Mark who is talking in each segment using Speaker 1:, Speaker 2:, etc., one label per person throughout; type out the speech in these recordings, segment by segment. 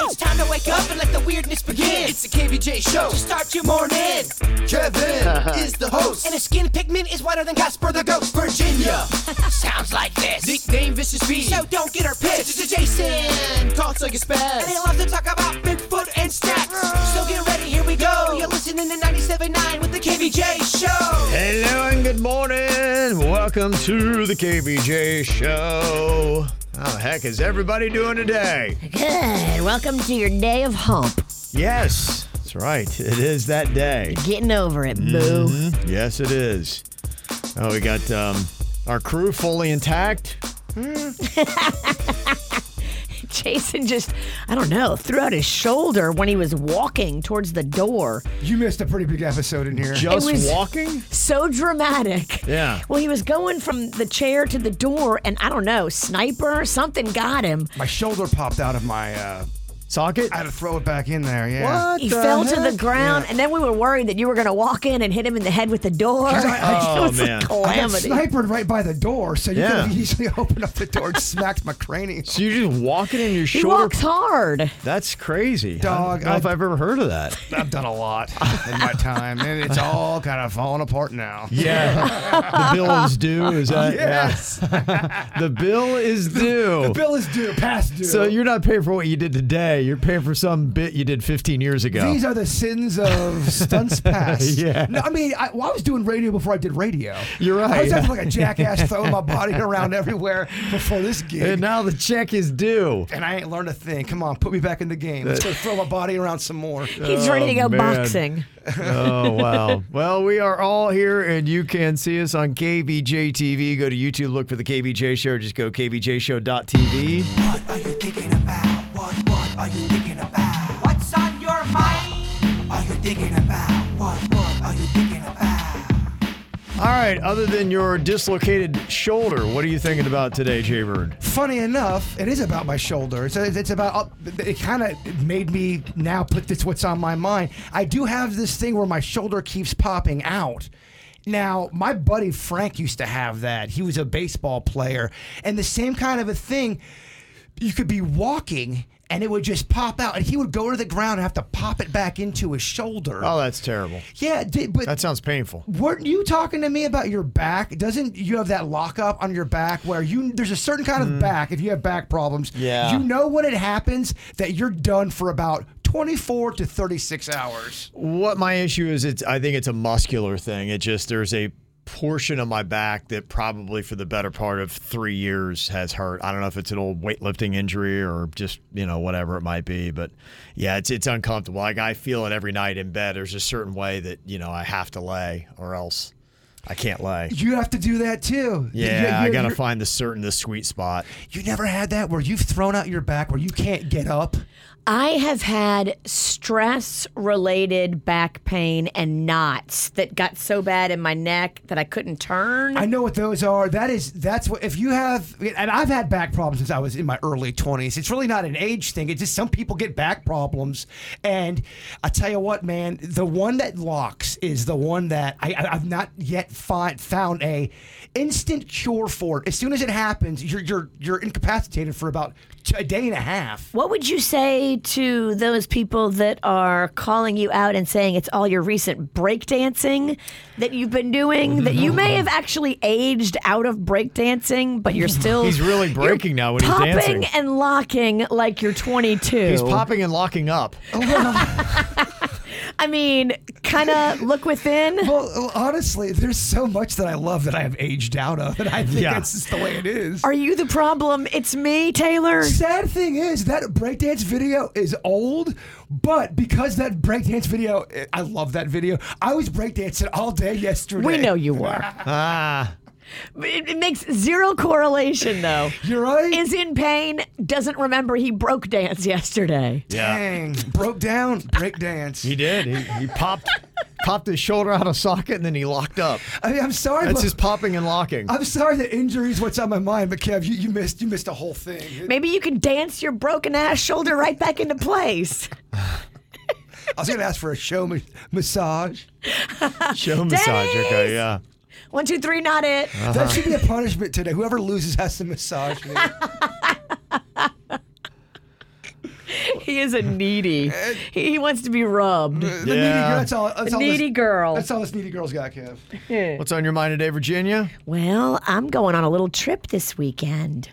Speaker 1: It's time to wake up and let the weirdness begin. It's the KVJ show. Just start your morning. Kevin is the host. And his skin pigment is whiter than Casper the Ghost. Virginia sounds like this. Nickname Vicious B. So don't get her pissed. It's Jason talks like a spaz. And they love to talk about Bigfoot and snacks. So get ready, here we go. You're listening to 97.9 with the KVJ show.
Speaker 2: Hello and good morning. Welcome to the KBJ show. How the heck is everybody doing today?
Speaker 3: Good. Welcome to your day of hump.
Speaker 2: Yes, that's right. It is that day.
Speaker 3: Getting over it, boo.
Speaker 2: Mhm. Yes, it is. Oh, we got um, our crew fully intact.
Speaker 3: Jason just, I don't know, threw out his shoulder when he was walking towards the door.
Speaker 4: You missed a pretty big episode in here.
Speaker 2: Just
Speaker 3: was-
Speaker 2: walking?
Speaker 3: So dramatic.
Speaker 2: Yeah.
Speaker 3: Well, he was going from the chair to the door, and I don't know, sniper, something got him.
Speaker 4: My shoulder popped out of my. Uh,
Speaker 2: Socket?
Speaker 4: I had to throw it back in there. Yeah.
Speaker 2: What
Speaker 3: He
Speaker 2: the
Speaker 3: fell to the
Speaker 2: heck?
Speaker 3: ground, and then we were worried that you were going to walk in and hit him in the head with the door.
Speaker 2: I-
Speaker 3: it was
Speaker 2: Oh, man. I got
Speaker 3: a
Speaker 4: I got
Speaker 3: calamity.
Speaker 4: snipered right by the door, so you
Speaker 2: Yeah.
Speaker 4: could have easily opened up the door and smacked my cranium.
Speaker 2: So you're just walking in your
Speaker 3: He
Speaker 2: shoulder?
Speaker 3: walks hard.
Speaker 2: That's crazy.
Speaker 4: Dog,
Speaker 2: I don't know
Speaker 4: I-
Speaker 2: if I've ever heard of that.
Speaker 4: I've done a lot in my time, and it's all kind of falling apart now.
Speaker 2: Yeah. the bill is due. Is that? Yes. the bill is due.
Speaker 4: Bill is due, past due.
Speaker 2: so you're not paying for what you did today. You're paying for some bit you did 15 years ago.
Speaker 4: These are the sins of stunts past.
Speaker 2: Yeah.
Speaker 4: No, I mean, I, well, I was doing radio before I did radio.
Speaker 2: You're right.
Speaker 4: I was acting like a jackass, throwing my body around everywhere before this gig.
Speaker 2: and now the check is due.
Speaker 4: and I ain't learned a thing. Come on, put me back in the game. Let's go throw my body around some more.
Speaker 3: He's ready to go
Speaker 2: man.
Speaker 3: boxing.
Speaker 2: Oh wow! well, we are all here, and you can see us on KBJ TV. Go to YouTube, look for the KBJ Show. Just go kbjshow.tv.
Speaker 1: What are you thinking about? What what are you thinking about? What's on your mind? Are you thinking about? What what are you thinking about?
Speaker 2: All right. Other than your dislocated shoulder, what are you thinking about today, Jayburn?
Speaker 4: Funny enough, it is about my shoulder. So it's, it's about up. It kind of made me now put this what's on my mind. I do have this thing where my shoulder keeps popping out. Now, my buddy Frank used to have that. He was a baseball player, and the same kind of a thing. You could be walking. And it would just pop out, and he would go to the ground and have to pop it back into his shoulder.
Speaker 2: Oh, that's terrible.
Speaker 4: yeah, it did- but
Speaker 2: That sounds painful.
Speaker 4: Weren't you talking to me about your back? Doesn't you have that lockup on your back where you there's a certain kind of back if you have back problems.
Speaker 2: Mm. Yeah.
Speaker 4: You know when it happens that you're done for about 24 to 36 hours.
Speaker 2: What my issue is, it's I think it's a muscular thing. It just there's a portion of my back that probably for the better part of three years has hurt. I don't know if it's an old weightlifting injury or just you know whatever it might be, but yeah, it's it's uncomfortable. Like I feel it every night in bed. There's a certain way that you know I have to lay or else I can't lay.
Speaker 4: You have to do that too.
Speaker 2: Yeah,
Speaker 4: You-
Speaker 2: I
Speaker 4: you-
Speaker 2: gotta
Speaker 4: you-
Speaker 2: find the certain the sweet spot.
Speaker 4: You never had that where you've thrown out your back where you can't get up.
Speaker 3: I have had stress related back pain and knots that got so bad in my neck that I couldn't turn.
Speaker 4: I know what those are. That is that's what if you have and I've had back problems since I was in my early 20s. It's really not an age thing. It's just some people get back problems and I tell you what, man, the one that locks is the one that I, I I've not yet find found a instant cure for it. As soon as it happens, you're you're you're incapacitated for about t- a day and a half.
Speaker 3: What would you say to those people that are calling you out and saying it's all your recent breakdancing that you've been doing? That you may have actually aged out of breakdancing, but you're still.
Speaker 2: He's really breaking now when he's
Speaker 3: popping
Speaker 2: dancing.
Speaker 3: and locking like you're 22.
Speaker 2: He's popping and locking up.
Speaker 4: Oh.
Speaker 3: I mean, kind of look within.
Speaker 4: Well, honestly, there's so much that I love that I have aged out of, and I think
Speaker 2: Yeah.
Speaker 4: that's just the way it is.
Speaker 3: Are you the problem? It's me, Taylor.
Speaker 4: Sad thing is that breakdance video is old, but because that breakdance video, I love that video. I was breakdancing all day yesterday.
Speaker 3: We know you were.
Speaker 2: Ah,
Speaker 3: It, it makes zero correlation, though.
Speaker 4: You're right.
Speaker 3: Is in pain, doesn't remember he broke dance yesterday.
Speaker 2: yeah.
Speaker 4: Dang, broke down breakdance.
Speaker 2: He did. He, he popped popped his shoulder out of socket and then he locked up.
Speaker 4: I mean, I'm sorry.
Speaker 2: That's
Speaker 4: but-
Speaker 2: his popping and locking.
Speaker 4: I'm sorry that injury is what's on my mind, but Kev, you, you missed you missed a whole thing.
Speaker 3: Maybe you can dance your broken ass shoulder right back into place.
Speaker 4: I was gonna ask for a show ma- massage.
Speaker 2: Show massage.
Speaker 3: Dennis!
Speaker 2: Okay, yeah.
Speaker 3: One, two, three, not it.
Speaker 2: Uh-huh.
Speaker 4: That should be a punishment today. Whoever loses has to massage me.
Speaker 3: He is a needy. He, he wants to be rubbed.
Speaker 4: The needy girl, that's all. That's all this-
Speaker 3: Needy girl.
Speaker 4: That's all this needy girl's got, Kev.
Speaker 2: What's on your mind today, Virginia?
Speaker 3: Well, I'm going on a little trip this weekend.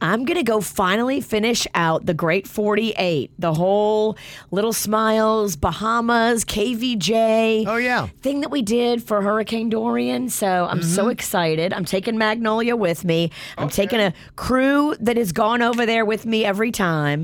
Speaker 3: I'm going to go finally finish out the Great 48, the whole Little Smiles, Bahamas, KVJ.
Speaker 2: Oh, yeah.
Speaker 3: Thing that we did for Hurricane Dorian. So I'm
Speaker 2: Mm-hmm.
Speaker 3: so excited. I'm taking Magnolia with me. I'm taking a crew that has gone over there with me every time.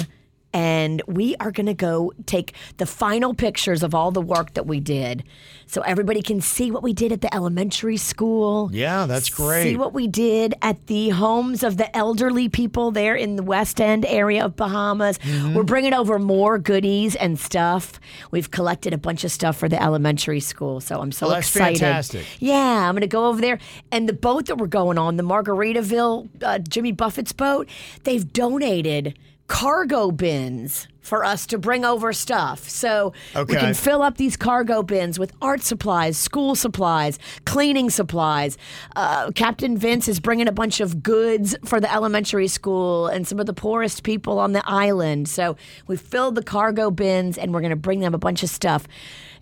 Speaker 3: And we are going to go take the final pictures of all the work that we did so everybody can see what we did at the elementary school.
Speaker 2: Yeah, that's
Speaker 3: See
Speaker 2: great.
Speaker 3: what we did at the homes of the elderly people there in the West End area of Bahamas.
Speaker 2: Mm-hmm.
Speaker 3: We're bringing over more goodies and stuff. We've collected a bunch of stuff for the elementary school, so I'm so
Speaker 2: Well, that's
Speaker 3: excited.
Speaker 2: fantastic.
Speaker 3: Yeah, I'm going to go over there. And the boat that we're going on, the Margaritaville uh, Jimmy Buffett's boat, they've donated cargo bins for us to bring over stuff. So we
Speaker 2: Okay.
Speaker 3: can fill up these cargo bins with art supplies, school supplies, cleaning supplies. Uh, Captain Vince is bringing a bunch of goods for the elementary school and some of the poorest people on the island. So we filled the cargo bins and we're going to bring them a bunch of stuff.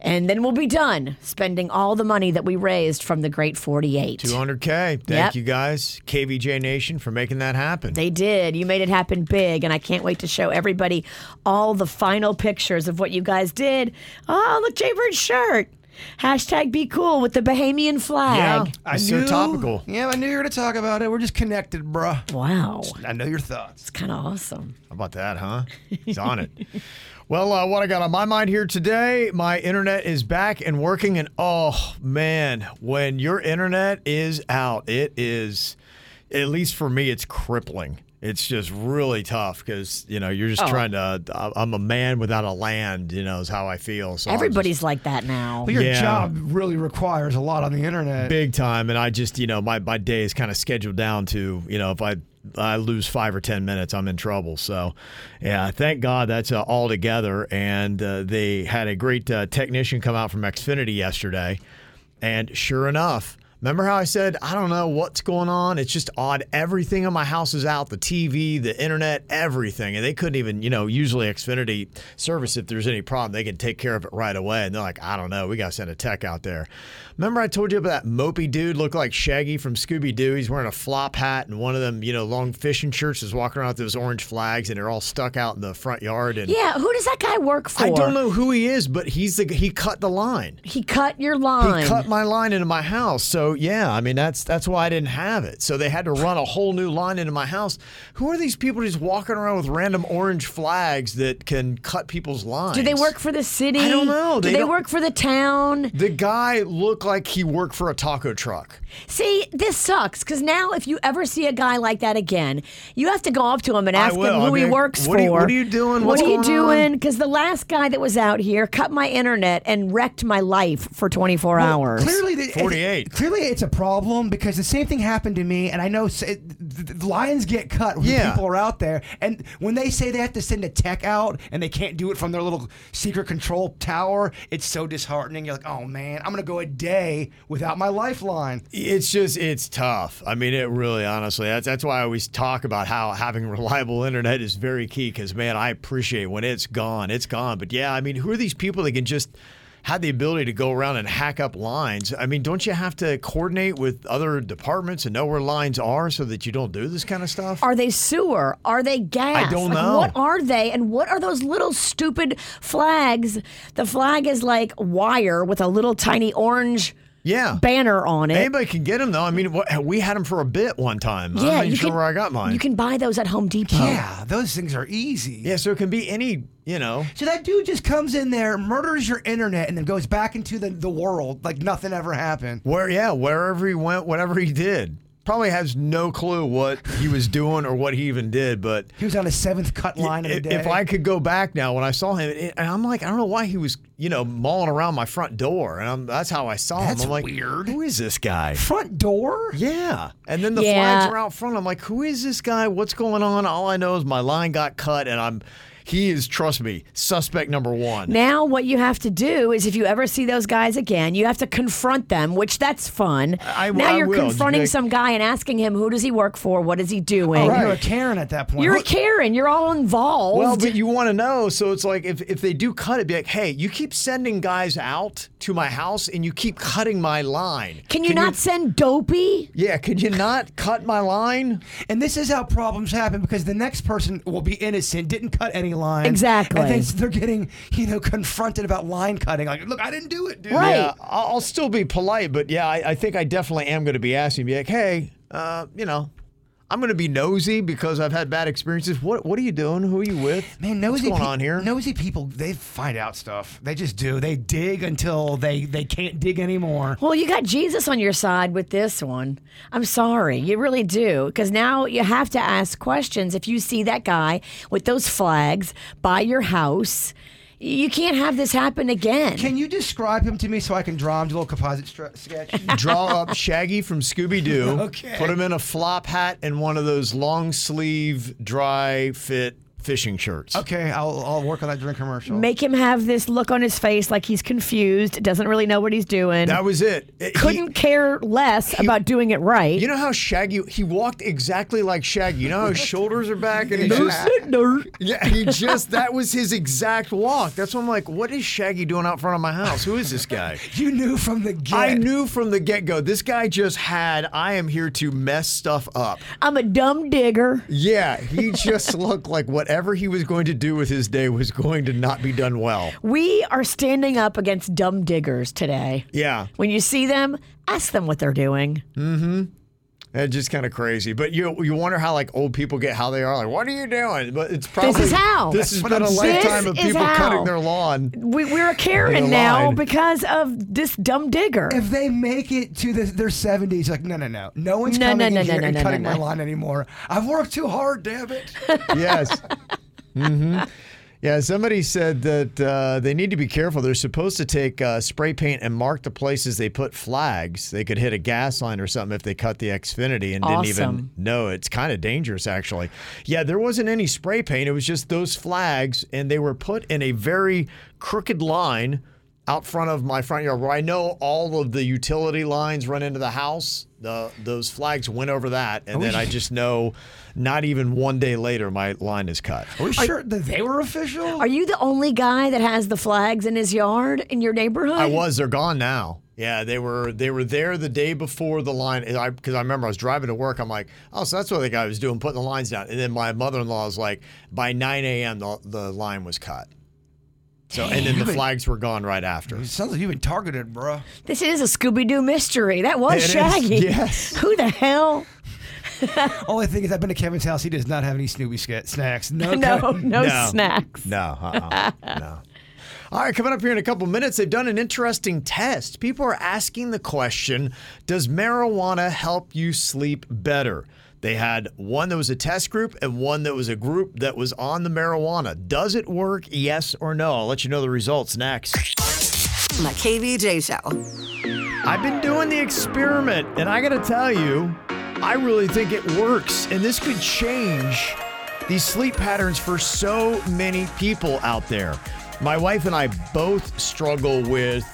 Speaker 3: And then we'll be done spending all the money that we raised from the Great 48.
Speaker 2: 200K. Thank
Speaker 3: Yep.
Speaker 2: you guys, KVJ Nation, for making that happen.
Speaker 3: They did. You made it happen big, and I can't wait to show everybody all the final pictures of what you guys did. Oh, look, Jaybird's shirt. Hashtag be cool with the Bahamian
Speaker 2: yeah,
Speaker 3: flag.
Speaker 2: it's so topical.
Speaker 4: Yeah, I knew you were gonna talk about it. We're just connected, bruh.
Speaker 3: Wow.
Speaker 4: I know your thoughts.
Speaker 3: It's kind of awesome.
Speaker 2: How about that, huh? He's on it. Well, uh, what I got on my mind here today, my internet is back and working. And oh, man, when your internet is out, it is, at least for me, it's crippling. It's just really tough because, you know, you're just trying to. I- I'm a man without a land, you know, is how I feel. So I'm just-
Speaker 3: Everybody's like that now.
Speaker 4: Well, your
Speaker 2: Yeah.
Speaker 4: job really requires a lot on the internet.
Speaker 2: big time and i just you know my, my day is kind of scheduled down to you know if i i lose five or ten minutes i'm in trouble so yeah thank god that's uh, all together and uh, they had a great uh, technician come out from xfinity yesterday and sure enough Remember how I said, I don't know what's going on? It's just odd. Everything in my house is out the TV, the internet, everything. And they couldn't even, you know, usually Xfinity service, if there's any problem, they can take care of it right away. And they're like, I don't know. We got to send a tech out there. Remember I told you about that mopey dude looked like Shaggy from Scooby Doo? He's wearing a flop hat and one of them, you know, long fishing shirts is walking around with those orange flags and they're all stuck out in the front yard. And
Speaker 3: Yeah, who does that guy work for?
Speaker 2: I don't know who he is, but he's the, he cut the line.
Speaker 3: He cut your line.
Speaker 2: He cut my line into my house. So yeah, I mean that's that's why I didn't have it. So they had to run a whole new line into my house. Who are these people just walking around with random orange flags that can cut people's lines?
Speaker 3: Do they work for the city?
Speaker 2: I don't know.
Speaker 3: Do
Speaker 2: They
Speaker 3: they,
Speaker 2: don't-
Speaker 3: work for the town?
Speaker 2: The guy looked like he worked for a taco truck.
Speaker 3: See, this sucks because now if you ever see a guy like that again, you have to go up to him and
Speaker 2: I
Speaker 3: ask him
Speaker 2: will.
Speaker 3: who
Speaker 2: I'll be
Speaker 3: he
Speaker 2: like,
Speaker 3: works
Speaker 2: "What are you-
Speaker 3: for.
Speaker 2: what are you doing?
Speaker 3: What
Speaker 2: What's
Speaker 3: are you
Speaker 2: going on?"
Speaker 3: doing? Because the last guy that was out here cut my internet and wrecked my life for 24 hours.
Speaker 4: Clearly, the,
Speaker 2: 48.
Speaker 4: Clearly, say it's a problem because the same thing happened to me, and I know s- it, th- th- lines get cut when
Speaker 2: Yeah.
Speaker 4: people are out there, and when they say they have to send a tech out and they can't do it from their little secret control tower, it's so disheartening. You're like, oh man, I'm gonna go a day without my lifeline.
Speaker 2: It's just it's tough. I mean, it really, honestly. That's that's why I always talk about how having reliable internet is very key. Because man, I appreciate when it's gone, it's gone. But yeah, I mean, who are these people that can just have the ability to go around and hack up lines? I mean, don't you have to coordinate with other departments and know where lines are so that you don't do this kind of stuff?
Speaker 3: Are they sewer? Are they gas?
Speaker 2: I don't
Speaker 3: Like,
Speaker 2: know.
Speaker 3: What are they? And what are those little stupid flags? The flag is like wire with a little tiny orange
Speaker 2: Yeah.
Speaker 3: banner on it.
Speaker 2: Anybody can get them though. I mean, what, we had them for a bit one time. I'm not even sure where I got mine.
Speaker 3: You can buy those at Home Depot.
Speaker 4: Yeah, those things are easy.
Speaker 2: Oh. yeah, so it can be any, you know.
Speaker 4: So that dude just comes in there, murders your internet, and then goes back into the, the world like nothing ever happened.
Speaker 2: Where, yeah, wherever he went, whatever he did, probably has no clue what he was doing or what he even did. But
Speaker 4: He was on his seventh cut line of
Speaker 2: if,
Speaker 4: the day.
Speaker 2: if I could go back now, when I saw him, it, and I'm like, I don't know why he was, you know, mauling around my front door, and I'm, that's how I saw
Speaker 4: That's
Speaker 2: him. I'm like,
Speaker 4: weird.
Speaker 2: Who is this guy?
Speaker 4: front door.
Speaker 2: Yeah, and then the
Speaker 3: Yeah.
Speaker 2: flags were out front. I'm like, who is this guy? What's going on? All I know is my line got cut, and I'm, he is, trust me, suspect number one.
Speaker 3: Now, what you have to do is, if you ever see those guys again, you have to confront them, which that's fun.
Speaker 2: I- I-
Speaker 3: now
Speaker 2: I
Speaker 3: you're
Speaker 2: will. Just be
Speaker 3: confronting
Speaker 2: like-
Speaker 3: some guy and asking him, who does he work for? What is he doing?
Speaker 4: Oh, You're a Karen at that point.
Speaker 3: You're a
Speaker 4: Look,
Speaker 3: Karen. You're all involved.
Speaker 2: Well, but you want to know, so it's like if, if they do cut it, be like, hey, you keep sending guys out to my house and you keep cutting my line.
Speaker 3: can you not send Dopey?
Speaker 2: yeah, can you not cut my line?
Speaker 4: And this is how problems happen because the next person will be innocent, didn't cut any line.
Speaker 3: Exactly.
Speaker 4: And then they're getting, you know, confronted about line cutting. Like, look, I didn't do it, dude.
Speaker 3: Right.
Speaker 2: Yeah, I'll, I'll still be polite, but yeah, I, I think I definitely am going to be asking, be like, hey, uh, you know, I'm going to be nosy because I've had bad experiences. What What are you doing? Who are you with?
Speaker 4: Man, nosy
Speaker 2: What's going
Speaker 4: pe-
Speaker 2: on here?
Speaker 4: Nosy people, they find out stuff. They just do. They dig until they they can't dig anymore.
Speaker 3: Well, you got Jesus on your side with this one. I'm sorry. You really do. Because now you have to ask questions. If you see that guy with those flags by your house, you can't have this happen again.
Speaker 4: Can you describe him to me so I can draw him to a little composite stre- sketch?
Speaker 2: Draw up Shaggy from Scooby Doo.
Speaker 4: Okay.
Speaker 2: Put him in a flop hat and one of those long sleeve, dry fit fishing shirts.
Speaker 4: okay, I'll, I'll work on that during commercial.
Speaker 3: Make him have this look on his face like he's confused, doesn't really know what he's doing,
Speaker 2: That was it. It- he-
Speaker 3: couldn't care less about doing it right.
Speaker 2: you know how Shaggy? He walked exactly like Shaggy. You know how his shoulders are back and he just. Yeah, he just. That was his exact walk. That's when I'm like, what is Shaggy doing out front of my house? Who is this guy?
Speaker 4: you knew from the get.
Speaker 2: I knew from the get go. This guy just had. I am here to mess stuff up.
Speaker 3: I'm a dumb digger.
Speaker 2: Yeah, he just looked like whatever he was going to do with his day was going to not be done well.
Speaker 3: We are standing up against dumb diggers today.
Speaker 2: Yeah.
Speaker 3: When you see them, ask them what they're doing.
Speaker 2: It's just kind of crazy. But you you wonder how like old people get how they are. Like, what are you doing? But it's probably
Speaker 3: is how.
Speaker 2: This has
Speaker 4: That's what
Speaker 2: been a
Speaker 4: I'm saying.
Speaker 2: lifetime of
Speaker 3: This is
Speaker 2: people
Speaker 3: how.
Speaker 2: cutting their lawn.
Speaker 3: We, we're a Karen
Speaker 2: You're
Speaker 3: now
Speaker 2: lying.
Speaker 3: because of this dumb digger.
Speaker 4: if they make it to the, their 70s, like, no, no, no. No one's
Speaker 3: No,
Speaker 4: coming
Speaker 3: no,
Speaker 4: in
Speaker 3: no, no,
Speaker 4: here
Speaker 3: no,
Speaker 4: and
Speaker 3: no,
Speaker 4: cutting
Speaker 3: no,
Speaker 4: my
Speaker 3: no.
Speaker 4: lawn anymore. I've worked too hard, damn it.
Speaker 2: yes. hmm Yeah, somebody said that uh, they need to be careful. They're supposed to take uh, spray paint and mark the places they put flags. They could hit a gas line or something if they cut the Xfinity and didn't even
Speaker 3: Awesome.
Speaker 2: know. It's kind of dangerous, actually. Yeah, there wasn't any spray paint. It was just those flags, and they were put in a very crooked line out front of my front yard where I know all of the utility lines run into the house. The, those flags went over that, and then I just know not even one day later my line is cut.
Speaker 4: Are we sure that they were official?
Speaker 3: Are you the only guy that has the flags in his yard in your neighborhood?
Speaker 2: I was. They're gone now. Yeah, they were they were there the day before the line. Because I, 'cause I remember I was driving to work. I'm like, oh, so that's what the guy was doing, putting the lines down. And then my mother-in-law was like, by 9 a.m. the, the line was cut. So and then the flags were gone right after.
Speaker 4: It sounds like you've been targeted, bro.
Speaker 3: This is a Scooby Doo mystery. That was
Speaker 2: It is,
Speaker 3: Shaggy.
Speaker 2: yes.
Speaker 3: Who the hell?
Speaker 4: Only thing is, I've been to Kevin's house. He does not have any Snoopy sca- snacks. No,
Speaker 3: No,
Speaker 4: Kevin.
Speaker 3: no,
Speaker 2: No.
Speaker 3: snacks.
Speaker 2: No, uh-uh, no. All right, coming up here in a couple minutes, they've done an interesting test. People are asking the question Does marijuana help you sleep better? They had one that was a test group and one that was a group that was on the marijuana. Does it work? Yes or no? I'll let you know the results next.
Speaker 5: My KVJ show.
Speaker 2: I've been doing the experiment, and I got to tell you, I really think it works. And this could change these sleep patterns for so many people out there. My wife and I both struggle with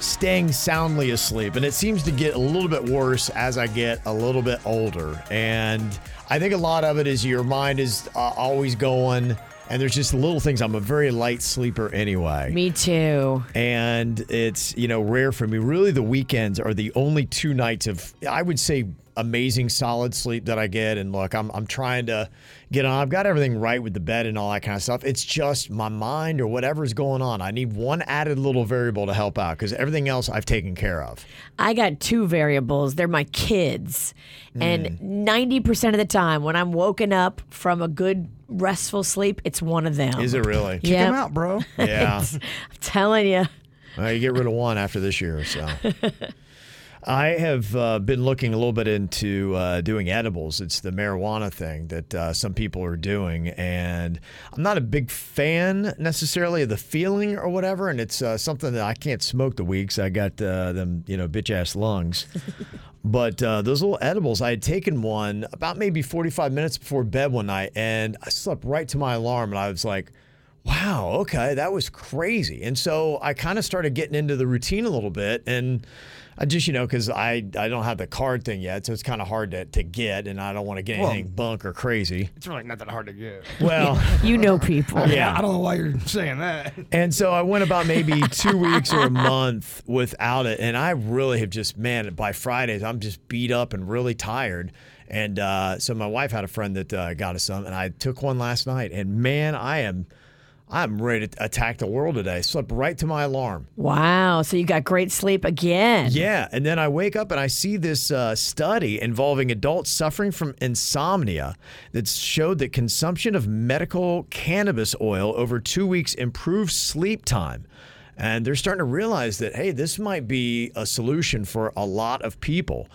Speaker 2: staying soundly asleep, and it seems to get a little bit worse as I get a little bit older. And I think a lot of it is your mind is uh, always going, and there's just little things. I'm a very light sleeper anyway
Speaker 3: Me too.
Speaker 2: and it's you know rare for me. Really, the weekends are the only two nights of I would say amazing solid sleep that I get. And look, I'm I'm trying to get on. I've got everything right with the bed and all that kind of stuff. It's just my mind or whatever's going on. I need one added little variable to help out because everything else I've taken care of.
Speaker 3: I got two variables. They're my kids. And
Speaker 2: Hmm.
Speaker 3: 90% of the time when I'm woken up from a good restful sleep, it's one of them.
Speaker 2: Is it really?
Speaker 4: Kick
Speaker 3: Yeah.
Speaker 4: him out, bro.
Speaker 2: Yeah.
Speaker 3: I'm telling you.
Speaker 2: Uh, you get rid of one after this year, so. I have uh, been looking a little bit into uh, doing edibles. It's the marijuana thing that uh, some people are doing, and I'm not a big fan necessarily of the feeling or whatever. And it's uh, something that I can't smoke the weed 'cause I got uh, them, you know, bitch ass lungs. But uh, those little edibles, I had taken one about maybe 45 minutes before bed one night, and I slept right to my alarm, and I was like, wow, okay, that was crazy. And so I kind of started getting into the routine a little bit. And I just, you know, because I, I don't have the card thing yet. So it's kind of hard to, to get. And I don't want to get
Speaker 4: Well-
Speaker 2: anything bunk or crazy.
Speaker 4: It's really not that hard to get.
Speaker 2: Well,
Speaker 3: You know people.
Speaker 2: yeah.
Speaker 4: I don't know why you're saying that.
Speaker 2: And so I went about maybe two weeks or a month without it. And I really have just, man, by Fridays, I'm just beat up and really tired. And uh, so my wife had a friend that uh, got us some, and I took one last night. And man, I am. I'm ready to attack the world today. Slept right to my alarm.
Speaker 3: Wow. So you got great sleep again.
Speaker 2: Yeah. And then I wake up and I see this uh, study involving adults suffering from insomnia that showed that consumption of medical cannabis oil over two weeks improves sleep time. And they're starting to realize that, hey, this might be a solution for a lot of people.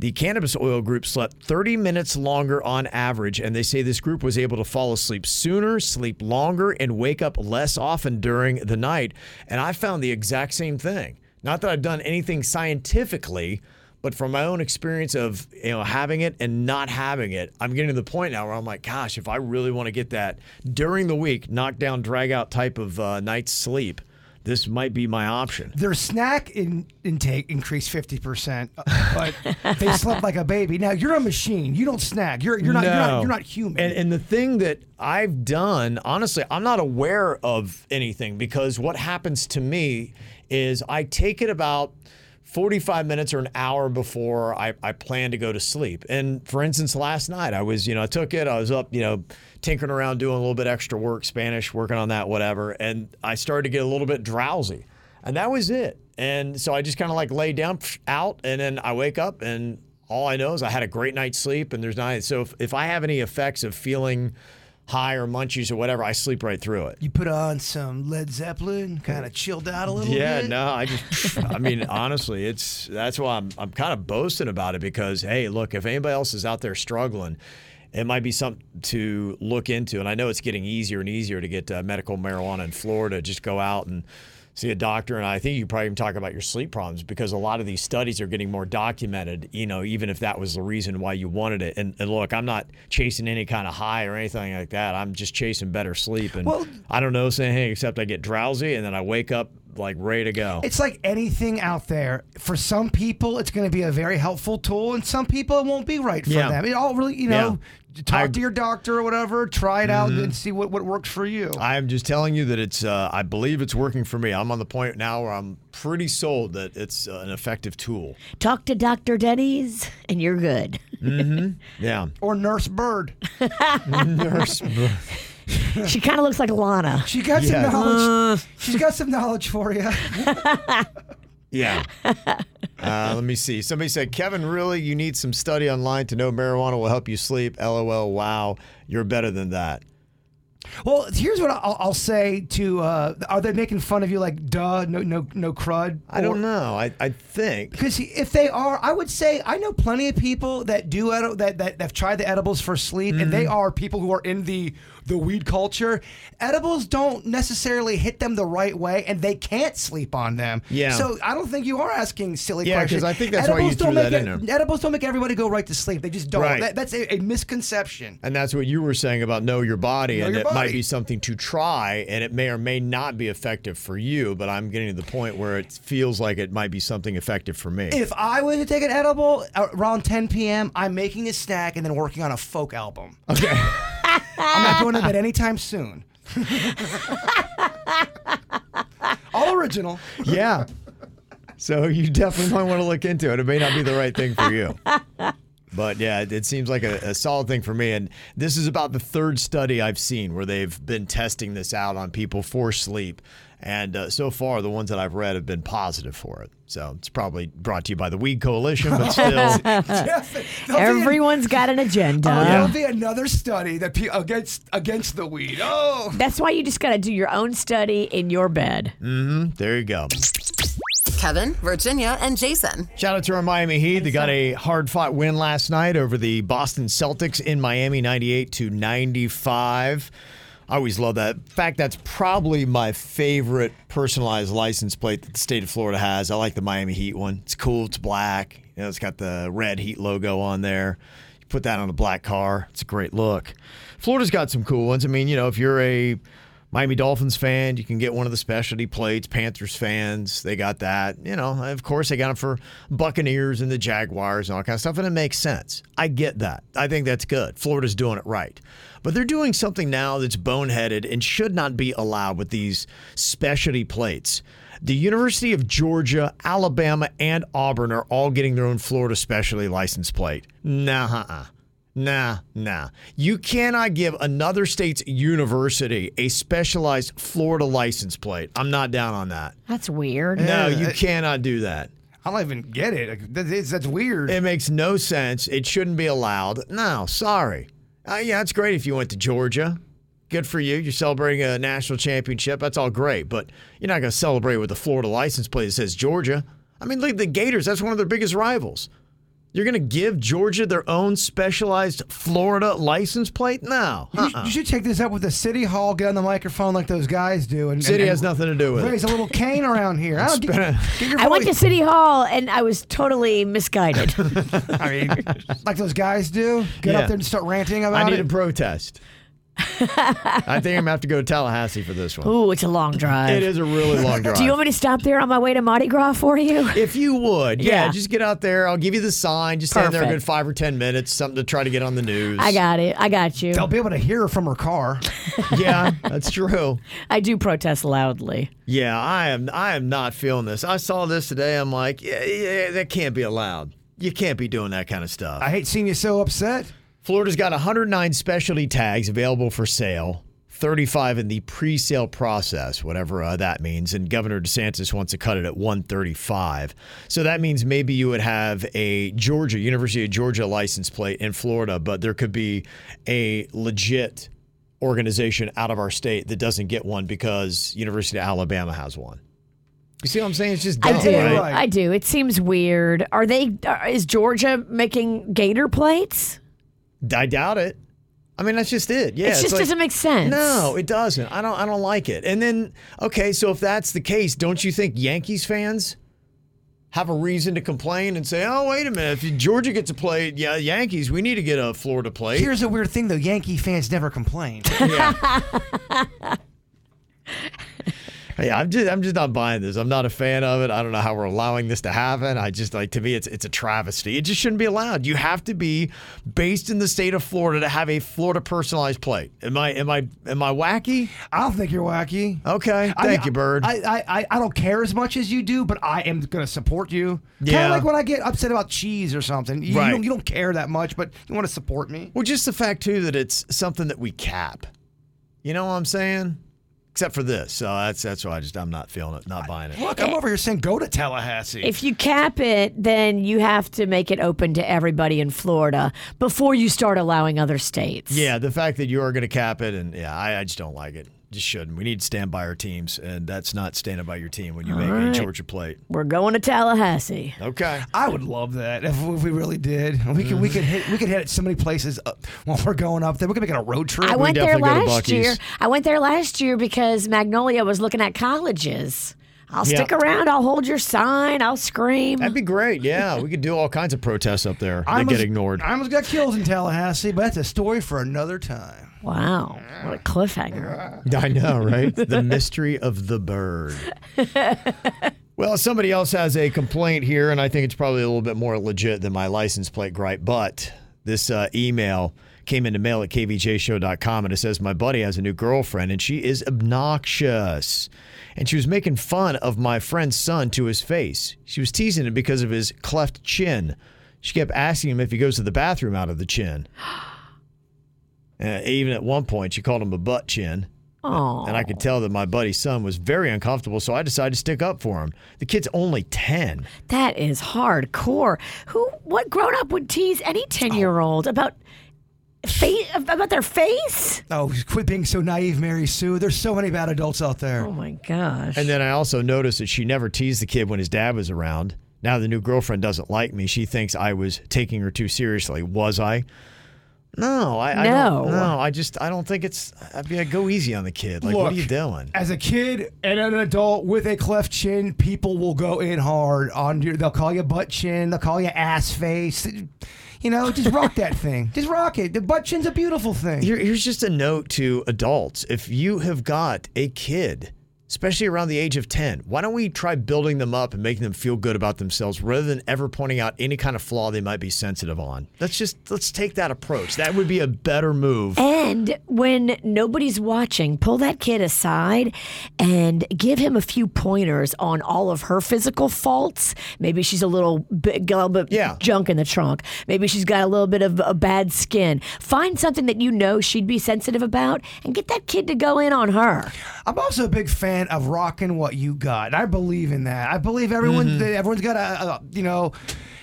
Speaker 2: The cannabis oil group slept 30 minutes longer on average, and they say this group was able to fall asleep sooner, sleep longer, and wake up less often during the night. And I found the exact same thing. Not that I've done anything scientifically, but from my own experience of you know having it and not having it, I'm getting to the point now where I'm like, gosh, if I really want to get that during the week, knock down, drag out type of uh, night's sleep, this might be my option.
Speaker 4: Their snack in, intake increased fifty percent, uh, but they slept like a baby. Now you're a machine. You don't snack. You're you're not you're
Speaker 2: No.
Speaker 4: not, you're not human.
Speaker 2: And, and the thing that I've done, honestly, I'm not aware of anything because what happens to me is I take it about 45 minutes or an hour before I, I plan to go to sleep. And for instance, last night I was, you know, I took it, I was up, you know, tinkering around, doing a little bit extra work, Spanish, working on that, whatever. And I started to get a little bit drowsy. And that was it. And so I just kind of like lay down psh, out, and then I wake up, and all I know is I had a great night's sleep, and there's not. So if, if I have any effects of feeling high or munchies or whatever, I sleep right through it.
Speaker 4: you put on some Led Zeppelin, kind of chilled out a little
Speaker 2: Uh, Yeah,
Speaker 4: bit.
Speaker 2: no, I just, I mean, honestly, it's that's why I'm, I'm kind of boasting about it because, hey, look, if anybody else is out there struggling, it might be something to look into. And I know it's getting easier and easier to get uh, medical marijuana in Florida. Just go out and see a doctor. And I think you probably even talk about your sleep problems because a lot of these studies are getting more documented, you know, even if that was the reason why you wanted it. And, and look, I'm not chasing any kind of high or anything like that. I'm just chasing better sleep. And
Speaker 4: Well-
Speaker 2: I don't know saying anything except I get drowsy and then I wake up like ready to go.
Speaker 4: It's like anything out there. For some people, it's going to be a very helpful tool, and some people it won't be right for
Speaker 2: Yeah.
Speaker 4: them. It all really, you know, talk
Speaker 2: I- Mm-hmm.
Speaker 4: to your doctor or whatever. Try it out and see what, what works for you.
Speaker 2: I'm just telling you that it's. Uh, I believe it's working for me. I'm on the point now where I'm pretty sold that it's uh, an effective tool.
Speaker 3: Talk to Dr. Denny's and you're good.
Speaker 2: Yeah,
Speaker 4: or Nurse Bird.
Speaker 2: nurse.
Speaker 3: she kind of looks like Lana.
Speaker 4: She got
Speaker 2: Yes.
Speaker 4: some
Speaker 2: Uh,
Speaker 3: Uh.
Speaker 4: knowledge. She's got some knowledge for you.
Speaker 2: Yeah. Uh, let me see. Somebody said, Kevin, really, you need some study online to know marijuana will help you sleep. LOL. Wow, you're better than that.
Speaker 4: Well, here's what I'll, I'll say to: uh, Are they making fun of you? Like, duh, no, no, no crud.
Speaker 2: I don't know. I, I think.
Speaker 4: Because if they are, I would say I know plenty of people that do edi- that that have tried the edibles for sleep, and
Speaker 2: Mm-hmm.
Speaker 4: they are people who are in the the weed culture. Edibles don't necessarily hit them the right way, and they can't sleep on them.
Speaker 2: Yeah.
Speaker 4: So I don't think you are asking silly
Speaker 2: Yeah, 'cause
Speaker 4: questions.
Speaker 2: I think that's why you
Speaker 4: Edibles don't
Speaker 2: threw
Speaker 4: make
Speaker 2: that in
Speaker 4: it-
Speaker 2: there.
Speaker 4: Edibles don't make everybody go right to sleep. They just don't.
Speaker 2: Right.
Speaker 4: That- that's a, a misconception.
Speaker 2: And that's what you were saying about know your body,
Speaker 4: Know
Speaker 2: and
Speaker 4: your
Speaker 2: it
Speaker 4: body.
Speaker 2: might be something to try, and it may or may not be effective for you. But I'm getting to the point where it feels like it might be something effective for me.
Speaker 4: If I was to take an edible uh, around 10 p.m., I'm making a snack and then working on a folk album.
Speaker 2: okay.
Speaker 4: I'm not going to bed anytime soon. All original.
Speaker 2: yeah. So you definitely might want to look into it. It may not be the right thing for you. But yeah, it, it seems like a, a solid thing for me. And this is about the third study I've seen where they've been testing this out on people for sleep. And uh, so far, the ones that I've read have been positive for it. So it's probably brought to you by the Weed Coalition, but still,
Speaker 3: Everyone's got an agenda.
Speaker 4: Oh,
Speaker 2: Yeah.
Speaker 4: There'll be another study that pe- against against the weed. Oh,
Speaker 3: That's why you just got to do your own study in your bed.
Speaker 2: Mm. there you go.
Speaker 5: Kevin, Virginia, and Jason.
Speaker 2: Shout out to our Miami Heat. They got a hard fought win last night over the Boston Celtics in Miami, 98 to 95. I always love that. In fact, that's probably my favorite personalized license plate that the state of Florida has. I like the Miami Heat one. It's cool, it's black. You know, it's got the red Heat logo on there. You put that on a black car, it's a great look. Florida's got some cool ones. I mean, you know, if you're a Miami Dolphins fan, you can get one of the specialty plates. Panthers fans, they got that. You know, of course, they got them for Buccaneers and the Jaguars and all kind of stuff, and it makes sense. I get that. I think that's good. Florida's doing it right. But they're doing something now that's boneheaded and should not be allowed with these specialty plates. The University of Georgia, Alabama, and Auburn are all getting their own Florida specialty license plate. Nah, uh-uh. Nah, nah. You cannot give another state's university a specialized Florida license plate. I'm not down on that. Eh,
Speaker 3: That's weird.
Speaker 2: No, you cannot do that.
Speaker 4: I don't even get it. Like, that is- that's weird.
Speaker 2: It makes no sense. It shouldn't be allowed. No, sorry. Uh, yeah, it's great if you went to Georgia. Good for you. You're celebrating a national championship. That's all great. But you're not going to celebrate with a Florida license plate that says Georgia. I mean, look at the Gators. That's one of their biggest rivals. You're going to give Georgia their own specialized Florida license plate? No. Uh-uh.
Speaker 4: You, sh- you should take this up with the city hall. Get on the microphone like those guys do. And
Speaker 2: City
Speaker 4: and-
Speaker 2: has
Speaker 4: and
Speaker 2: nothing to do with
Speaker 4: Raise
Speaker 2: it.
Speaker 4: a little cane around here. I don't get, get your
Speaker 3: I went to
Speaker 4: voice.
Speaker 3: City Hall and I was totally misguided.
Speaker 4: I mean, like those guys do. Get
Speaker 2: Yeah.
Speaker 4: up there and start ranting about
Speaker 2: I need
Speaker 4: it.
Speaker 2: a protest. I think I'm gonna have to go to Tallahassee for this one.
Speaker 3: Ooh, it's a long drive.
Speaker 2: It is a really long drive.
Speaker 3: Do you want me to stop there on my way to Mardi Gras for you?
Speaker 2: if you would, yeah,
Speaker 3: Yeah.
Speaker 2: just get out there. I'll give you the sign. Just stand there a
Speaker 3: Perfect.
Speaker 2: good five or ten minutes, something to try to get on the news.
Speaker 3: I got it. I got you.
Speaker 4: They'll be able to hear her from her car.
Speaker 2: Yeah, that's true.
Speaker 3: I do protest loudly.
Speaker 2: Yeah, I am. I am not feeling this. I saw this today. I'm like, yeah, yeah, that can't be allowed. You can't be doing that kind of stuff.
Speaker 4: I hate seeing you so upset.
Speaker 2: Florida's got 109 specialty tags available for sale, 35 in the pre-sale process, whatever uh, that means. And Governor DeSantis wants to cut it at 135. So that means maybe you would have a Georgia University of Georgia license plate in Florida, but there could be a legit organization out of our state that doesn't get one because University of Alabama has one. You see what I'm saying? It's just dumb,
Speaker 3: I do.
Speaker 2: right?
Speaker 4: right.
Speaker 3: I do. It seems weird. Are they? Are, is Georgia making gator plates?
Speaker 2: I doubt it. I mean, that's just it. Yeah,
Speaker 3: it just
Speaker 2: like-
Speaker 3: doesn't make sense.
Speaker 2: No, it doesn't. I don't. I don't like it. And then, okay, so if that's the case, don't you think Yankees fans have a reason to complain and say, "Oh, wait a minute, if Georgia gets a plate, yeah, Yankees, we need to get a Florida plate."
Speaker 4: Here's a weird thing though: Yankee fans never complain.
Speaker 2: Yeah. Yeah, I'm just I'm just not buying this. I'm not a fan of it. I don't know how we're allowing this to happen. I just like to me it's it's a travesty. It just shouldn't be allowed. You have to be based in the state of Florida to have a Florida personalized plate. Am I am I am I wacky?
Speaker 4: I don't think you're wacky.
Speaker 2: Okay.
Speaker 4: I mean,
Speaker 2: Thank you, Bird.
Speaker 4: I, I, I, I don't care as much as you do, but I am going to support you. Kind
Speaker 2: Yeah.
Speaker 4: of like when I get upset about cheese or something. You, you
Speaker 2: Right.
Speaker 4: don't, you don't care that much, but you want to support me.
Speaker 2: Well, just the fact too that it's something that we cap. You know what I'm saying? except for this. So that's that's why I just I'm not feeling it, not buying it.
Speaker 4: Look, I'm over here saying go to Tallahassee.
Speaker 3: If you cap it, then you have to make it open to everybody in Florida before you start allowing other states.
Speaker 2: Yeah, the fact that you are going to cap it, and yeah, I, I just don't like it. Just shouldn't. We need to stand by our teams, and that's not standing by your team when you make a Georgia plate.
Speaker 3: We're going to Tallahassee.
Speaker 2: Okay.
Speaker 4: I would love that if, if we really did. We could we could hit we could hit so many places uh, while we're going up there. We could make it a road trip.
Speaker 3: I went there
Speaker 2: definitely go to
Speaker 3: last year.
Speaker 2: Buc-ee's.
Speaker 3: I went there last year because Magnolia was looking at colleges. I'll
Speaker 2: Yeah.
Speaker 3: stick around. I'll hold your sign. I'll scream.
Speaker 2: That'd be great. Yeah, we could do all kinds of protests up there. They get ignored.
Speaker 4: I almost got killed in Tallahassee, but that's a story for another time.
Speaker 3: wow. What a cliffhanger.
Speaker 2: I know, right? the mystery of the bird. well, somebody else has a complaint here, and I think it's probably a little bit more legit than my license plate gripe, but this uh, email came into mail at kvjshow.com and it says my buddy has a new girlfriend and she is obnoxious and she was making fun of my friend's son to his face she was teasing him because of his cleft chin she kept asking him if he goes to the bathroom out of the chin Uh, even at one point she called him a butt chin
Speaker 3: Oh.
Speaker 2: and I could tell that my buddy's son was very uncomfortable, so I decided to stick up for him. The kid's only 10.
Speaker 3: That is hardcore. Who? What grown up would tease any ten year old about face about their face?
Speaker 4: Oh, quit being so naive, Mary Sue. There's so many bad adults out there.
Speaker 3: Oh my gosh!
Speaker 2: And then I also noticed that she never teased the kid when his dad was around. Now the new girlfriend doesn't like me. She thinks I was taking her too seriously. Was I? No, I, I
Speaker 3: No.
Speaker 2: don't. No, I just I don't think it's. I'd be like, go easy on the kid. Like, what are
Speaker 4: Look,
Speaker 2: you doing?
Speaker 4: As a kid and an adult with a cleft chin, people will go in hard on your. They'll call you butt chin. They'll call you ass face. You know, just rock that thing. Just rock it. The butt chin's a beautiful thing.
Speaker 2: Here, here's just a note to adults. If you have got a kid, especially around the age of 10, why don't we try building them up and making them feel good about themselves rather than ever pointing out any kind of flaw they might be sensitive on? Let's just let's take that approach. That would be a better move.
Speaker 3: And when nobody's watching, pull that kid aside and give him a few pointers on all of her physical faults. Maybe she's a little bit, got a little bit
Speaker 2: Yeah.
Speaker 3: junk in the trunk. Maybe she's got a little bit of a bad skin. Find something that you know she'd be sensitive about and get that kid to go in on her.
Speaker 4: I'm also a big fan of rocking what you got. I believe in that. I believe everyone. that Everyone's got a, a you know.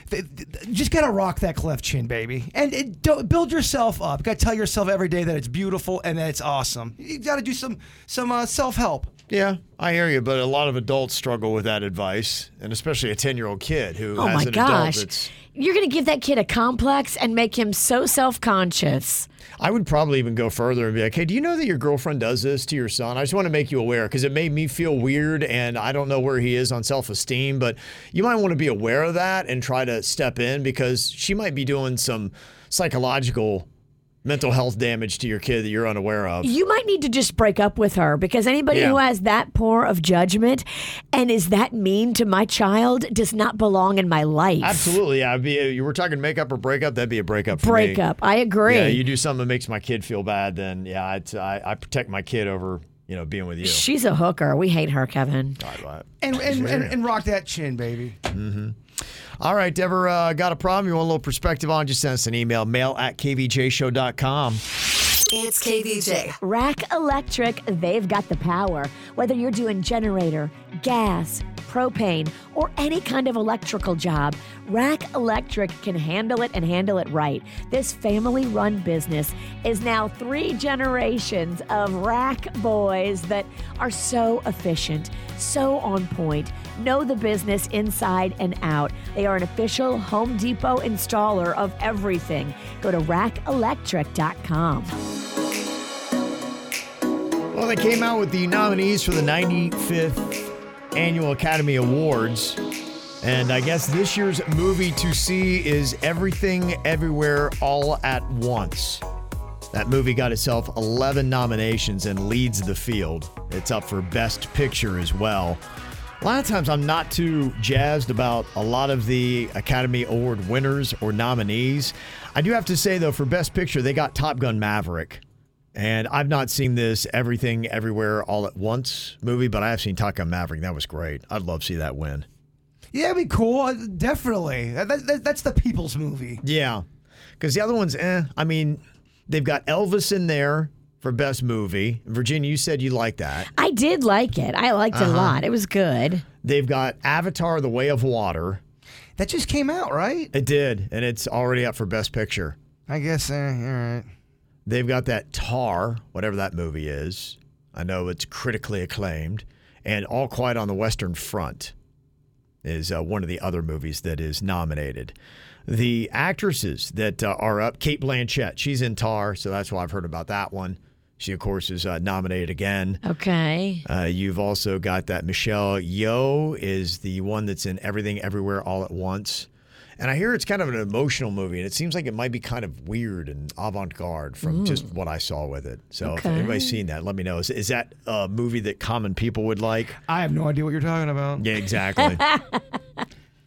Speaker 4: th- th- Just gotta rock that cleft chin, baby, and it, don't, build yourself up. Gotta tell yourself every day that it's beautiful and that it's awesome. You gotta do some some uh, self help.
Speaker 2: Yeah, I hear you, but a lot of adults struggle with that advice, and especially a 10-year-old kid who
Speaker 3: Oh
Speaker 2: has
Speaker 3: my
Speaker 2: an adult
Speaker 3: gosh.
Speaker 2: that's
Speaker 3: You're going to give that kid a complex and make him so self conscious.
Speaker 2: I would probably even go further and be like, hey, do you know that your girlfriend does this to your son? I just want to make you aware because it made me feel weird and I don't know where he is on self esteem, but you might want to be aware of that and try to step in because she might be doing some psychological, mental health damage to your kid that you're unaware of.
Speaker 3: You might need to just break up with her because anybody
Speaker 2: Yeah.
Speaker 3: who has that poor of judgment and is that mean to my child does not belong in my life.
Speaker 2: Absolutely. I'd be, you were talking makeup or breakup, that'd be a breakup for me.
Speaker 3: Break up. I agree.
Speaker 2: Yeah, you do something that makes my kid feel bad, then yeah, I'd, I, I protect my kid over, you know, being with you.
Speaker 3: She's a hooker. We hate her, Kevin.
Speaker 4: and and, and, and rock that chin, baby.
Speaker 2: All right, Deborah, uh, got a problem? You want a little perspective on? Just send us an email, mail at kvjshow.com.
Speaker 5: It's KVJ.
Speaker 3: Rack Electric, they've got the power. Whether you're doing generator, gas, propane, or any kind of electrical job, Rack Electric can handle it and handle it right. This family run business is now three generations of rack boys that are so efficient, so on point, know the business inside and out. They are an official Home Depot installer of everything. Go to rackelectric.com.
Speaker 2: Well, they came out with the nominees for the 95th Annual Academy Awards. And I guess this year's movie to see is Everything Everywhere All at Once. That movie got itself 11 nominations and leads the field. It's up for Best Picture as well. A lot of times I'm not too jazzed about a lot of the Academy Award winners or nominees. I do have to say, though, for Best Picture, they got Top Gun Maverick. And I've not seen this Everything Everywhere All at Once movie, but I have seen Top Gun Maverick. That was great. I'd love to see that win.
Speaker 4: Yeah, it'd be cool. Uh, Definitely. That, that, that's the people's movie.
Speaker 2: Yeah. Because the other one's, eh. I mean, they've got Elvis in there for best movie. Virginia, you said you like that.
Speaker 3: I did like it. I liked
Speaker 2: Uh-huh.
Speaker 3: it a lot. It was good.
Speaker 2: They've got Avatar: The Way of Water.
Speaker 4: That just came out, right?
Speaker 2: It did, and it's already up for best picture.
Speaker 4: I guess. Uh, all right.
Speaker 2: They've got that Tar, whatever that movie is. I know it's critically acclaimed, and All Quiet on the Western Front is uh, one of the other movies that is nominated. The actresses that uh, are up, Kate Blanchett, she's in Tar, so that's why I've heard about that one. She, of course, is uh, nominated again.
Speaker 3: Okay.
Speaker 2: Uh, you've also got that Michelle Yeoh is the one that's in Everything Everywhere All at Once. And I hear it's kind of an emotional movie, and it seems like it might be kind of weird and avant-garde from just what I saw with it. So if
Speaker 3: Okay.
Speaker 2: anybody's seen that, let me know. Is, is that a movie that common people would like?
Speaker 4: I have no idea what you're talking about.
Speaker 2: Yeah, exactly.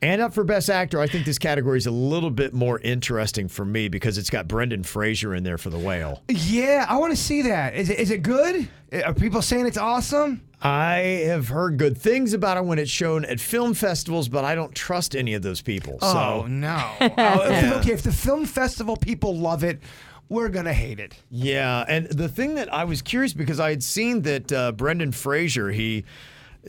Speaker 2: and up for Best Actor, I think this category is a little bit more interesting for me because it's got Brendan Fraser in there for The Whale.
Speaker 4: Yeah, I want to see that. Is it, is it good? Are people saying it's awesome?
Speaker 2: I have heard good things about it when it's shown at film festivals, but I don't trust any of those people.
Speaker 4: oh
Speaker 2: So,
Speaker 4: no! Oh, Okay, if the film festival people love it, we're gonna hate it.
Speaker 2: yeah. And the thing that I was curious because I had seen that uh, Brendan Fraser, he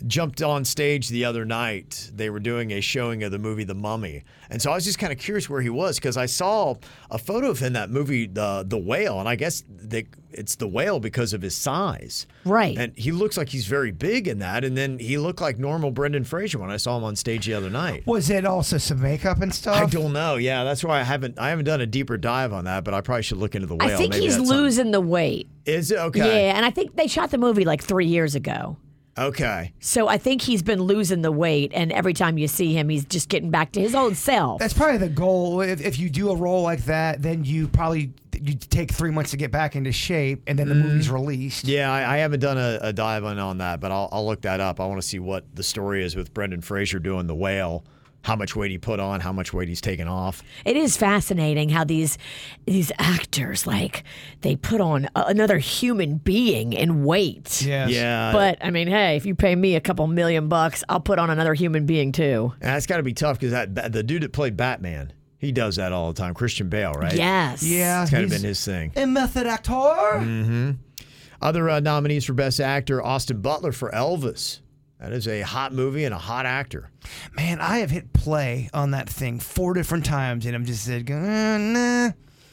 Speaker 2: jumped on stage the other night. They were doing a showing of the movie The Mummy. And so I was just kind of curious where he was because I saw a photo of him in that movie, The, the Whale. And I guess they, it's The Whale because of his size.
Speaker 3: Right.
Speaker 2: And he looks like he's very big in that. And then he looked like normal Brendan Fraser when I saw him on stage the other night.
Speaker 4: Was it also some makeup and stuff?
Speaker 2: I don't know. Yeah, that's why I haven't I haven't done a deeper dive on that, but I probably should look into the whale.
Speaker 3: I think
Speaker 2: Maybe
Speaker 3: he's
Speaker 2: that's something-
Speaker 3: losing the weight.
Speaker 2: Is it okay?
Speaker 3: Yeah, and I think they shot the movie like three years ago.
Speaker 2: Okay.
Speaker 3: So I think he's been losing the weight, and every time you see him, he's just getting back to his old self.
Speaker 4: That's probably the goal. If, if you do a role like that, then you probably you take three months to get back into shape, and then the movie's released.
Speaker 2: Mm. Yeah, I, I haven't done a, a dive on, on that, but I'll, I'll look that up. I want to see what the story is with Brendan Fraser doing the whale, how much weight he put on, how much weight he's taken off.
Speaker 3: It is fascinating how these these actors like they put on a- another human being in weight.
Speaker 4: Yes.
Speaker 2: Yeah.
Speaker 3: But I mean, hey, if you pay me a couple million bucks, I'll put on another human being too.
Speaker 2: and that's got to be tough because that ba- the dude that played Batman, he does that all the time. Christian Bale, right?
Speaker 3: Yes.
Speaker 4: Yeah.
Speaker 2: It's kind of
Speaker 4: he's
Speaker 2: been his thing.
Speaker 4: a method actor. Mm.
Speaker 2: Other uh, nominees for Best Actor Austin Butler for Elvis. That is a hot movie and a hot actor.
Speaker 4: Man, I have hit play on that thing four different times, and I'm just said, going, uh, nah.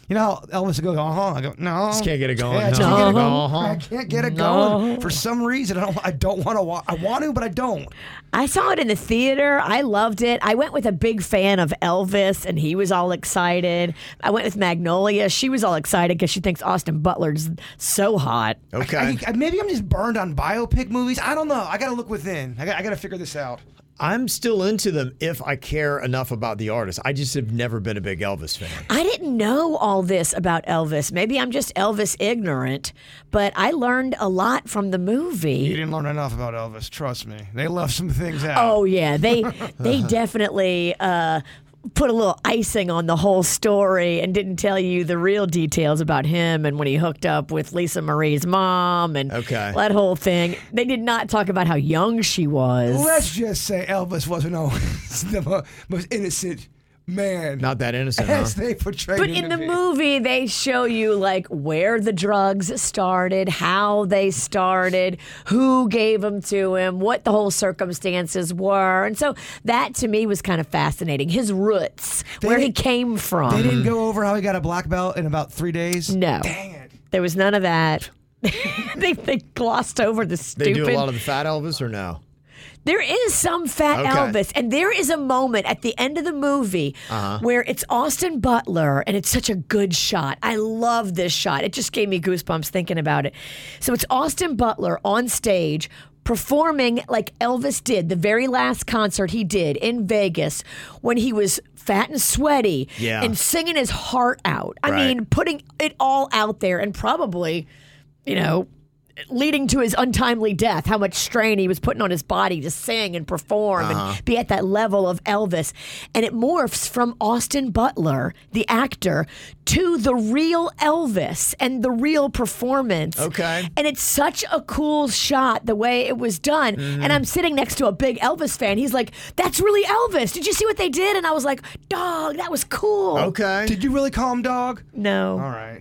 Speaker 4: You know, how Elvis goes, uh huh. I go, no.
Speaker 2: Just can't get it going,
Speaker 4: Yeah, I just
Speaker 2: huh?
Speaker 4: can't get it
Speaker 2: No.
Speaker 4: going. Uh-huh. I can't get it
Speaker 3: No.
Speaker 4: going. For some reason, I don't. I don't want to watch. I want to, but I don't.
Speaker 3: I saw it in the theater. I loved it. I went with a big fan of Elvis, and he was all excited. I went with Magnolia. She was all excited because she thinks Austin Butler's so hot.
Speaker 2: Okay.
Speaker 4: I, I- maybe I'm just burned on biopic movies. I don't know. I gotta look within. I gotta, I gotta figure this out.
Speaker 2: I'm still into them if I care enough about the artist. I just have never been a big Elvis fan.
Speaker 3: I didn't know all this about Elvis. Maybe I'm just Elvis ignorant, but I learned a lot from the
Speaker 4: You
Speaker 3: movie.
Speaker 4: didn't learn enough about Elvis. Trust me. They left some things out.
Speaker 3: Oh yeah, they they definitely uh, put a little icing on the whole story and didn't tell you the real details about him and when he hooked up with Lisa Marie's mom and
Speaker 2: Okay.
Speaker 3: that whole thing. They did not talk about how young she was.
Speaker 4: Let's just say Elvis wasn't always the mo- most innocent man
Speaker 2: Not that innocent, huh?
Speaker 4: as they portrayed
Speaker 3: But
Speaker 4: him
Speaker 3: in
Speaker 4: to
Speaker 3: the
Speaker 4: be.
Speaker 3: movie, they show you like where the drugs started, how they started, who gave them to him, what the whole circumstances were. And so that to me was kind of fascinating. His roots, where he
Speaker 4: didn't-
Speaker 3: came
Speaker 4: They
Speaker 3: from.
Speaker 4: didn't go over how he got a black belt in about three days.
Speaker 3: No,
Speaker 4: Dang it.
Speaker 3: there was none of that. they, they glossed over the
Speaker 2: They
Speaker 3: stupid.
Speaker 2: do a lot of the fat Elvis or no?
Speaker 3: There is some fat
Speaker 2: Okay.
Speaker 3: Elvis, and there is a moment at the end of the movie
Speaker 2: Uh-huh.
Speaker 3: where it's Austin Butler, and it's such a good shot. I love this shot. It just gave me goosebumps thinking about it. So it's Austin Butler on stage performing like Elvis did the very last concert he did in Vegas when he was fat and sweaty
Speaker 2: Yeah.
Speaker 3: and singing his heart out. I
Speaker 2: Right.
Speaker 3: mean, putting it all out there and probably, you know, leading to his untimely death, how much strain he was putting on his body to sing and perform
Speaker 2: Uh-huh.
Speaker 3: and be at that level of Elvis. And it morphs from Austin Butler, the actor, to the real Elvis and the real performance.
Speaker 2: Okay.
Speaker 3: And it's such a cool shot the way it was done.
Speaker 2: Mm-hmm.
Speaker 3: And I'm sitting next to a big Elvis fan. He's like, That's really Elvis. Did you see what they did? And I was like, Dog, that was cool.
Speaker 4: Oh,
Speaker 2: Okay.
Speaker 4: Did you really call him dog? All
Speaker 3: No.
Speaker 4: right.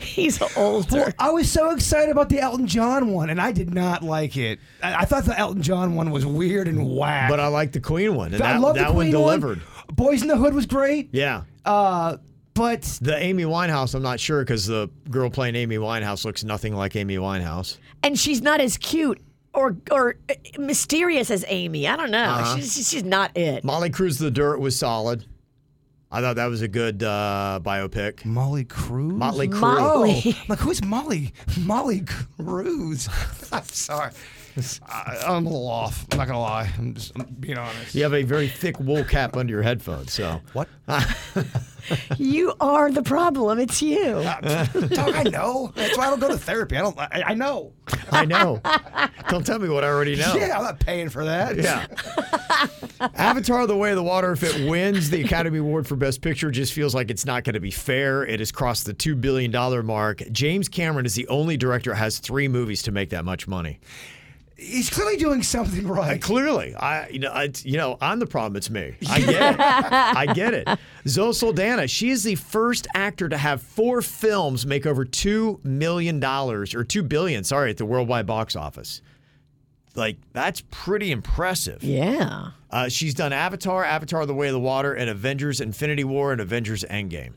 Speaker 3: He's older.
Speaker 4: Well, I was so excited about the Elton John one, and I did not like it. I, I thought the Elton John one was weird and whack.
Speaker 2: But I like the Queen one. And that,
Speaker 4: I love
Speaker 2: that
Speaker 4: the Queen
Speaker 2: one delivered.
Speaker 4: Boys in the Hood was great.
Speaker 2: Yeah.
Speaker 4: Uh, but
Speaker 2: The Amy Winehouse, I'm not sure because the girl playing Amy Winehouse looks nothing like Amy Winehouse.
Speaker 3: and she's not as cute or or uh, mysterious as Amy. I don't know. She's, she's she's not it.
Speaker 2: Molly Cruz the Dirt was solid. I thought that was a good uh, biopic.
Speaker 4: Molly Cruz.
Speaker 2: Motley Crue.
Speaker 3: Molly.
Speaker 4: Oh, like who's Molly? Molly Cruz. I'm sorry. I, I'm a little off. I'm not gonna lie. I'm just I'm being honest.
Speaker 2: You have a very thick wool cap under your headphones, so
Speaker 4: What?
Speaker 3: You are the problem. It's you.
Speaker 4: Dog, I know. That's why I don't go to therapy. I don't. I, I know.
Speaker 2: I know. Don't tell me what I already know.
Speaker 4: Yeah, I'm not paying for that.
Speaker 2: Yeah. Avatar The Way of the Water, if it wins the Academy Award for Best Picture, just feels like it's not going to be fair. It has crossed the $2 billion mark. James Cameron is the only director that has three movies to make that much money.
Speaker 4: He's clearly doing something right.
Speaker 2: Clearly, I you know I, you know I'm the problem. It's me. I get it. I get it. Zoe Saldana. She is the first actor to have four films make over two million dollars or two billion. Sorry, at the worldwide box office. Like that's pretty impressive.
Speaker 3: yeah.
Speaker 2: Uh, she's done Avatar, Avatar: The Way of the Water, and Avengers: Infinity War and Avengers: Endgame.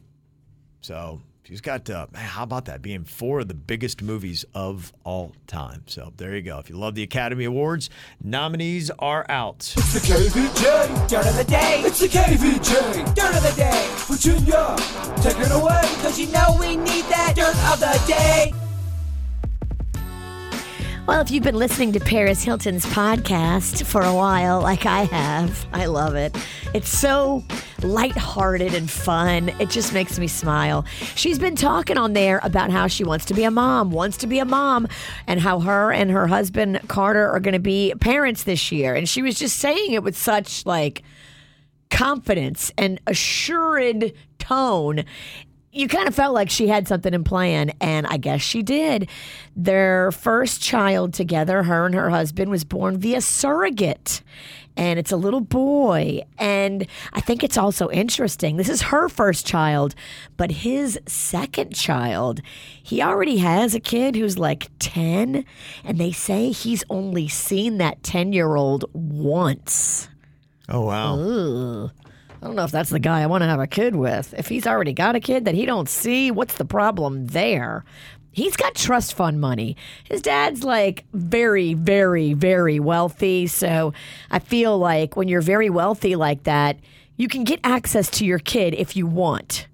Speaker 2: So she's got uh, man, how about that being four of the biggest movies of all time? So there you go. If you love the Academy Awards, nominees are out.
Speaker 1: It's the KVJ. Dirt of the day. It's the KVJ. Dirt of the day. Virginia, take it away. Cause you know we need that dirt of the day.
Speaker 3: Well, if you've been listening to Paris Hilton's podcast for a while, like I have, I love it. It's so lighthearted and fun. It just makes me smile. She's been talking on there about how she wants to be a mom, wants to be a mom, and how her and her husband Carter are going to be parents this year. And she was just saying it with such like confidence and assured tone. You kind of felt like she had something in plan, and I guess she did. Their first child together, her and her husband, was born via surrogate, and it's a little boy. And I think it's also interesting. This is her first child, but his second child, he already has a kid who's like 10, and they say he's only seen that 10 year old once.
Speaker 2: Oh
Speaker 3: Uh-huh.
Speaker 2: wow!
Speaker 3: I don't know if that's the guy I want to have a kid with. If he's already got a kid that he don't see, what's the problem there? He's got trust fund money. His dad's like very, very, very wealthy. So I feel like when you're very wealthy like that, you can get access to your kid if you want.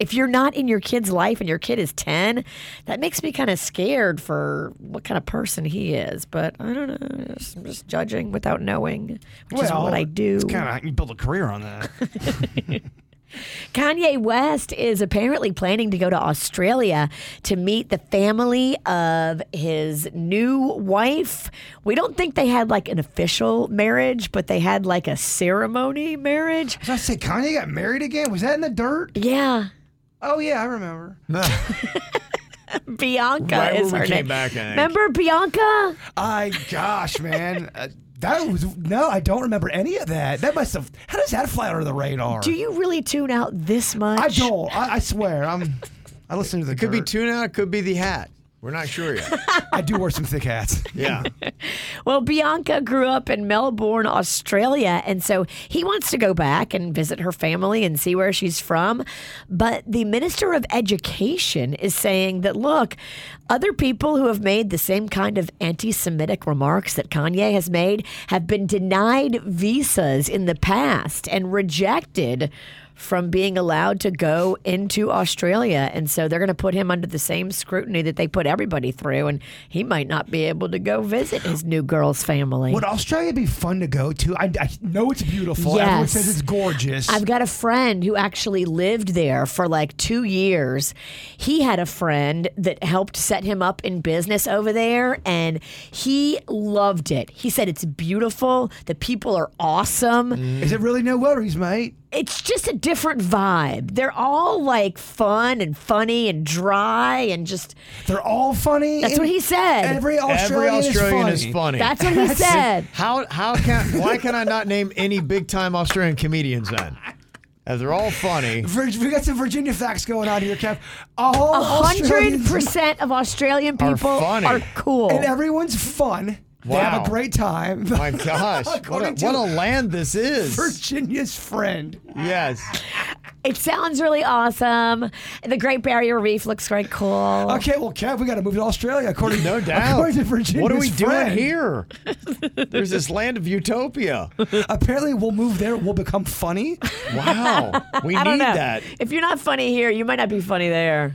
Speaker 3: If you're not in your kid's life and your kid is 10, that makes me kind of scared for what kind of person he is. But I don't know. I'm just judging without knowing, which is what I do.
Speaker 4: It's kind of you build a career on that.
Speaker 3: Kanye West is apparently planning to go to Australia to meet the family of his new wife. We don't think they had like an official marriage, but they had like a ceremony marriage.
Speaker 4: Did I say Kanye got married again? Was that in the dirt?
Speaker 3: Yeah.
Speaker 4: Oh yeah, I remember.
Speaker 3: Bianca
Speaker 2: Right
Speaker 3: is
Speaker 2: when we
Speaker 3: her
Speaker 2: came
Speaker 3: name.
Speaker 2: back, I think.
Speaker 3: Remember Bianca?
Speaker 4: I gosh, man. Uh, That was no, I don't remember any of that. That must have. How does that fly under the radar?
Speaker 3: Do you really tune out this much?
Speaker 4: I don't. I, I swear. I'm. I listen to the.
Speaker 2: Could be
Speaker 4: dirt.
Speaker 2: tuna. It could be the hat. We're not sure yet.
Speaker 4: I do wear some thick hats.
Speaker 2: Yeah.
Speaker 3: Well, Bianca grew up in Melbourne, Australia, and so he wants to go back and visit her family and see where she's from. But the Minister of Education is saying that, look, other people who have made the same kind of anti Semitic remarks that Kanye has made have been denied visas in the past and rejected from being allowed to go into Australia. And so they're going to put him under the same scrutiny that they put everybody through. And he might not be able to go visit his new girl's family.
Speaker 4: Would Australia be fun to go to? I, I know it's beautiful. Everyone
Speaker 3: Yes.
Speaker 4: says it's gorgeous.
Speaker 3: I've got a friend who actually lived there for like two years. He had a friend that helped set him up in business over there, and he loved it. He said it's beautiful. The people are awesome.
Speaker 4: Is it really no worries, mate?
Speaker 3: it's just a different vibe. They're all like fun and funny and dry and just
Speaker 4: They're all funny.
Speaker 3: That's
Speaker 4: and
Speaker 3: what he said.
Speaker 4: Every
Speaker 2: Every
Speaker 4: Australian,
Speaker 2: Australian
Speaker 4: is, funny.
Speaker 3: that's what he said.
Speaker 2: How how can why can I not name any big time Australian comedians then? As they're all funny.
Speaker 4: Vir- We got some Virginia facts going on here, Kev. All
Speaker 3: A hundred
Speaker 4: Australians-
Speaker 3: percent of Australian
Speaker 2: Are
Speaker 3: people
Speaker 2: funny.
Speaker 3: are cool.
Speaker 4: and uh, everyone's fun. They have
Speaker 2: Wow.
Speaker 4: a great time.
Speaker 2: My gosh, what a,
Speaker 4: According to
Speaker 2: what a land this is.
Speaker 4: Virginia's friend.
Speaker 2: Yes.
Speaker 3: It sounds really awesome. The Great Barrier Reef looks quite cool.
Speaker 4: Okay, well, Kev, we got to move to Australia. According,
Speaker 2: No doubt.
Speaker 4: According to Virginia's
Speaker 2: what are we
Speaker 4: friend.
Speaker 2: doing here? There's this land of utopia.
Speaker 4: Apparently, we'll move there. We'll become funny.
Speaker 2: Wow. We
Speaker 3: I
Speaker 2: need
Speaker 3: don't know.
Speaker 2: that. Oh.
Speaker 3: If you're not funny here, you might not be funny there.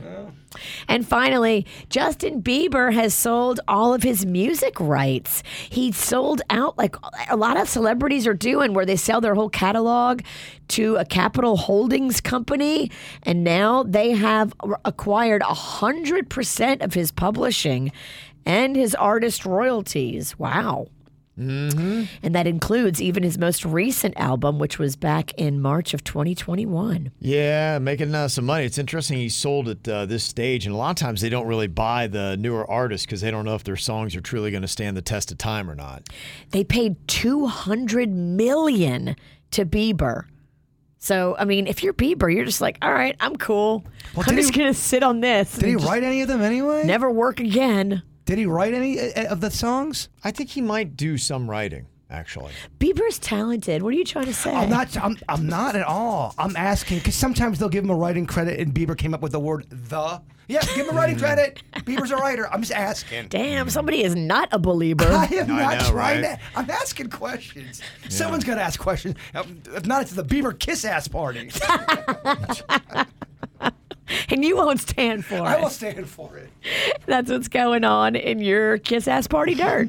Speaker 3: And finally, Justin Bieber has sold all of his music rights. He sold out like a lot of celebrities are doing, where they sell their whole catalog to a Capital Holdings company. And now they have acquired 100% of his publishing and his artist royalties. Wow. And that includes even his most recent album, which was back in March of 2021.
Speaker 2: Yeah, making uh, some money. It's interesting he sold at uh, this stage, and a lot of times they don't really buy the newer artists because they don't know if their songs are truly going to stand the test of time or not.
Speaker 3: They paid 200 million to Bieber. So, I mean, if you're Bieber, you're just like, all right, I'm cool. I'm
Speaker 4: did
Speaker 3: just
Speaker 4: he-
Speaker 3: going to sit on this.
Speaker 4: Did he
Speaker 3: and just
Speaker 4: write any of them anyway?
Speaker 3: Never work again.
Speaker 4: Did he write any uh, of the songs?
Speaker 2: I think he might do some writing, actually.
Speaker 3: Bieber's talented. What are you trying to say?
Speaker 4: I'm not. I'm, I'm not at all. I'm asking because sometimes they'll give him a writing credit, and Bieber came up with the word "the." Yeah, give him a writing credit. Bieber's a writer. I'm just asking.
Speaker 3: Damn, somebody is not a
Speaker 4: I
Speaker 3: believer.
Speaker 4: am
Speaker 2: I
Speaker 4: not
Speaker 2: know,
Speaker 4: trying to.
Speaker 2: right?
Speaker 4: I'm asking questions. Someone's got to ask questions. Um, If not, it's the Bieber kiss ass party.
Speaker 3: and you won't stand for
Speaker 4: I will
Speaker 3: it.
Speaker 4: stand for it.
Speaker 3: That's what's going on in your kiss ass party dirt.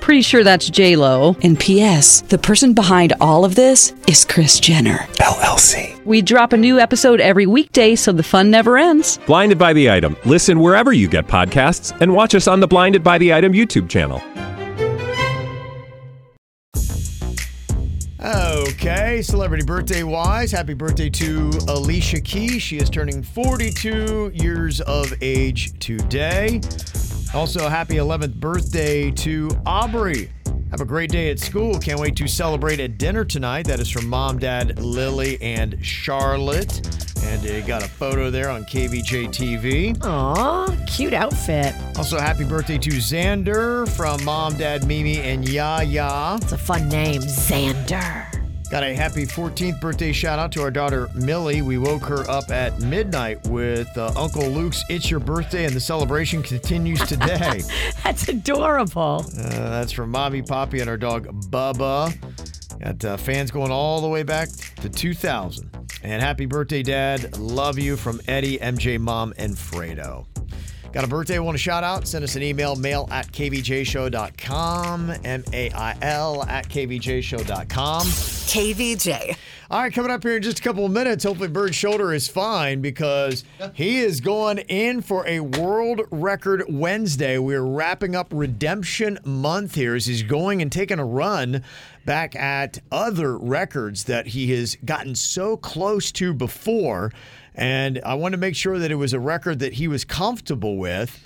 Speaker 6: Pretty sure that's J Lo. And P.S. The person behind all of this is Chris Jenner LLC. We drop a new episode every weekday, so the fun never ends.
Speaker 7: Blinded by the item. Listen wherever you get podcasts, and watch us on the Blinded by the Item YouTube channel.
Speaker 2: Okay, celebrity birthday wise, happy birthday to Alicia Keys. She is turning 42 years of age today. Also, happy 11th birthday to Aubrey. Have a great day at school. Can't wait to celebrate at dinner tonight. That is from mom, dad, Lily, and Charlotte. And they got a photo there on KVJ TV.
Speaker 3: Aw, cute outfit.
Speaker 2: Also, happy birthday to Xander from mom, dad, Mimi, and Yaya.
Speaker 3: It's a fun name, Xander.
Speaker 2: Got a happy 14th birthday shout out to our daughter Millie. We woke her up at midnight with uh, Uncle Luke's It's Your Birthday, and the celebration continues today.
Speaker 3: That's adorable.
Speaker 2: uh, that's from Mommy Poppy and our dog Bubba. Got uh, fans going all the way back to 2000. And happy birthday, Dad. Love you from Eddie, MJ, Mom, and Fredo. Got a birthday want to shout out? Send us an email, mail at kvjshow.com, M A I L at kvjshow.com.
Speaker 5: KVJ.
Speaker 2: All right, coming up here in just a couple of minutes. Hopefully, Bird's shoulder is fine because he is going in for a world record Wednesday. We're wrapping up Redemption Month here as he's going and taking a run back at other records that he has gotten so close to before. And I wanted to make sure that it was a record that he was comfortable with.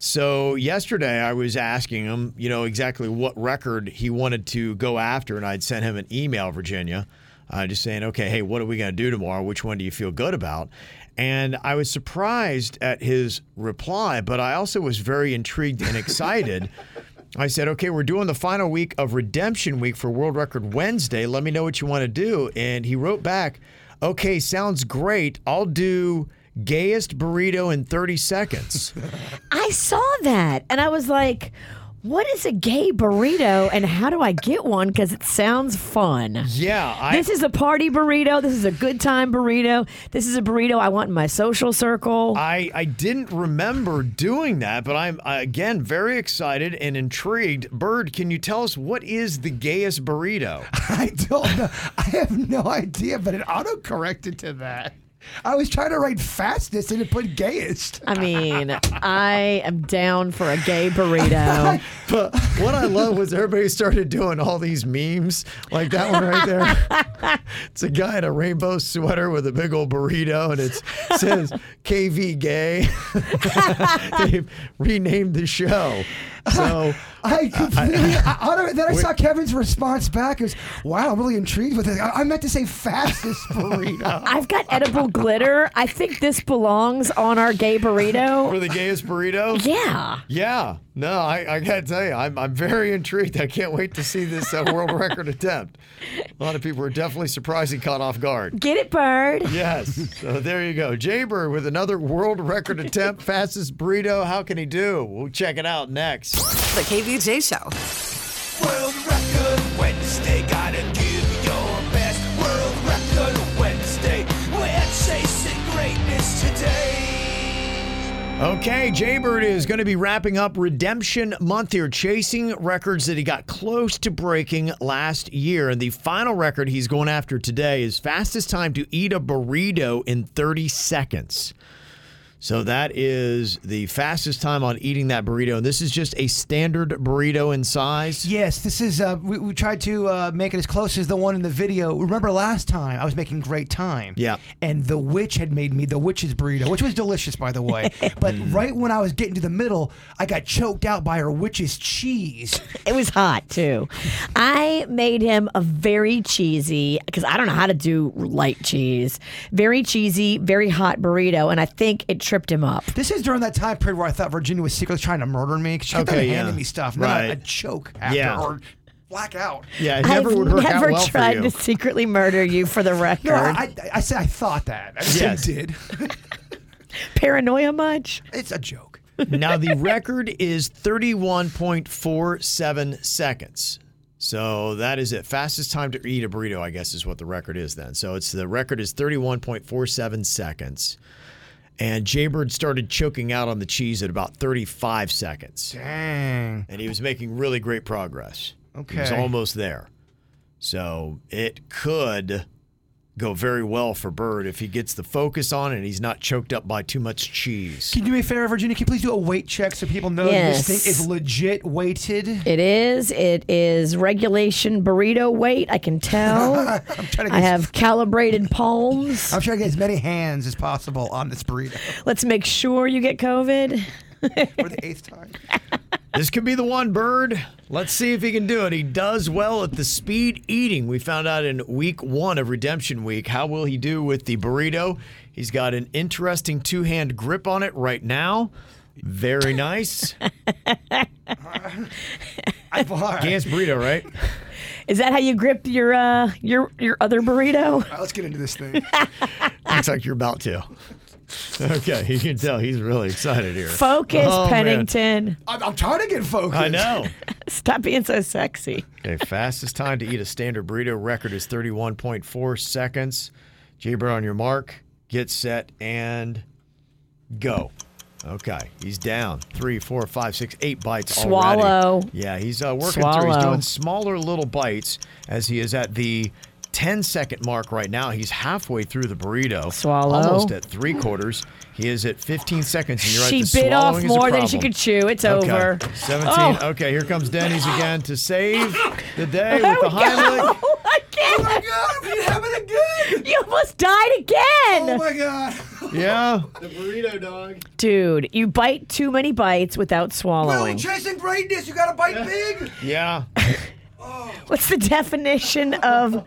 Speaker 2: So yesterday I was asking him, you know, exactly what record he wanted to go after, and I'd sent him an email, Virginia, uh, just saying, okay, hey, what are we going to do tomorrow? Which one do you feel good about? And I was surprised at his reply, but I also was very intrigued and excited. I said, okay, we're doing the final week of Redemption Week for World Record Wednesday. Let me know what you want to do. And he wrote back, okay, sounds great. I'll do gayest burrito in 30 seconds.
Speaker 3: I saw that and I was like, What is a gay burrito and how do I get one? Because it sounds fun.
Speaker 2: Yeah. I,
Speaker 3: this is a party burrito. This is a good time burrito. This is a burrito I want in my social circle.
Speaker 2: I, I didn't remember doing that, but I'm uh, again very excited and intrigued. Bird, can you tell us what is the gayest burrito?
Speaker 4: I don't know. I have no idea, but it auto corrected to that. I was trying to write fastest and it put gayest.
Speaker 3: I mean, I am down for a gay burrito.
Speaker 2: But what I love was everybody started doing all these memes, like that one right there. it's a guy in a rainbow sweater with a big old burrito, and it says KV Gay. They've renamed the show. So
Speaker 4: I completely. I, auto, then I saw Kevin's response back is, "Wow, I'm really intrigued with this. I, I meant to say fastest burrito."
Speaker 3: I've got edible glitter. I think this belongs on our gay
Speaker 2: for
Speaker 3: burrito.
Speaker 2: the gayest burrito?
Speaker 3: Yeah.
Speaker 2: Yeah, no, I, I gotta tell you, I'm, I'm very intrigued. I can't wait to see this uh, world record attempt. A lot of people were definitely surprised and caught off guard.
Speaker 3: Get it, bird.
Speaker 2: Yes, so there you go. Jay Bird with another world record attempt, fastest burrito. How can he do? We'll check it out next.
Speaker 5: The KVJ Show.
Speaker 1: World Record Wednesday, gotta give your best. World Record Wednesday, we're chasing greatness today.
Speaker 2: Okay, Jaybird is going to be wrapping up Redemption Month here, chasing records that he got close to breaking last year. And the final record he's going after today is fastest time to eat a burrito in 30 seconds. So that is the fastest time on eating that burrito. And this is just a standard burrito in size.
Speaker 4: Yes, this is. Uh, we, we tried to uh, make it as close as the one in the video. Remember last time I was making great time.
Speaker 2: Yeah.
Speaker 4: And the witch had made me the witch's burrito, which was delicious, by the way. but
Speaker 2: Mm.
Speaker 4: right when I was getting to the middle, I got choked out by her witch's cheese.
Speaker 3: It was hot too. I made him a very cheesy because I don't know how to do light cheese. Very cheesy, very hot burrito, and I think it tripped him up.
Speaker 4: This is during that time period where I thought Virginia was secretly trying to murder me. 'cause She kept on
Speaker 2: Okay, yeah.
Speaker 4: handing me stuff, and then
Speaker 2: Right.
Speaker 4: I, I'd choke after
Speaker 2: Yeah.
Speaker 4: or black out.
Speaker 2: Yeah, it never
Speaker 3: I've
Speaker 2: would work
Speaker 3: never
Speaker 2: out well for
Speaker 3: tried
Speaker 2: you.
Speaker 3: to secretly murder you for the record.
Speaker 4: No, I, I, I said I thought that. I said
Speaker 2: Yes.
Speaker 4: did.
Speaker 3: Paranoia much?
Speaker 4: It's a joke.
Speaker 2: now the record is 31.47 seconds. So that is it. Fastest time to eat a burrito, I guess, is what the record is then. So it's the record is 31.47 seconds. And Jaybird started choking out on the cheese at about 35 seconds.
Speaker 4: Dang.
Speaker 2: And he was making really great progress. He was
Speaker 4: Okay.
Speaker 2: almost there. So it could go very well for Bird if he gets the focus on it and he's not choked up by too much cheese.
Speaker 4: Can you do me a favor, Virginia? Can you please do a weight check so people know that this
Speaker 3: Yes.
Speaker 4: thing is legit weighted?
Speaker 3: It is. It is regulation burrito weight. I can tell.
Speaker 4: I'm trying to
Speaker 3: I
Speaker 4: get
Speaker 3: have calibrated palms.
Speaker 4: I'm trying to get as many hands as possible on this burrito
Speaker 3: Let's make sure you get COVID.
Speaker 4: for the eighth time.
Speaker 2: This could be the one, Bird. Let's see if he can do it. He does well at the speed eating. We found out in week one of Redemption Week. How will he do with the burrito? He's got an interesting two hand grip on it right now. Very nice.
Speaker 4: I've alright.
Speaker 2: Gans burrito, right?
Speaker 3: Is that how you grip your uh, your your other burrito?
Speaker 4: Let's get into this thing.
Speaker 2: Looks like you're about to. Okay, you can tell he's really excited here.
Speaker 3: Focus,
Speaker 2: Oh, man.
Speaker 3: Pennington.
Speaker 4: I'm, I'm trying to get focused.
Speaker 2: I know.
Speaker 3: Stop being so sexy.
Speaker 2: Okay, fastest time to eat a standard burrito record is 31.4 seconds. Jaybird on your mark, get set, and go. Okay, he's down. Three, four, five, six, eight bites
Speaker 3: Swallow.
Speaker 2: already. Yeah, he's uh, working through. He's
Speaker 3: Swallow.
Speaker 2: doing smaller little bites as he is at the 10 second mark right now. He's halfway through the burrito.
Speaker 3: Swallow.
Speaker 2: Almost at three quarters. He is at 15 seconds, and you're right.
Speaker 3: she
Speaker 2: the
Speaker 3: bit off
Speaker 2: swallowing is a
Speaker 3: more than she
Speaker 2: problem.
Speaker 3: could chew. It's
Speaker 2: Okay.
Speaker 3: over.
Speaker 2: 17.
Speaker 3: Oh,
Speaker 2: Okay, here comes Denny's again to save the day with
Speaker 3: we
Speaker 2: the high leg.
Speaker 3: go. Again.
Speaker 4: Oh my god, we have it again!
Speaker 3: You almost died
Speaker 4: Oh
Speaker 3: again.
Speaker 4: my god.
Speaker 2: Yeah.
Speaker 3: Dude, you bite too many bites without
Speaker 4: Really
Speaker 2: Oh.
Speaker 3: swallowing.
Speaker 4: chasing greatness, you gotta bite big.
Speaker 2: Yeah.
Speaker 3: What's the definition of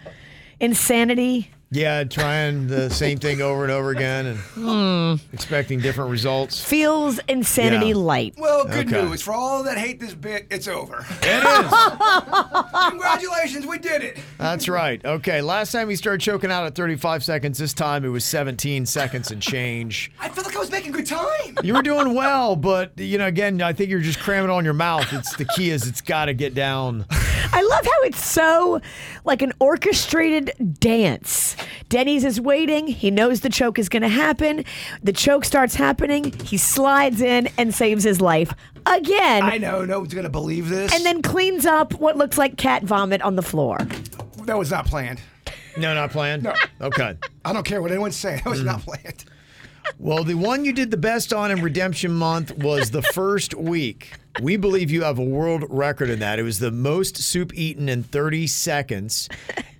Speaker 3: insanity?
Speaker 2: Yeah, trying the same thing over and over again and
Speaker 3: Hmm.
Speaker 2: expecting different results.
Speaker 3: Feels insanity
Speaker 2: Yeah.
Speaker 3: light.
Speaker 4: Well, good
Speaker 2: Okay.
Speaker 4: news. For all that hate this bit, it's over.
Speaker 2: It is.
Speaker 4: Congratulations, we did it.
Speaker 2: That's right. Okay, last time he started choking out at 35 seconds. This time it was 17 seconds and change.
Speaker 4: I felt like I was making good time.
Speaker 2: You were doing well, but you know, again, I think you're just cramming on your mouth. It's the key is it's got to get down.
Speaker 3: I love how it's so like an orchestrated dance. Denny's is waiting. He knows the choke is going to happen. The choke starts happening. He slides in and saves his life again.
Speaker 4: I know no one's gonna believe this.
Speaker 3: and then cleans up what looks like cat vomit on the floor.
Speaker 4: that was not planned.
Speaker 2: No, not playing. No. Okay.
Speaker 4: I don't care what anyone's saying. That was not planned.
Speaker 2: Well, the one you did the best on in Redemption Month was the first week. We believe you have a world record in that. It was the most soup eaten in 30 seconds.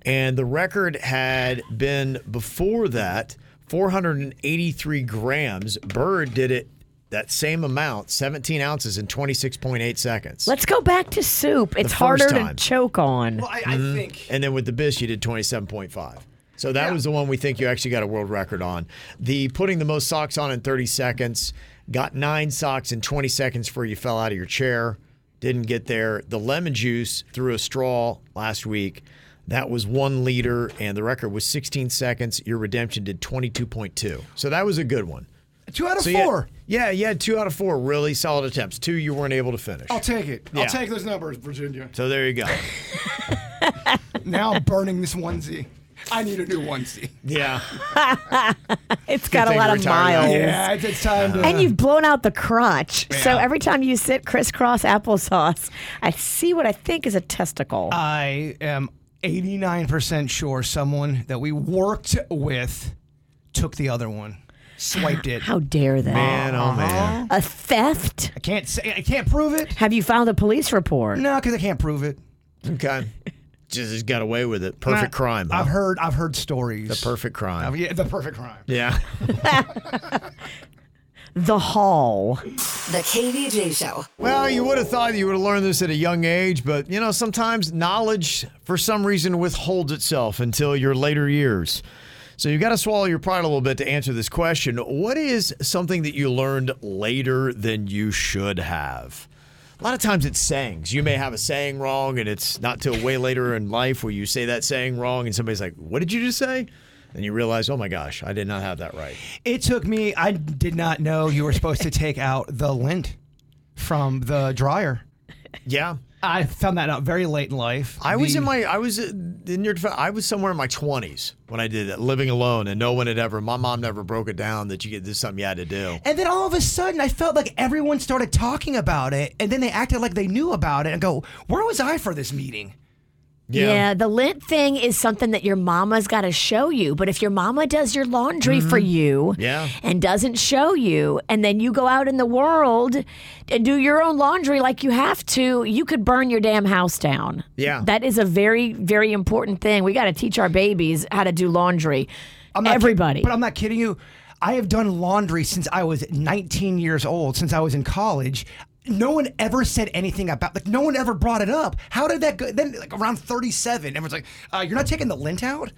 Speaker 2: And the record had been before that 483 grams. Bird did it that same amount, 17 ounces in 26.8 seconds.
Speaker 3: Let's go back to soup. It's
Speaker 2: first
Speaker 3: harder to
Speaker 2: time.
Speaker 3: choke on.
Speaker 4: Well, I, I think
Speaker 2: And then with the bis, you did 27.5. So that was the one we think you actually got a world record on. The putting the most socks on in 30 seconds, got nine socks in 20 seconds before you fell out of your chair, didn't get there. The lemon juice through a straw last week, that was one liter, and the record was 16 seconds. Your redemption did 22.2. So that was a good one.
Speaker 4: two out of
Speaker 2: So you had-
Speaker 4: four.
Speaker 2: yeah, yeah, two out of four really solid attempts. Two you weren't able to finish.
Speaker 4: I'll take it.
Speaker 2: Yeah.
Speaker 4: I'll take those numbers, Virginia.
Speaker 2: so there you go.
Speaker 4: Now I'm burning this onesie. I need a new onesie.
Speaker 2: Yeah.
Speaker 3: it's got a
Speaker 2: thing
Speaker 3: lot
Speaker 2: you
Speaker 3: of
Speaker 2: retired that.
Speaker 3: miles.
Speaker 4: Yeah, it's, it's time to.
Speaker 3: And you've blown out the crotch. So every time you sit crisscross applesauce, I see what I think is a testicle.
Speaker 2: Uh,
Speaker 4: I am 89% sure someone that we worked with took the other one, swiped it.
Speaker 3: How dare they?
Speaker 2: Man, oh man.
Speaker 3: A theft?
Speaker 4: I can't say I can't prove it.
Speaker 3: Have you filed a police report?
Speaker 4: No, because I can't prove it.
Speaker 2: Okay. Just, just got away with it. Perfect
Speaker 4: I-
Speaker 2: crime. huh?
Speaker 4: I've heard. I've heard stories.
Speaker 2: The perfect
Speaker 4: Uh,
Speaker 2: crime.
Speaker 4: yeah, the perfect crime.
Speaker 2: yeah.
Speaker 3: The hall.
Speaker 5: The KVJ Show.
Speaker 2: Well, you would have thought you would have learned this at a young age, but you know, sometimes knowledge for some reason withholds itself until your later years. So you got to swallow your pride a little bit to answer this question. What is something that you learned later than you should have? A lot of times it's sayings. You may have a saying wrong, and it's not till way later in life where you say that saying wrong, and somebody's like, What did you just say? And you realize, Oh my gosh, I did not have that right.
Speaker 4: It took me. I did not know you were supposed to take out the lint from the dryer.
Speaker 2: Yeah.
Speaker 4: I found that out very late in life.
Speaker 2: I was
Speaker 4: The-
Speaker 2: in my, I was uh, in your, defen- I was somewhere in my twenties when I did it, living alone, and no one had ever. My mom never broke it down that you get this is something you had to do.
Speaker 4: And then all of a sudden, I felt like everyone started talking about it, and then they acted like they knew about it, and go, "Where was I for this meeting?"
Speaker 3: the lint thing is something that your mama's got to show you. But if your mama does your laundry
Speaker 4: Mm-hmm.
Speaker 3: for you
Speaker 2: Yeah.
Speaker 3: and doesn't show you, and then you go out in the world and do your own laundry like you have to, you could burn your damn house down.
Speaker 2: Yeah.
Speaker 3: That is a very, very important thing. We got to teach our babies how to do laundry.
Speaker 4: I'm not kid-
Speaker 3: Everybody.
Speaker 4: but I'm not kidding you. I have done laundry since I was 19 years old, since I was in college. No one ever said anything about like no one ever brought it up. How did that go? Then like around 37, everyone's like, uh, "You're not taking the lint out."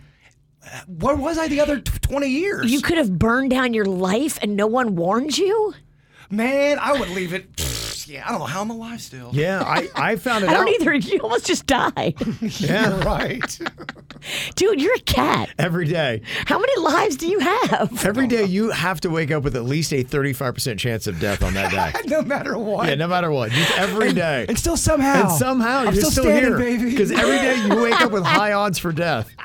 Speaker 4: Uh, Where was I the other t- 20 years?
Speaker 3: you could have burned down your life and no one warned you?
Speaker 4: Man, I would leave it. yeah, I don't know how I'm alive still.
Speaker 2: Yeah, I, I found it
Speaker 3: I don't
Speaker 2: out.
Speaker 3: either. You almost just died.
Speaker 2: Yeah,
Speaker 4: Right.
Speaker 3: Dude, you're a cat.
Speaker 2: every day,
Speaker 3: How many lives do you have?
Speaker 2: every day you have to wake up with at least a thirty-five percent chance of death on that day.
Speaker 4: no matter what.
Speaker 2: yeah, no matter what, just every day.
Speaker 4: And still somehow.
Speaker 2: And somehow
Speaker 4: I'm
Speaker 2: you're
Speaker 4: still,
Speaker 2: still,
Speaker 4: standing,
Speaker 2: here,
Speaker 4: baby.
Speaker 2: Because every day you wake up with high odds for death.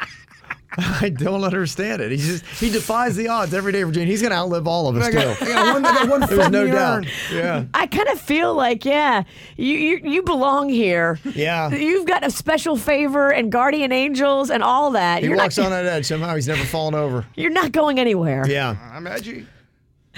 Speaker 2: I don't understand it. He just he defies the odds every day, Virginia. He's gonna outlive all of us
Speaker 4: I got, I
Speaker 2: too.
Speaker 4: got one, I got one
Speaker 2: There's
Speaker 4: foot
Speaker 2: no
Speaker 4: in the
Speaker 2: doubt.
Speaker 4: urn.
Speaker 2: Yeah.
Speaker 3: I kind of feel like, yeah, you, you you belong here.
Speaker 2: Yeah.
Speaker 3: You've got a special favor and guardian angels and all that.
Speaker 2: He
Speaker 3: you're
Speaker 2: walks
Speaker 3: not,
Speaker 2: on that edge. Somehow he's never fallen over.
Speaker 3: You're not going anywhere.
Speaker 2: Yeah.
Speaker 4: I'm edgy.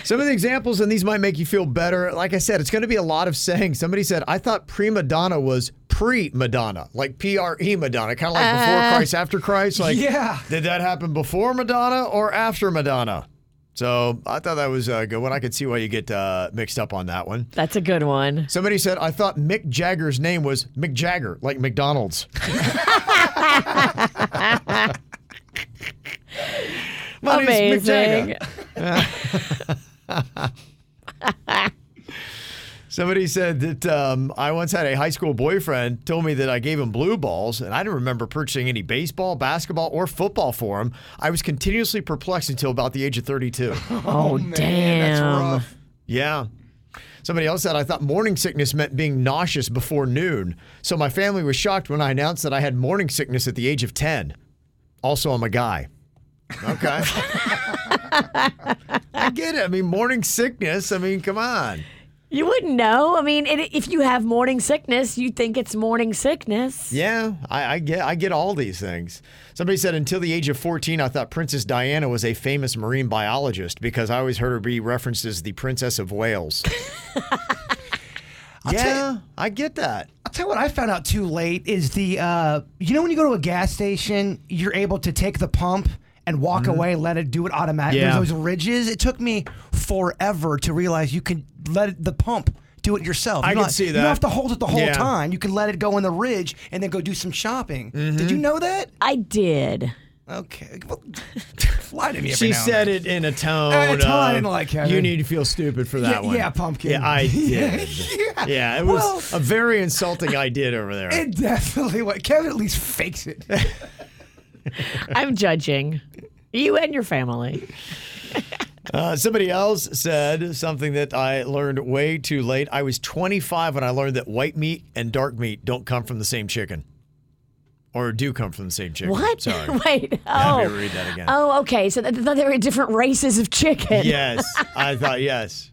Speaker 2: Some of the examples, and these might make you feel better. Like I said, it's going to be a lot of saying. Somebody said, I thought prima donna was pre Madonna, like P R E Madonna, kind of like before Christ, after Christ. Like,
Speaker 4: Yeah.
Speaker 2: did that happen before Madonna or after Madonna? So I thought that was a good one. I could see why you get uh, mixed up on that one.
Speaker 3: That's a good one.
Speaker 2: Somebody said, I thought Mick Jagger's name was Mick Jagger, like McDonald's. My name's
Speaker 3: Amazing.
Speaker 2: McJagger. Somebody said that um, I once had a high school boyfriend told me that I gave him blue balls, and I didn't remember purchasing any baseball, basketball, or football for him. I was continuously perplexed until about the age of 32.
Speaker 3: Oh, damn.
Speaker 2: Yeah. Somebody else said, I thought morning sickness meant being nauseous before noon. So my family was shocked when I announced that I had morning sickness at the age of 10. Also, I'm a guy. Okay. I get it. I mean, morning sickness. I mean, come on.
Speaker 3: You wouldn't know. I mean, it, if you have morning sickness, you think it's morning sickness.
Speaker 2: Yeah, I, I get I get all these things. Somebody said until the age of 14, I thought Princess Diana was a famous marine biologist because I always heard her be referenced as the Princess of Wales. yeah, I get that.
Speaker 4: I'll tell you what I found out too late is the uh, you know when you go to a gas station, you're able to take the pump and walk away, let it do it automatically.
Speaker 2: Mm-hmm. Yeah.
Speaker 4: There's those ridges. It took me forever to realize you can let it, the pump do it yourself.
Speaker 2: I
Speaker 4: You
Speaker 2: can
Speaker 4: don't-
Speaker 2: see
Speaker 4: You
Speaker 2: that.
Speaker 4: don't have to hold it the whole
Speaker 2: Yeah.
Speaker 4: time. You can let it go in the ridge and then go do some shopping.
Speaker 2: Mm-hmm.
Speaker 4: Did you know that?
Speaker 3: I did.
Speaker 4: Okay. Well, lie to me every
Speaker 2: She
Speaker 4: now and
Speaker 2: said
Speaker 4: then.
Speaker 2: it in a tone.
Speaker 4: At a time,
Speaker 2: of,
Speaker 4: like,
Speaker 2: you
Speaker 4: Kevin.
Speaker 2: need to feel stupid for that
Speaker 4: Yeah,
Speaker 2: one.
Speaker 4: yeah, pumpkin.
Speaker 2: Yeah, I
Speaker 4: Yeah,
Speaker 2: did. yeah. it was
Speaker 4: Well-
Speaker 2: a very insulting I did over there.
Speaker 4: It definitely was. Kevin at least fakes it.
Speaker 3: I'm judging you and your family.
Speaker 2: Uh, somebody else said something that I learned way too late. I was 25 when I learned that white meat and dark meat don't come from the same chicken, or do come from the same chicken.
Speaker 3: What?
Speaker 2: Sorry.
Speaker 3: Wait.
Speaker 2: Let
Speaker 3: Oh.
Speaker 2: me read that again.
Speaker 3: Oh, okay. So th- th- there were different races of chicken.
Speaker 2: Yes, I thought yes.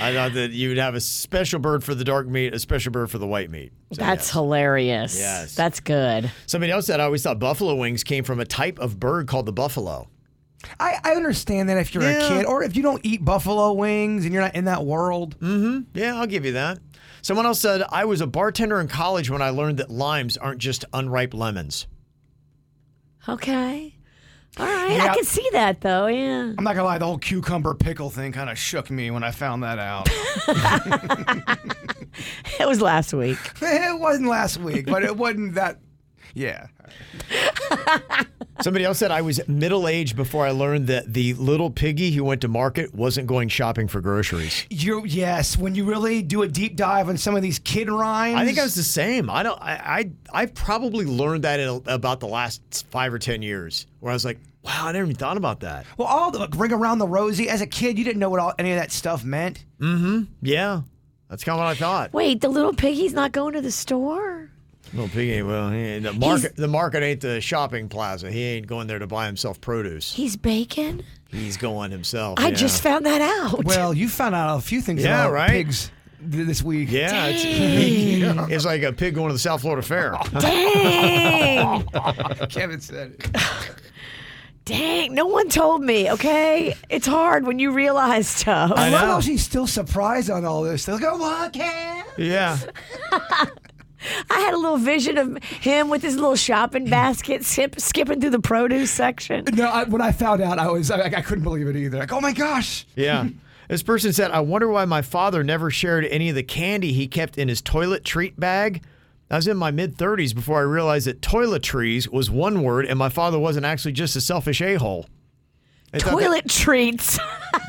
Speaker 2: I thought that you would have a special bird for the dark meat, a special bird for the white meat. So,
Speaker 3: That's
Speaker 2: yes.
Speaker 3: hilarious.
Speaker 2: Yes.
Speaker 3: That's good.
Speaker 2: Somebody else said I always thought buffalo wings came from a type of bird called the buffalo.
Speaker 4: I, I understand that if you're
Speaker 2: Yeah.
Speaker 4: a kid or if you don't eat buffalo wings and you're not in that world.
Speaker 2: Yeah, I'll give you that. Someone else said I was a bartender in college when I learned that limes aren't just unripe lemons.
Speaker 3: Okay. All right.
Speaker 4: Yeah.
Speaker 3: I can see that though. Yeah.
Speaker 4: I'm not gonna lie, the whole cucumber pickle thing kind of shook me when I found that out.
Speaker 3: It was last week.
Speaker 4: it wasn't last week, but it wasn't that. Yeah.
Speaker 2: Somebody else said I was middle aged before I learned that the little piggy who went to market wasn't going shopping for groceries.
Speaker 4: You yes, when you really do a deep dive on some of these kid rhymes.
Speaker 2: I think I was the same. I don't. I I, I probably learned that in a- about the last five or ten years, where I was like, wow, I never even thought about that.
Speaker 4: well, all the like, ring around the rosy. As a kid, you didn't know what all any of that stuff meant.
Speaker 2: Yeah, that's kind of what I thought.
Speaker 3: Wait, the little piggy's not going to the store.
Speaker 2: Little piggy. Well, he- the market. The market ain't the shopping plaza. He ain't going there to buy himself produce.
Speaker 3: He's bacon.
Speaker 2: He's going himself.
Speaker 3: I
Speaker 2: yeah.
Speaker 3: just found that out.
Speaker 4: Well, you found out a few things
Speaker 2: Yeah,
Speaker 4: about
Speaker 2: right?
Speaker 4: pigs th- this week.
Speaker 2: Yeah, it's, it's like a pig going to the South Florida Fair.
Speaker 3: Dang.
Speaker 4: Kevin said it.
Speaker 3: Dang. No one told me, okay? It's hard when you realize stuff.
Speaker 4: I,
Speaker 2: I
Speaker 4: love
Speaker 2: know.
Speaker 4: how she's still surprised on all this. They're like, oh, look, Kev.
Speaker 2: yeah.
Speaker 3: I had a little vision of him with his little shopping basket sip, skipping through the produce section.
Speaker 4: No, I, when I found out, I was I, I couldn't believe it either. Like, oh my gosh!
Speaker 2: Yeah. This person said, I wonder why my father never shared any of the candy he kept in his toilet treat bag. I was in my mid 30s before I realized that toiletries was one word and my father wasn't actually just a selfish a hole. They, thought that-
Speaker 3: Toilet treats.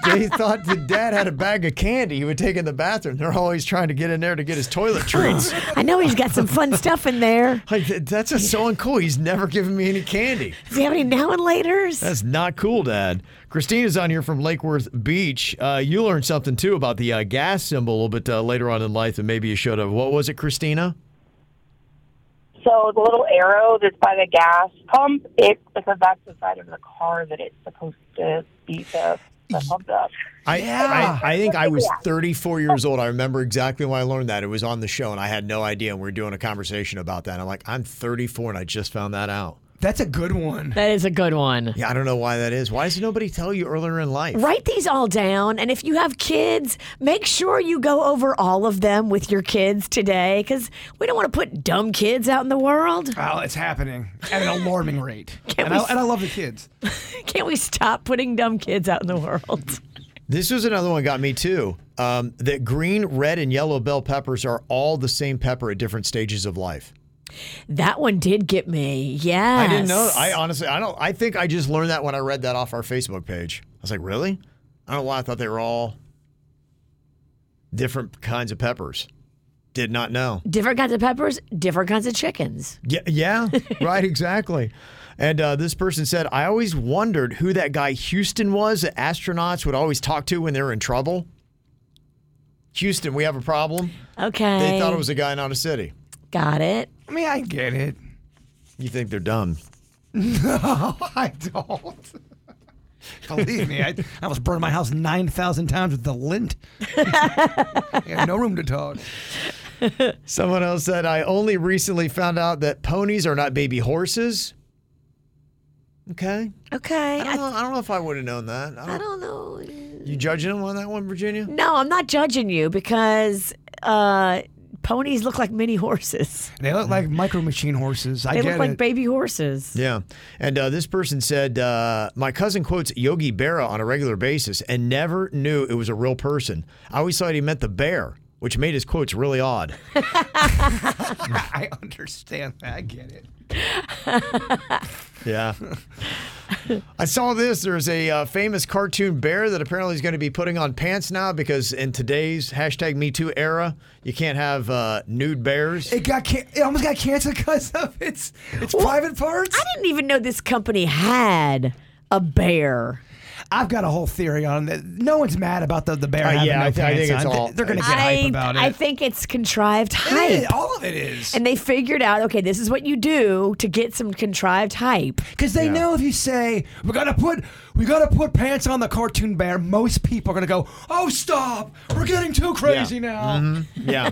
Speaker 2: they thought that dad had a bag of candy he would take in the bathroom. They're always trying to get in there to get his toilet treats.
Speaker 3: I know he's got some fun stuff in there.
Speaker 2: like, th- that's just so uncool. He's never given me any candy.
Speaker 3: Does he have any now and laters?
Speaker 2: That's not cool, Dad. Christina's on here from Lake Worth Beach. Uh, you learned something too about the uh, gas symbol a little bit uh, later on in life than maybe you should have. What was it, Christina?
Speaker 8: So the little arrow that's by the gas pump, it because that's the side of the car that it's supposed to be the, the pumped up.
Speaker 2: I,
Speaker 4: Yeah.
Speaker 2: I I think I was 34 years old. I remember exactly when I learned that. It was on the show, and I had no idea. And we were doing a conversation about that. And I'm like, I'm 34, and I just found that out.
Speaker 4: That's a good one.
Speaker 3: That is a good one.
Speaker 2: Yeah, I don't know why that is. Why does nobody tell you earlier in life?
Speaker 3: Write these all down. And if you have kids, make sure you go over all of them with your kids today because we don't want to put dumb kids out in the world.
Speaker 4: Wow, it's happening at an alarming rate.
Speaker 3: Can't
Speaker 4: and,
Speaker 3: we
Speaker 4: I,
Speaker 3: s-
Speaker 4: and I love the kids.
Speaker 3: Can't we stop putting dumb kids out in the world?
Speaker 2: This was another one got me too. Um, that green, red, and yellow bell peppers are all the same pepper at different stages of life.
Speaker 3: That one did get me.
Speaker 2: I
Speaker 3: Yes.
Speaker 2: didn't know. I honestly, I don't. I think I just learned that when I read that off our Facebook page. I was like, really? I don't know why I thought they were all different kinds of peppers. Did not know.
Speaker 3: different kinds of peppers, different kinds of chickens.
Speaker 2: Yeah, yeah, right, exactly. And uh, this person said, I always wondered who that guy Houston was that astronauts would always talk to when they were in trouble. Houston, we have a problem.
Speaker 3: Okay.
Speaker 2: They thought it was a guy, not a city.
Speaker 3: Got it.
Speaker 4: I mean, I get it.
Speaker 2: You think they're dumb.
Speaker 4: No, I don't. Believe me, I, I almost burned my house 9,000 times with the lint. I had no room to talk.
Speaker 2: Someone else said, I only recently found out that ponies are not baby horses. Okay.
Speaker 3: Okay.
Speaker 2: I don't, know, I don't know if I would have known that. I don't,
Speaker 3: know.
Speaker 2: You judging him on that one, Virginia?
Speaker 3: No, I'm not judging you because uh, ponies look like mini horses.
Speaker 4: They look like micro machine horses. I
Speaker 3: they
Speaker 4: get
Speaker 3: look like
Speaker 4: it.
Speaker 3: baby horses.
Speaker 2: Yeah. And uh, this person said, uh, My cousin quotes Yogi Berra on a regular basis and never knew it was a real person. I always thought he meant the bear, which made his quotes really odd.
Speaker 4: I understand that. I get it.
Speaker 2: Yeah. I saw this. There's a uh, famous cartoon bear that apparently is going to be putting on pants now because in today's hashtag Me Too era, you can't have uh, nude bears.
Speaker 4: It got can- it almost got canceled because of its its private parts.
Speaker 3: I didn't even know this company had a bear.
Speaker 4: I've got a whole theory on that. No one's mad about the the bear.
Speaker 2: Uh,
Speaker 4: having
Speaker 2: yeah,
Speaker 4: no
Speaker 2: I thi- I
Speaker 4: pants
Speaker 2: think it's
Speaker 4: on. They-
Speaker 2: all-
Speaker 4: They're gonna get hype
Speaker 3: I,
Speaker 4: about it.
Speaker 3: I think it's contrived hype.
Speaker 4: It is. all of it is.
Speaker 3: And they figured out, okay, this is what you do to get some contrived hype.
Speaker 4: Because they know if you say we gotta put we gotta put pants on the cartoon bear, most people are gonna go, "Oh, stop! We're getting too crazy now."
Speaker 2: Mm-hmm. Yeah.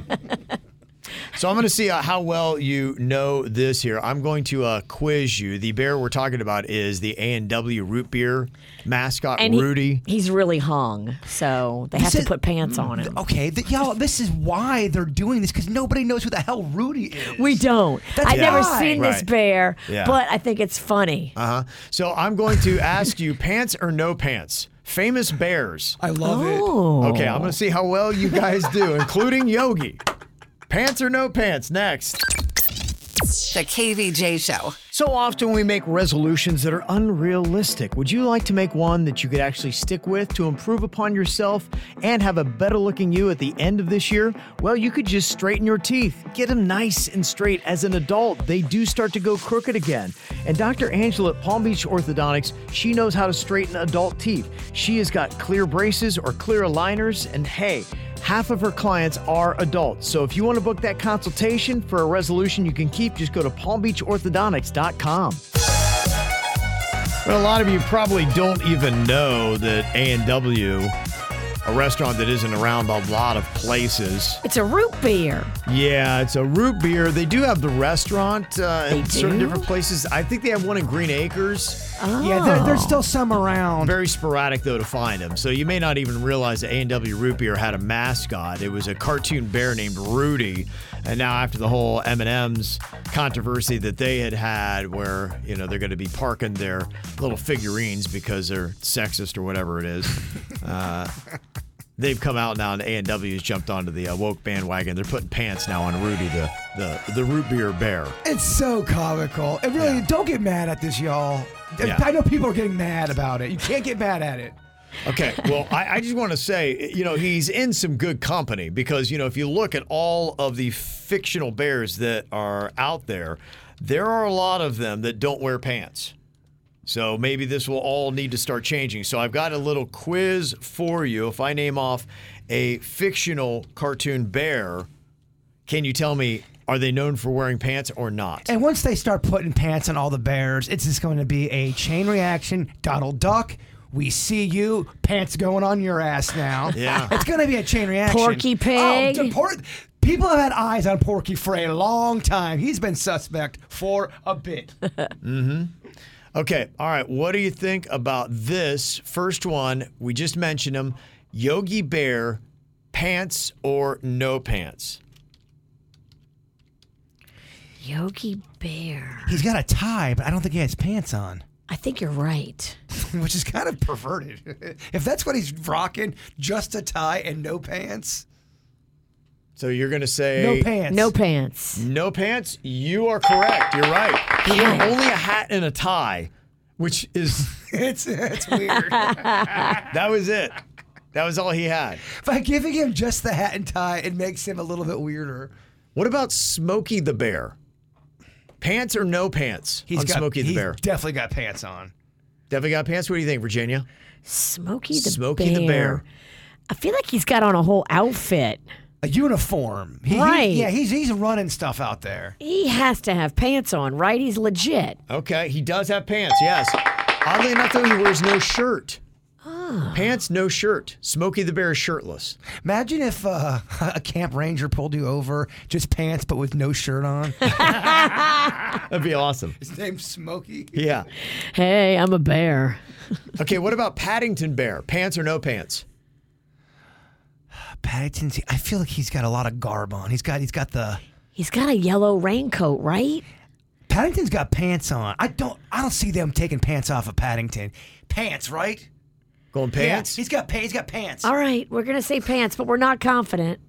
Speaker 2: So I'm going to see uh, how well you know this here. I'm going to uh, quiz you. The bear we're talking about is the A&W root beer mascot
Speaker 3: And he-
Speaker 2: Rudy.
Speaker 3: he's really hung, so they have
Speaker 4: This
Speaker 3: to
Speaker 4: is- Oh,
Speaker 3: put pants on him.
Speaker 4: Okay, th- y'all, this is why they're doing this because nobody knows who the hell Rudy is.
Speaker 3: We don't.
Speaker 4: That's
Speaker 3: I've never
Speaker 4: why.
Speaker 3: seen this
Speaker 2: Right.
Speaker 3: bear,
Speaker 2: Yeah.
Speaker 3: but I think it's funny.
Speaker 4: Uh,
Speaker 2: Uh-huh. So I'm going to ask you pants or no pants? Famous bears.
Speaker 4: I love
Speaker 3: oh,
Speaker 2: Okay, I'm going to see how well you guys do, including Yogi. Pants or no pants next.
Speaker 5: The KVJ Show.
Speaker 2: So often we make resolutions that are unrealistic. Would you like to make one that you could actually stick with to improve upon yourself and have a better looking you at the end of this year? Well, you could just straighten your teeth, get them nice and straight. As an adult, they do start to go crooked again. And Dr. Angela at Palm Beach Orthodontics, she knows how to straighten adult teeth. She has got clear braces or clear aligners, and hey, Half of her clients are adults. So if you want to book that consultation for a resolution you can keep, just go to palmbeachorthodontics.com. Well, a lot of you probably don't even know that A&W, a restaurant that isn't around a lot of places.
Speaker 3: it's a root beer.
Speaker 2: Yeah, it's a root beer. They do have the restaurant uh, in
Speaker 3: They
Speaker 2: certain
Speaker 3: do?
Speaker 2: different places. I think they have one in Green Acres.
Speaker 4: it. Yeah, there, there's still some around.
Speaker 2: Very sporadic though to find them. So you may not even realize that A&W Root Beer had a mascot. It was a cartoon bear named Rudy. And now after the whole M&M's controversy that they had had where, you know, they're going to be parking their little figurines because they're sexist or whatever it is. Uh, They've come out now, and A&W's jumped onto the uh, woke bandwagon. They're putting pants now on Rudy, the the, the root beer bear.
Speaker 4: It's so comical. It really.
Speaker 2: Yeah.
Speaker 4: Don't get mad at this, y'all.
Speaker 2: Yeah.
Speaker 4: I know people are getting mad about it. You can't get mad at it.
Speaker 2: Okay. Well, I, I just want to say, you know, he's in some good company because, you know, if you look at all of the fictional bears that are out there, there are a lot of them that don't wear pants. So maybe this will all need to start changing. So I've got a little quiz for you. If I name off a fictional cartoon bear, can you tell me are they known for wearing pants or not?
Speaker 4: And once they start putting pants on all the bears, it's just going to be a chain reaction. Donald Duck, we see you. Pants going on your ass now.
Speaker 2: Yeah.
Speaker 4: It's going to be a chain reaction.
Speaker 3: Porky Pig.
Speaker 4: Oh, the por- people have had eyes on Porky for a long time. He's been suspect for a bit.
Speaker 2: Okay. All right. What do you think about this first one? We just mentioned them Yogi Bear, pants or no pants?
Speaker 3: Yogi Bear.
Speaker 4: He's got a tie, but I don't think he has pants on,
Speaker 3: I think you're right.
Speaker 4: which is kind of perverted. if that's what he's rocking, just a tie and no pants.
Speaker 2: So you're going to say
Speaker 3: No pants. No pants.
Speaker 2: No pants. You are correct. You're right.
Speaker 3: Yeah.
Speaker 2: Only a hat and a tie, which is it's it's weird. that was it. That was all he had.
Speaker 4: By giving him just the hat and tie, it makes him a little bit weirder.
Speaker 2: What about Smokey the Bear? Pants or no pants
Speaker 4: He's
Speaker 2: on
Speaker 4: got-
Speaker 2: Smokey the
Speaker 4: he's
Speaker 2: Bear?
Speaker 4: Definitely got pants on.
Speaker 2: Definitely got pants. What do you think, Virginia?
Speaker 3: Smokey the
Speaker 2: Smokey
Speaker 3: Bear.
Speaker 2: the Bear.
Speaker 3: I feel like he's got on a whole outfit.
Speaker 4: A uniform. He- he-
Speaker 3: right.
Speaker 4: yeah, he's he's running stuff out there.
Speaker 3: He has to have pants on, right? He's legit.
Speaker 2: Okay, he does have pants. Yes. Oddly enough, though, he wears no shirt. Pants, no shirt. Smokey the Bear is shirtless.
Speaker 4: Imagine if uh, a camp ranger pulled you over, just pants, but with no shirt on.
Speaker 2: That'd be awesome.
Speaker 4: His name's Smokey.
Speaker 2: Yeah.
Speaker 3: Hey, I'm a bear.
Speaker 2: Okay, what about Paddington Bear? Pants or no pants?
Speaker 4: Paddington's. I feel like he's got a lot of garb on. He's got he's got the
Speaker 3: He's got a yellow raincoat, right?
Speaker 4: Paddington's got pants on. I don't I don't see them taking pants off of Paddington. Pants, right?
Speaker 2: Going pants?
Speaker 4: Yeah, he's got pants. He's got pants.
Speaker 3: All right, we're gonna say pants, but we're not confident.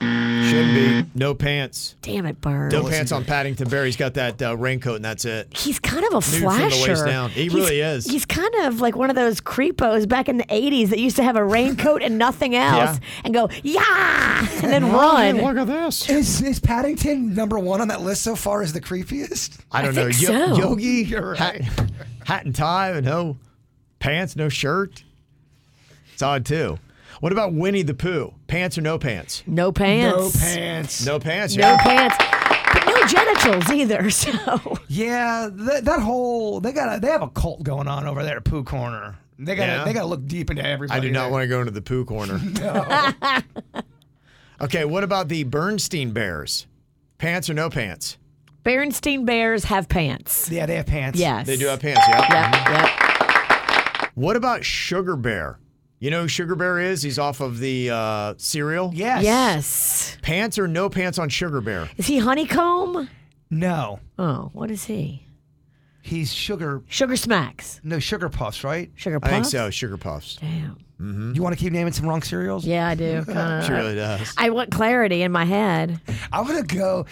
Speaker 2: Shouldn't be. No pants.
Speaker 3: Damn it, Burr.
Speaker 2: No pants on Paddington Bear. He's got that uh, raincoat, and that's it.
Speaker 3: He's kind of a
Speaker 2: Nude from the
Speaker 3: flasher.
Speaker 2: waist down. He
Speaker 3: He's-
Speaker 2: really is.
Speaker 3: He's kind of like one of those creepos back in the '80s that used to have a raincoat and nothing else, and go yeah, and then run.
Speaker 2: at this.
Speaker 4: Is is Paddington number one on that list so far as the creepiest?
Speaker 2: I don't
Speaker 3: I
Speaker 2: know.
Speaker 3: think
Speaker 2: Yo-
Speaker 3: so.
Speaker 2: Yogi,
Speaker 4: You're right.
Speaker 2: hat, hat and tie, and no pants, no shirt. It's odd too. What about Winnie the Pooh? Pants or no pants?
Speaker 3: No pants.
Speaker 4: No pants.
Speaker 2: No pants.
Speaker 3: No pants. But no genitals either. So
Speaker 4: Yeah, that, that whole they got a, they have a cult going on over there at Pooh Corner. They got
Speaker 2: Yeah.
Speaker 4: to they got to look deep into everybody.
Speaker 2: I do
Speaker 4: there.
Speaker 2: not want to go into the Pooh corner. okay. What about the Bernstein Bears? Pants or no pants?
Speaker 3: Berenstein bears have pants.
Speaker 4: Yeah, they have pants.
Speaker 3: Yes.
Speaker 2: They do have pants. Yeah. Mm-hmm.
Speaker 3: Yep, yep.
Speaker 2: What about Sugar Bear? You know who Sugar Bear is? He's off of the uh, cereal.
Speaker 4: Yes.
Speaker 3: Yes.
Speaker 2: Pants or no pants on Sugar Bear?
Speaker 3: Is he honeycomb?
Speaker 4: No.
Speaker 3: Oh, what is he?
Speaker 4: He's sugar.
Speaker 3: Sugar smacks.
Speaker 4: No sugar puffs, right?
Speaker 3: Sugar
Speaker 2: I
Speaker 3: puffs.
Speaker 2: think so. Sugar Puffs.
Speaker 3: Damn.
Speaker 2: Mm-hmm.
Speaker 4: You want to keep naming some wrong cereals?
Speaker 3: Yeah, I do. Kinda.
Speaker 2: She really does.
Speaker 3: I want clarity in my head.
Speaker 4: I'm gonna go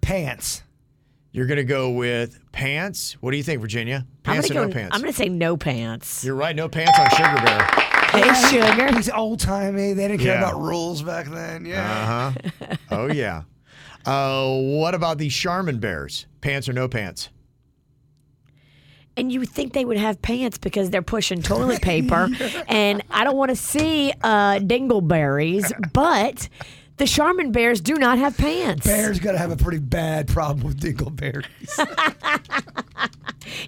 Speaker 4: pants.
Speaker 2: You're gonna go with pants. What do you think, Virginia?
Speaker 3: I'm
Speaker 2: Pants or
Speaker 3: gonna
Speaker 2: no
Speaker 3: go-
Speaker 2: pants?
Speaker 3: I'm gonna say no pants.
Speaker 2: You're right. No pants on Sugar Bear.
Speaker 3: Hey, sugar.
Speaker 4: He's old timey. They didn't care
Speaker 2: Yeah.
Speaker 4: about rules back then. Yeah.
Speaker 2: Uh huh. oh yeah. Uh, what about the Charmin Bears? Pants or no pants?
Speaker 3: And you would think they would have pants because they're pushing toilet paper, and I don't want to see uh, dingleberries, but the Charmin bears do not have pants.
Speaker 4: Bears gotta have a pretty bad problem with dingleberries.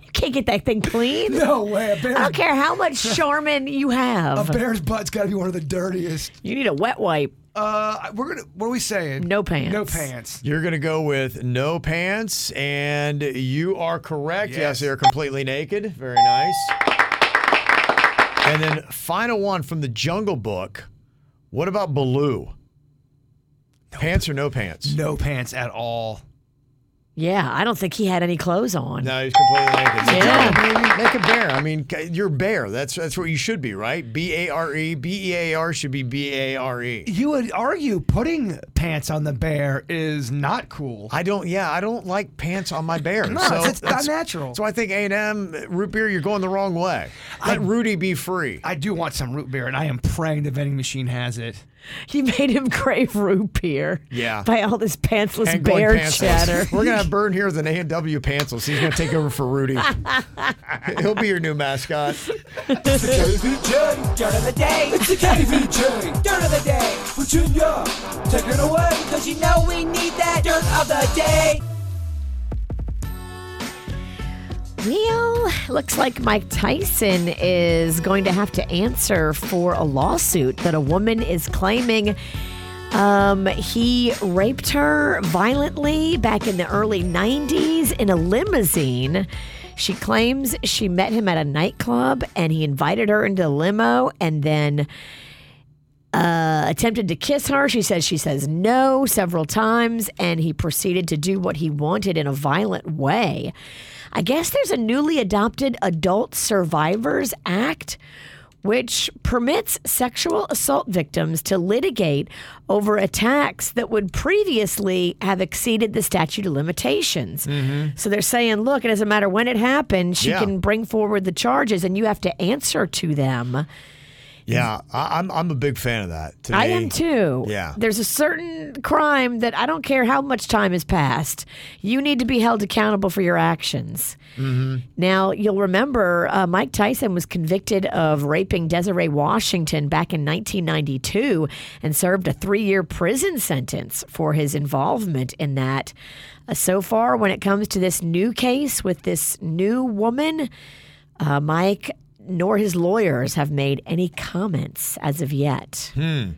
Speaker 3: You can't get that thing clean.
Speaker 4: no way. A bear's,
Speaker 3: I don't care how much Charmin you
Speaker 4: a
Speaker 3: have.
Speaker 4: bear's butt's gotta be one of the dirtiest.
Speaker 3: You need a wet wipe.
Speaker 4: Uh, we're gonna. What are we saying?
Speaker 3: No pants.
Speaker 4: No pants.
Speaker 2: You're gonna go with no pants, and you are correct. Yes,
Speaker 4: Yes.
Speaker 2: they're completely naked. Very nice. And then final one from the Jungle Book. What about Baloo? Pants or no pants?
Speaker 4: No pants at all.
Speaker 3: Yeah, I don't think he had any clothes on.
Speaker 2: No, he's completely naked.
Speaker 3: Yeah.
Speaker 2: Baby, Make a bear. I mean, c- you're bear. That's that's what you should be, right? B A R E. B E A R should be B A R E.
Speaker 4: You would argue putting pants on the bear is not cool.
Speaker 2: I don't. Yeah, I don't like pants on my bear.
Speaker 4: No,
Speaker 2: so
Speaker 4: it's- it's
Speaker 2: that's-
Speaker 4: not natural.
Speaker 2: So I think A and M root beer. You're going the wrong way. Let Rudy be free.
Speaker 4: I do want some root beer, and I am praying the vending machine has it.
Speaker 3: He made him crave root beer.
Speaker 2: Yeah.
Speaker 3: By all this pantsless
Speaker 2: And going
Speaker 3: bear
Speaker 2: pantsless.
Speaker 3: chatter.
Speaker 2: We're gonna have Burn here with an A and W pantsless. He's gonna take over for Rudy. He'll be your new mascot.
Speaker 1: Dirt of the day. It's the KVJ. Dirt of the day. Virginia, take it away. Cause you know we need that dirt of the day.
Speaker 3: Well, looks like Mike Tyson is going to have to answer for a lawsuit that a woman is claiming um, he raped her violently back in the early 90s in a limousine. She claims she met him at a nightclub and he invited her into the limo and then uh, attempted to kiss her. She says she says no several times, and he proceeded to do what he wanted in a violent way. I guess there's a newly adopted Adult Survivors Act which permits sexual assault victims to litigate over attacks that would previously have exceeded the statute of limitations. So they're saying, look, it doesn't matter when it happened, she
Speaker 2: Yeah.
Speaker 3: can bring forward the charges and you have to answer to them.
Speaker 2: Yeah, I, I'm I'm a big fan of that. To
Speaker 3: I
Speaker 2: me-
Speaker 3: am too.
Speaker 2: Yeah.
Speaker 3: There's a certain crime that I don't care how much time has passed, you need to be held accountable for your actions.
Speaker 9: Mm-hmm.
Speaker 3: Now, you'll remember uh, Mike Tyson was convicted of raping Desiree Washington back in 1992 and served a three year prison sentence for his involvement in that. Uh, so far, when it comes to this new case with this new woman, uh, Mike nor his lawyers have made any comments as of yet.
Speaker 2: Hmm.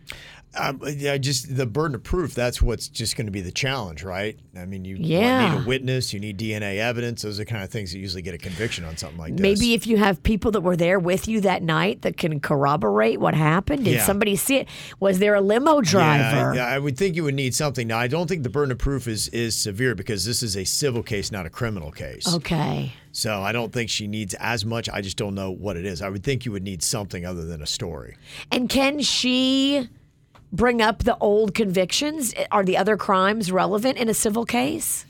Speaker 2: Um, yeah, just the burden of proof. That's what's just going to be the challenge, right? I mean, you,
Speaker 3: Yeah.
Speaker 2: need a witness, you need DNA evidence. Those are the kind of things that usually get a conviction on something like this.
Speaker 3: Maybe if you have people that were there with you that night that can corroborate what happened. Did
Speaker 2: Yeah.
Speaker 3: somebody see it? Was there a limo
Speaker 2: Yeah,
Speaker 3: driver?
Speaker 2: Yeah, I would think you would need something. Now, I don't think the burden of proof is is severe because this is a civil case, not a criminal case.
Speaker 3: Oh. Okay.
Speaker 2: So I don't think she needs as much. I just don't know what it is. I would think you would need something other than a story.
Speaker 3: And can she bring up the old convictions? Are the other crimes relevant in a civil case?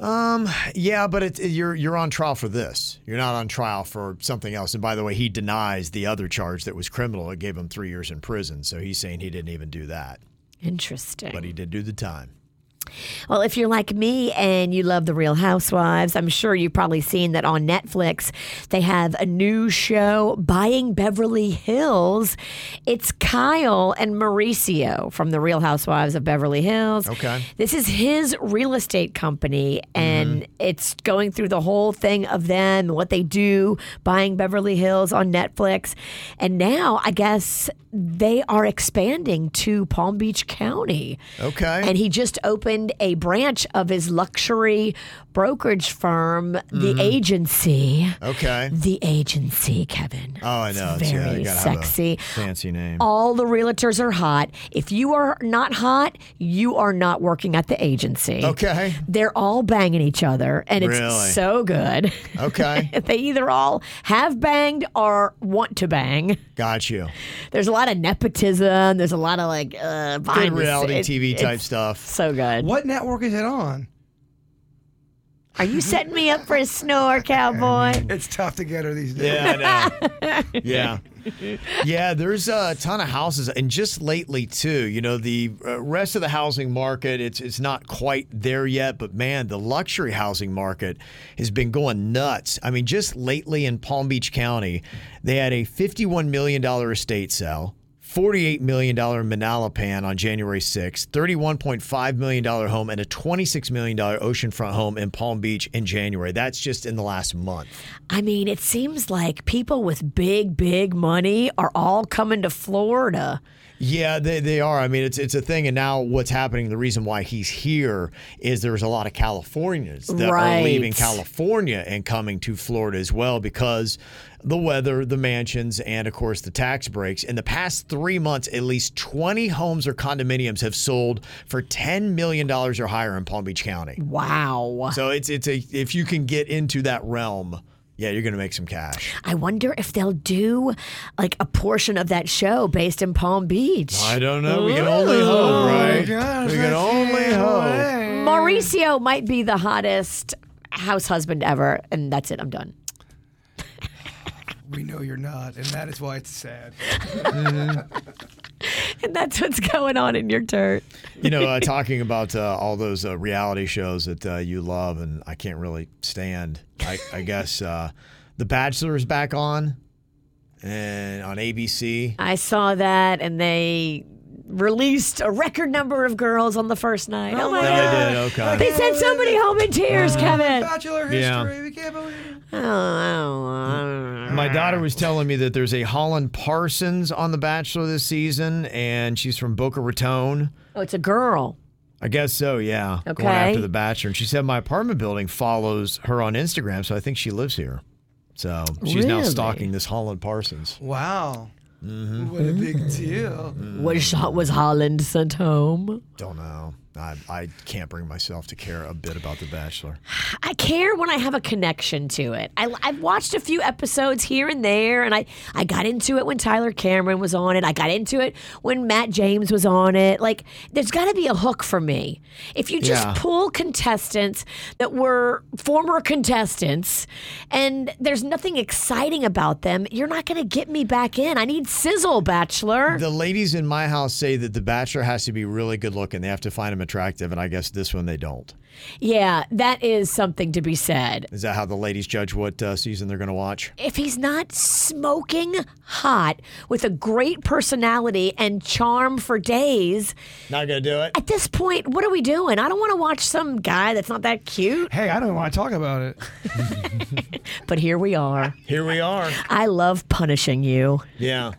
Speaker 2: Um, yeah, but it's you're you're on trial for this. You're not on trial for something else. And by the way, he denies the other charge that was criminal. It gave him three years in prison. So he's saying he didn't even do that.
Speaker 3: Interesting.
Speaker 2: But he did do the time.
Speaker 3: Well, if you're like me and you love The Real Housewives, I'm sure you've probably seen that on Netflix. They have a new show, Buying Beverly Hills. It's Kyle and Mauricio from The Real Housewives of Beverly Hills.
Speaker 9: Okay.
Speaker 3: This is his real estate company, and it's going through the whole thing of them, what they do, buying Beverly Hills on Netflix. And now, I guess they are expanding to Palm Beach County.
Speaker 2: Okay.
Speaker 3: And he just opened a branch of his luxury brokerage firm, The
Speaker 2: Mhm.
Speaker 3: Agency.
Speaker 2: Okay.
Speaker 3: The Agency, Kevin.
Speaker 2: Oh, I know.
Speaker 3: It's
Speaker 2: yeah, you
Speaker 3: very
Speaker 2: gotta have a
Speaker 3: sexy.
Speaker 2: fancy name.
Speaker 3: All the realtors are hot. If you are not hot, you are not working at the agency.
Speaker 2: Okay.
Speaker 3: They're all banging each other, and it's
Speaker 2: Really?
Speaker 3: so good.
Speaker 2: Okay.
Speaker 3: they either all have banged or want to bang.
Speaker 2: Got you.
Speaker 3: There's a lot of nepotism. There's a lot of like uh,
Speaker 2: Good
Speaker 3: behind the-
Speaker 2: reality
Speaker 3: it-
Speaker 2: TV type
Speaker 3: it's
Speaker 2: stuff.
Speaker 3: So good.
Speaker 4: What network is it on?
Speaker 3: Are you setting me up for a snore, cowboy?
Speaker 4: It's tough to get her these days.
Speaker 2: Yeah, I know. yeah. Yeah, there's a ton of houses, and just lately too. You know, the uh, rest of the housing market, it's it's not quite there yet, but man, the luxury housing market has been going nuts. I mean, just lately in Palm Beach County, they had a 51 million dollar estate sale. $48 million Manalapan on January 6th, $31.5 million home, and a $26 million oceanfront home in Palm Beach in January. That's just in the last month.
Speaker 3: I mean, it seems like people with big, big money are all coming to Florida.
Speaker 2: Yeah, they, they are. I mean, it's it's a thing. And now what's happening, the reason why he's here is there's a lot of Californians that
Speaker 10: Right.
Speaker 2: are leaving California and coming to Florida as well because the weather, the mansions, and of course the tax breaks. In the past three months, at least 20 homes or condominiums have sold for $10 million or higher in Palm Beach County.
Speaker 3: Wow.
Speaker 2: So it's it's a if you can get into that realm, yeah, you're gonna make some cash.
Speaker 3: I wonder if they'll do like a portion of that show based in Palm Beach.
Speaker 2: I don't know. We can only hope, right? we can only hope.
Speaker 3: Mauricio might be the hottest house husband ever. And that's it. I'm done.
Speaker 4: We know you're not, and that is why it's sad.
Speaker 3: And that's what's going on in your dirt.
Speaker 2: you know, uh, talking about uh, all those uh, reality shows that uh, you love and I can't really stand. I, I guess uh, The Bachelor is back on and on ABC.
Speaker 3: I saw that and they released a record number of girls on the first night. Oh, my Uh-huh.
Speaker 2: They
Speaker 3: God.
Speaker 2: did, okay.
Speaker 3: They sent somebody home in tears, Kevin.
Speaker 4: Bachelor
Speaker 2: Yeah.
Speaker 4: history. We can't believe
Speaker 3: Oh, oh, oh.
Speaker 2: My daughter was telling me that there's a Holland Parsons on The Bachelor this season, and she's from Boca Raton.
Speaker 3: Oh, it's a girl.
Speaker 2: I guess so, yeah.
Speaker 3: Okay.
Speaker 2: Going after The Bachelor. And she said my apartment building follows her on Instagram, so I think she lives here. So she's now
Speaker 3: Really?
Speaker 2: stalking this Holland Parsons.
Speaker 4: Wow.
Speaker 2: Mm-hmm.
Speaker 4: What a big deal.
Speaker 3: Was was Holland sent home?
Speaker 2: Don't know. I, I can't bring myself to care a bit about The Bachelor.
Speaker 3: I care when I have a connection to it. I, I've watched a few episodes here and there, and I, I got into it when Tyler Cameron was on it. I got into it when Matt James was on it. Like, there's got to be a hook for me. If you just
Speaker 9: Yeah.
Speaker 3: pull contestants that were former contestants and there's nothing exciting about them, you're not going to get me back in. I need sizzle, Bachelor.
Speaker 2: The ladies in my house say that The Bachelor has to be really good looking. They have to find him attractive, and I guess this one they don't.
Speaker 3: Yeah, that is something to be said.
Speaker 2: Is that how the ladies judge what uh, season they're going to watch?
Speaker 3: if he's not smoking hot with a great personality and charm for days,
Speaker 2: not gonna do it.
Speaker 3: At this point, what are we doing? I don't want to watch some guy that's not that cute.
Speaker 4: Hey, I don't want to talk about it.
Speaker 3: but here we are.
Speaker 2: Here we are.
Speaker 3: I love punishing you.
Speaker 2: Yeah.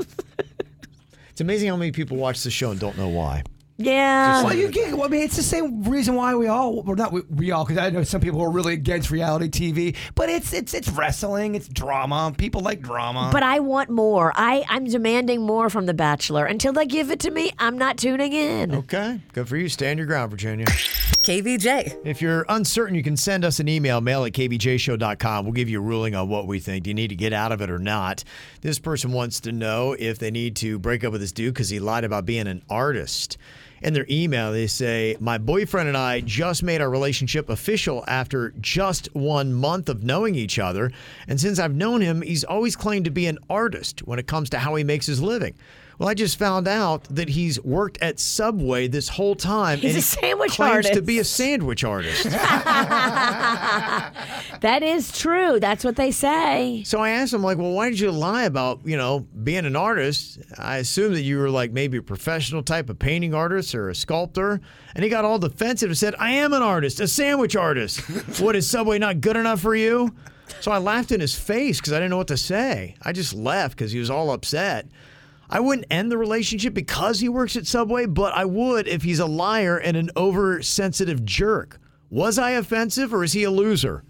Speaker 2: it's amazing how many people watch the show and don't know why.
Speaker 3: Yeah.
Speaker 4: Well, you get. Well, I mean, it's the same reason why we all. Well, not we, we all, because I know some people are really against reality TV. But it's it's it's wrestling. It's drama. People like drama.
Speaker 3: But I want more. I, I'm demanding more from The Bachelor. Until they give it to me, I'm not tuning in.
Speaker 2: Okay. Good for you. Stand your ground, Virginia. KVJ. If you're uncertain, you can send us an email, mail at kvjshow.com. We'll give you a ruling on what we think. Do you need to get out of it or not? This person wants to know if they need to break up with this dude because he lied about being an artist. In their email, they say, My boyfriend and I just made our relationship official after just one month of knowing each other. And since I've known him, he's always claimed to be an artist when it comes to how he makes his living. Well, I just found out that he's worked at Subway this whole time. and
Speaker 3: He's a
Speaker 2: he
Speaker 3: sandwich
Speaker 2: claims to
Speaker 3: artist.
Speaker 2: be a sandwich artist.
Speaker 3: That is true. That's what they say.
Speaker 2: so I asked him, like, well, why did you lie about, you know, being an artist? I assumed that you were like maybe a professional type of painting artist or a sculptor. And he got all defensive and said, I am an artist, a sandwich artist. what is Subway not good enough for you? So I laughed in his face because I didn't know what to say. I just left because he was all upset. I wouldn't end the relationship because he works at Subway, but I would if he's a liar and an oversensitive jerk. Was I offensive or is he a loser?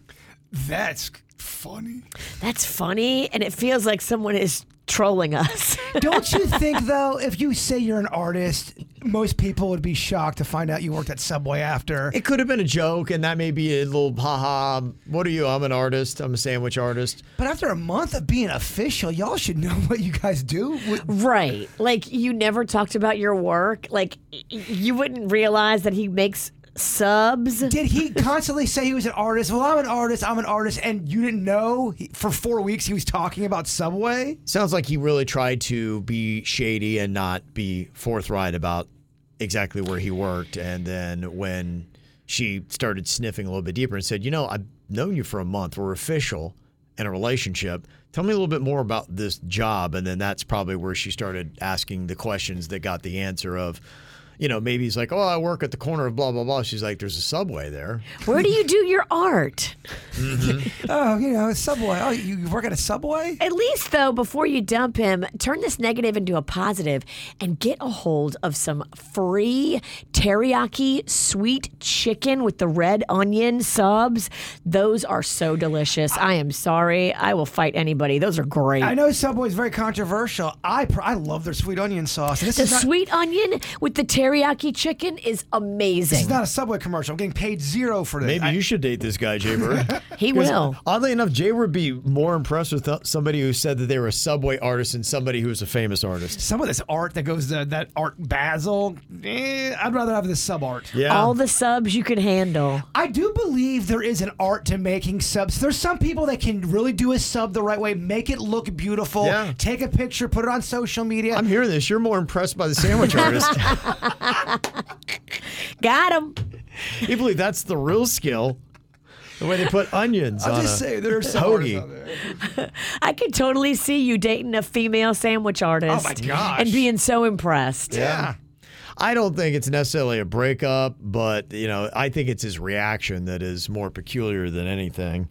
Speaker 4: That's funny.
Speaker 3: That's funny, and it feels like someone is trolling us.
Speaker 4: Don't you think though, if you say you're an artist, most people would be shocked to find out you worked at Subway after.
Speaker 2: It could have been a joke, and that may be a little haha. What are you? I'm an artist. I'm a sandwich artist.
Speaker 4: But after a month of being official, y'all should know what you guys do.
Speaker 3: Right. Like you never talked about your work. Like y- y- you wouldn't realize that he makes subs.
Speaker 4: Did he constantly say he was an artist? Well, I'm an artist. I'm an artist, and you didn't know he, for four weeks he was talking about Subway.
Speaker 2: Sounds like he really tried to be shady and not be forthright about exactly where he worked. And then when she started sniffing a little bit deeper and said, You know, I've known you for a month. We're official in a relationship. Tell me a little bit more about this job. And then that's probably where she started asking the questions that got the answer of, you know, maybe he's like, Oh, I work at the corner of blah, blah, blah. She's like, There's a subway there.
Speaker 3: Where do you do your art?
Speaker 4: Oh, you know, Subway. Oh, you you work at a Subway?
Speaker 3: At least, though, before you dump him, turn this negative into a positive and get a hold of some free teriyaki sweet chicken with the red onion subs. Those are so delicious. I am sorry. I will fight anybody. Those are great.
Speaker 4: I know Subway is very controversial. I pr- I love their sweet onion sauce. And this
Speaker 3: the
Speaker 4: is not,
Speaker 3: sweet onion with the teriyaki chicken is amazing.
Speaker 4: This is not a Subway commercial. I'm getting paid zero for this.
Speaker 2: Maybe you should date this guy, Jay Bird.
Speaker 3: He
Speaker 2: 'Cause
Speaker 3: will.
Speaker 2: Oddly enough, Jay would be more impressed with th- somebody who said that they were a Subway artist than somebody who was a famous artist.
Speaker 4: Some of this art that goes to that art Basil, eh, I'd rather have this sub art.
Speaker 3: All the subs you could handle.
Speaker 4: I do believe there is an art to making subs. There's some people that can really do a sub the right way, make it look beautiful,
Speaker 2: Yeah.
Speaker 4: take a picture, put it on social media.
Speaker 2: I'm hearing this. You're more impressed by the sandwich artist.
Speaker 3: Got him.
Speaker 2: you believe that's the real skill? The way they put onions
Speaker 4: I'll
Speaker 2: on
Speaker 4: just
Speaker 2: a
Speaker 4: say there are some artists out
Speaker 2: hoagie.
Speaker 3: I could totally see you dating a female sandwich artist.
Speaker 2: Oh, my gosh.
Speaker 3: And being so impressed.
Speaker 2: I don't think it's necessarily a breakup, but you know, I think it's his reaction that is more peculiar than anything.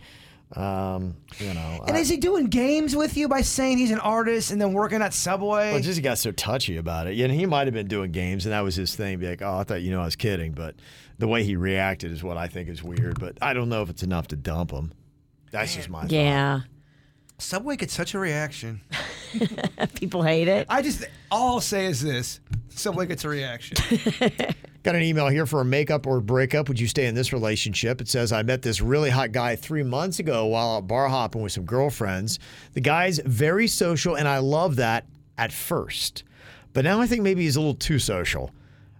Speaker 2: Um, you know,
Speaker 4: And
Speaker 2: I-
Speaker 4: is he doing games with you by saying he's an artist and then working at Subway?
Speaker 2: Well, just he got so touchy about it. You know, he might have been doing games, and that was his thing. Be like, oh, I thought you know I was kidding, but the way he reacted is what I think is weird. But I don't know if it's enough to dump him. That's just my
Speaker 3: Yeah.
Speaker 4: Subway gets such a reaction.
Speaker 3: People hate it.
Speaker 4: I just all I'll say is this: Subway gets a reaction.
Speaker 2: Got an email here for a makeup or breakup. Would you stay in this relationship? It says, I met this really hot guy three months ago while out bar hopping with some girlfriends. The guy's very social, and I love that at first. But now I think maybe he's a little too social.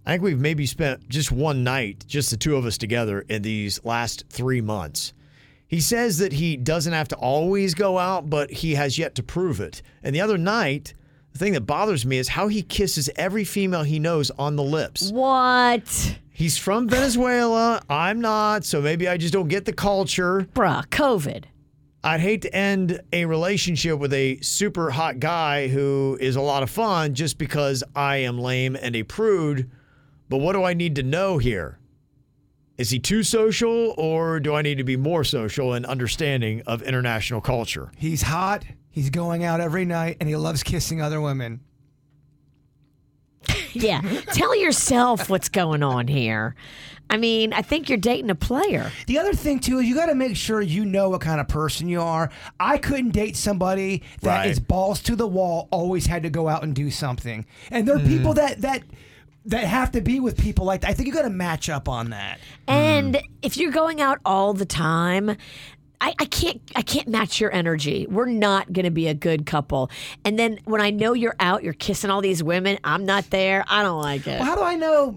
Speaker 2: I think we've maybe spent just one night, just the two of us together, in these last three months. He says that he doesn't have to always go out, but he has yet to prove it. And the other night, the thing that bothers me is how he kisses every female he knows on the lips.
Speaker 3: What?
Speaker 2: He's from Venezuela. I'm not, so maybe I just don't get the culture.
Speaker 3: Bruh, COVID.
Speaker 2: I'd hate to end a relationship with a super hot guy who is a lot of fun just because I am lame and a prude. But what do I need to know here? Is he too social, or do I need to be more social and understanding of international culture?
Speaker 4: He's hot. He's going out every night, and he loves kissing other women.
Speaker 3: Yeah. Tell yourself what's going on here. I mean, I think you're dating a player.
Speaker 2: Hmm.
Speaker 4: The other thing too is you got to make sure you know what kind of person you are. I couldn't date somebody that is
Speaker 2: Right.
Speaker 4: balls to the wall, always had to go out and do something. And there are people that that that have to be with people like that. I think you got to match up on that.
Speaker 3: And if you're going out all the time, I, I can't I can't match your energy. We're not gonna be a good couple. And then when I know you're out, you're kissing all these women, I'm not there. I don't like it.
Speaker 4: Well, how do I know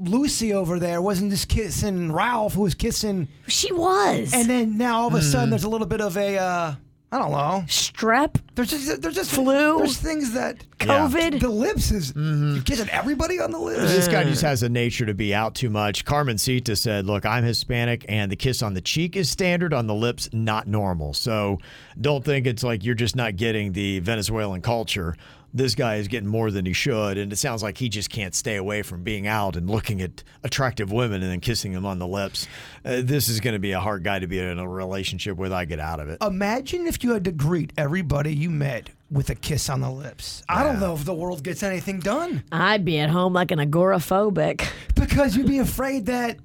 Speaker 4: Lucy over there wasn't just kissing Ralph, who was kissing?
Speaker 3: She was.
Speaker 4: And then now all of a sudden,
Speaker 3: Hmm.
Speaker 4: there's a little bit of a uh, I don't know
Speaker 3: strep.
Speaker 4: There's just there's just
Speaker 3: Flu?
Speaker 4: There's things that
Speaker 2: COVID?
Speaker 4: The lips is
Speaker 2: Mm-hmm.
Speaker 4: you're kissing everybody on the lips.
Speaker 2: This guy
Speaker 4: Mm.
Speaker 2: just has a nature to be out too much. Carmen Sita said, Look, I'm Hispanic and the kiss on the cheek is standard, on the lips, not normal. So don't think it's like you're just not getting the Venezuelan culture. This guy is getting more than he should. And it sounds like he just can't stay away from being out and looking at attractive women and then kissing them on the lips. Uh, this is going to be a hard guy to be in a relationship with. I get out of it.
Speaker 4: Oh, Imagine if you had to greet everybody you met with a kiss on the lips. I don't know if the world gets anything done
Speaker 3: I'd be at home like an agoraphobic.
Speaker 4: because you'd be afraid that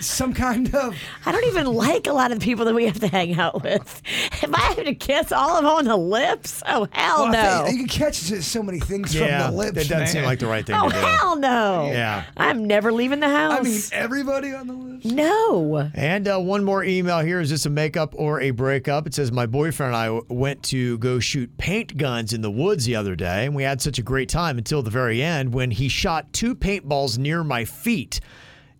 Speaker 4: some kind of
Speaker 3: I don't even like a lot of the people that we have to hang out with. If I have to kiss all of them on the lips, oh hell
Speaker 4: Well, I think
Speaker 3: no.
Speaker 4: you can catch just so many things
Speaker 2: Yeah,
Speaker 4: from the lips.
Speaker 2: that doesn't
Speaker 4: man.
Speaker 2: seem like the right thing
Speaker 3: Oh
Speaker 2: to do.
Speaker 3: hell no.
Speaker 2: Yeah.
Speaker 3: I'm never leaving the house.
Speaker 4: I mean, everybody on the lips.
Speaker 3: No.
Speaker 2: And uh, one more email here. Is this a makeup or a breakup? It says, My boyfriend and I w- went to go shoot paint guns in the woods the other day, and we had such a great time until the very end when he shot two paintballs near my feet,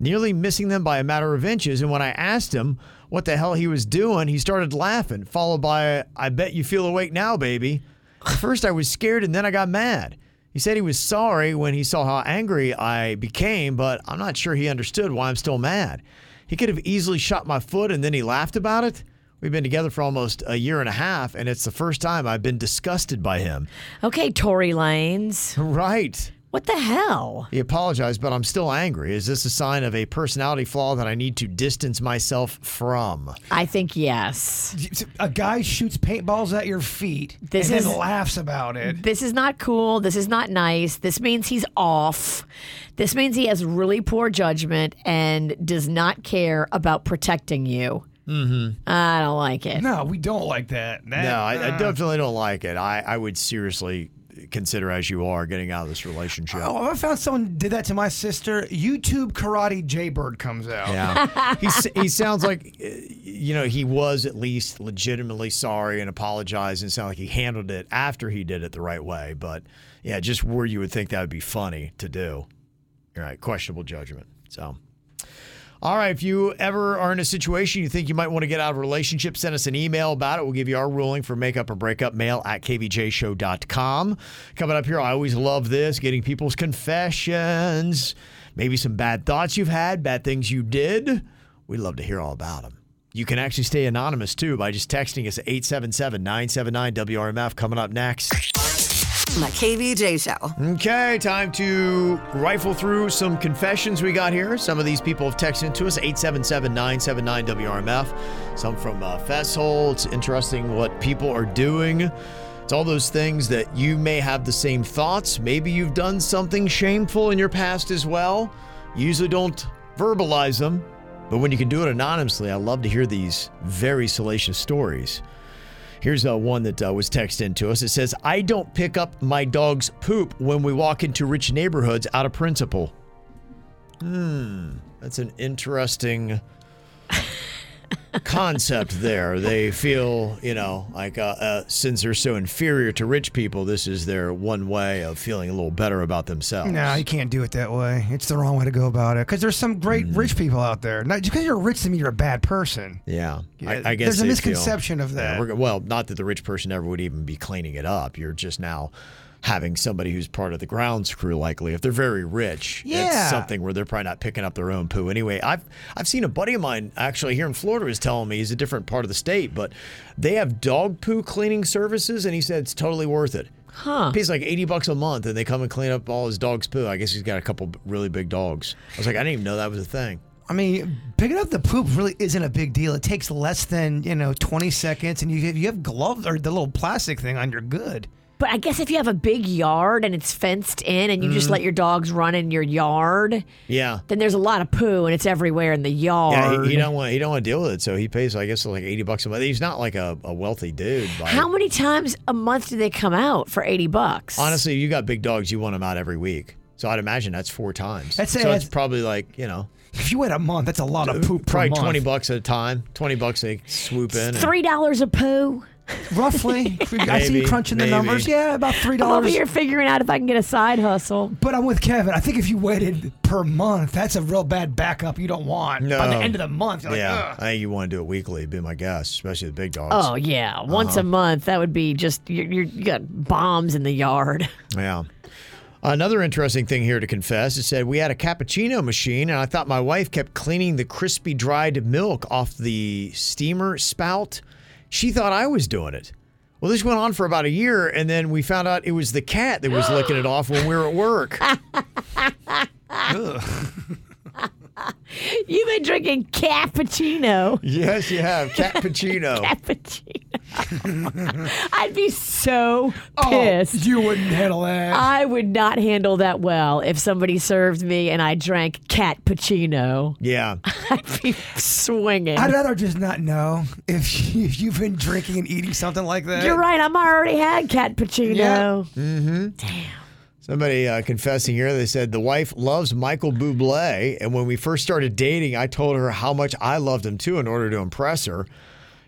Speaker 2: nearly missing them by a matter of inches. And when I asked him what the hell he was doing, he started laughing, followed by, I bet you feel awake now, baby. At first, I was scared, and then I got mad. He said he was sorry when he saw how angry I became, but I'm not sure he understood why I'm still mad. He could have easily shot my foot and then he laughed about it. We've been together for almost a year and a half, and it's the first time I've been disgusted by him.
Speaker 3: Okay, Tory Lanes.
Speaker 2: Right.
Speaker 3: What the hell?
Speaker 2: He apologized, but I'm still angry. Is this a sign of a personality flaw that I need to distance myself from?
Speaker 3: I think yes.
Speaker 4: A guy shoots paintballs at your feet
Speaker 3: This
Speaker 4: and
Speaker 3: is-
Speaker 4: then laughs about it.
Speaker 3: This is not cool. This is not nice. This means he's off. This means he has really poor judgment and does not care about protecting you.
Speaker 2: Mm-hmm.
Speaker 3: I don't like it.
Speaker 4: No, we don't like that. That-
Speaker 2: no, I, I
Speaker 4: uh.
Speaker 2: definitely don't like it. I, I would seriously consider, as you are, getting out of this relationship.
Speaker 4: Oh, I found someone did that to my sister. YouTube Karate Jaybird comes out.
Speaker 2: Yeah. he, s- he sounds like, uh, you know, he was at least legitimately sorry and apologized and sounded like he handled it after he did it the right way. But yeah, just where you would think that would be funny to do. All right. Questionable judgment. So. All right, if you ever are in a situation you think you might want to get out of a relationship, send us an email about it. We'll give you our ruling for makeup or breakup mail at kvjshow.com. Coming up here, I always love this getting people's confessions, maybe some bad thoughts you've had, bad things you did. We'd love to hear all about them. You can actually stay anonymous too by just texting us at 877 979 WRMF. Coming up next.
Speaker 5: My KVJ show.
Speaker 2: Okay, time to rifle through some confessions we got here. Some of these people have texted to us 877-979-WRMF. Some from uh, Fesshole. It's interesting what people are doing. It's all those things that you may have the same thoughts. Maybe you've done something shameful in your past as well. You usually don't verbalize them, but when you can do it anonymously, I love to hear these very salacious stories. Here's uh, one that uh, was texted in to us. It says, I don't pick up my dog's poop when we walk into rich neighborhoods out of principle. Hmm. That's an interesting concept there. They feel, you know, like uh, uh, since they're so inferior to rich people, this is their one way of feeling a little better about themselves.
Speaker 4: No, you can't do it that way. It's the wrong way to go about it. Because there's some great rich people out there. Not just because you're rich doesn't mean you're a bad person.
Speaker 2: Mm. Yeah,
Speaker 4: Yeah,
Speaker 2: I, I guess
Speaker 4: there's a
Speaker 2: they
Speaker 4: misconception
Speaker 2: feel-
Speaker 4: of
Speaker 2: Yeah,
Speaker 4: that.
Speaker 2: we're go- well, not that the rich person ever would even be cleaning it up. You're just now having somebody who's part of the grounds crew. Likely, if they're very rich,
Speaker 4: Yeah.
Speaker 2: it's something where they're probably not picking up their own poo anyway. I've I've seen a buddy of mine actually here in Florida is telling me he's a different part of the state, but they have dog poo cleaning services, and he said it's totally worth it.
Speaker 3: Huh.
Speaker 2: Pays like 80 bucks a month and they come and clean up all his dog's poo. I guess he's got a couple b- really big dogs. I was like, I didn't even know that was a thing.
Speaker 4: I mean, picking up the poop really isn't a big deal. It takes less than you know 20 seconds, and you have, you have gloves or the little plastic thing on. You're good.
Speaker 3: But I guess if you have a big yard and it's fenced in and you just
Speaker 2: Mm-hmm.
Speaker 4: Mhm.
Speaker 3: let your dogs run in your yard,
Speaker 2: Yeah.
Speaker 3: then there's a lot of poo and it's everywhere in the yard.
Speaker 2: Yeah, he, he don't want he don't want to deal with it, so he pays I guess like eighty bucks a month. He's not like a, a wealthy dude. By,
Speaker 3: How many times a month do they come out for 80 bucks?
Speaker 2: honestly, you got big dogs, you want them out every week. So I'd imagine that's four times.
Speaker 4: That's-
Speaker 2: so
Speaker 4: that's-
Speaker 2: it's probably like you know
Speaker 4: If you wait a month, that's a lot of poop. per
Speaker 2: probably
Speaker 4: month.
Speaker 2: twenty bucks at a time. Twenty bucks they swoop in. and-
Speaker 3: $3 a poo.
Speaker 4: Roughly. I see
Speaker 2: Maybe,
Speaker 4: you crunching the
Speaker 2: maybe.
Speaker 4: numbers. Yeah, about three
Speaker 3: I'm over
Speaker 4: dollars.
Speaker 3: here figuring out if I can get a side hustle.
Speaker 4: But I'm with Kevin. I think if you waited per month, that's a real bad backup you don't want. By the
Speaker 2: No.
Speaker 4: end of the month, you're like,
Speaker 2: yeah,
Speaker 4: Ugh.
Speaker 2: I think you want to do it weekly. Be my guess, especially the big dogs.
Speaker 3: Oh yeah, once
Speaker 2: Uh-huh.
Speaker 3: a month that would be just you you're, you got bombs in the yard.
Speaker 2: Yeah. Another interesting thing here to confess, it said we had a cappuccino machine and I thought my wife kept cleaning the crispy dried milk off the steamer spout. She thought I was doing it. Well, this went on for about a year and then we found out it was the cat that was licking it off when we were at work. Ugh.
Speaker 3: You've been drinking cappuccino.
Speaker 2: Yes, you have. Cappuccino.
Speaker 3: cappuccino. I'd be so
Speaker 4: Oh,
Speaker 3: pissed.
Speaker 4: you wouldn't handle that.
Speaker 3: I would not handle that well if somebody served me and I drank cappuccino.
Speaker 2: Yeah.
Speaker 3: I'd be swinging.
Speaker 4: I'd rather just not know if, you, if you've been drinking and eating something like that.
Speaker 3: You're right. I'm already had cappuccino.
Speaker 2: Mm-hmm. Damn. Somebody uh, confessing here, they said the wife loves Michael Bublé, and when we first started dating, I told her how much I loved him too in order to impress her.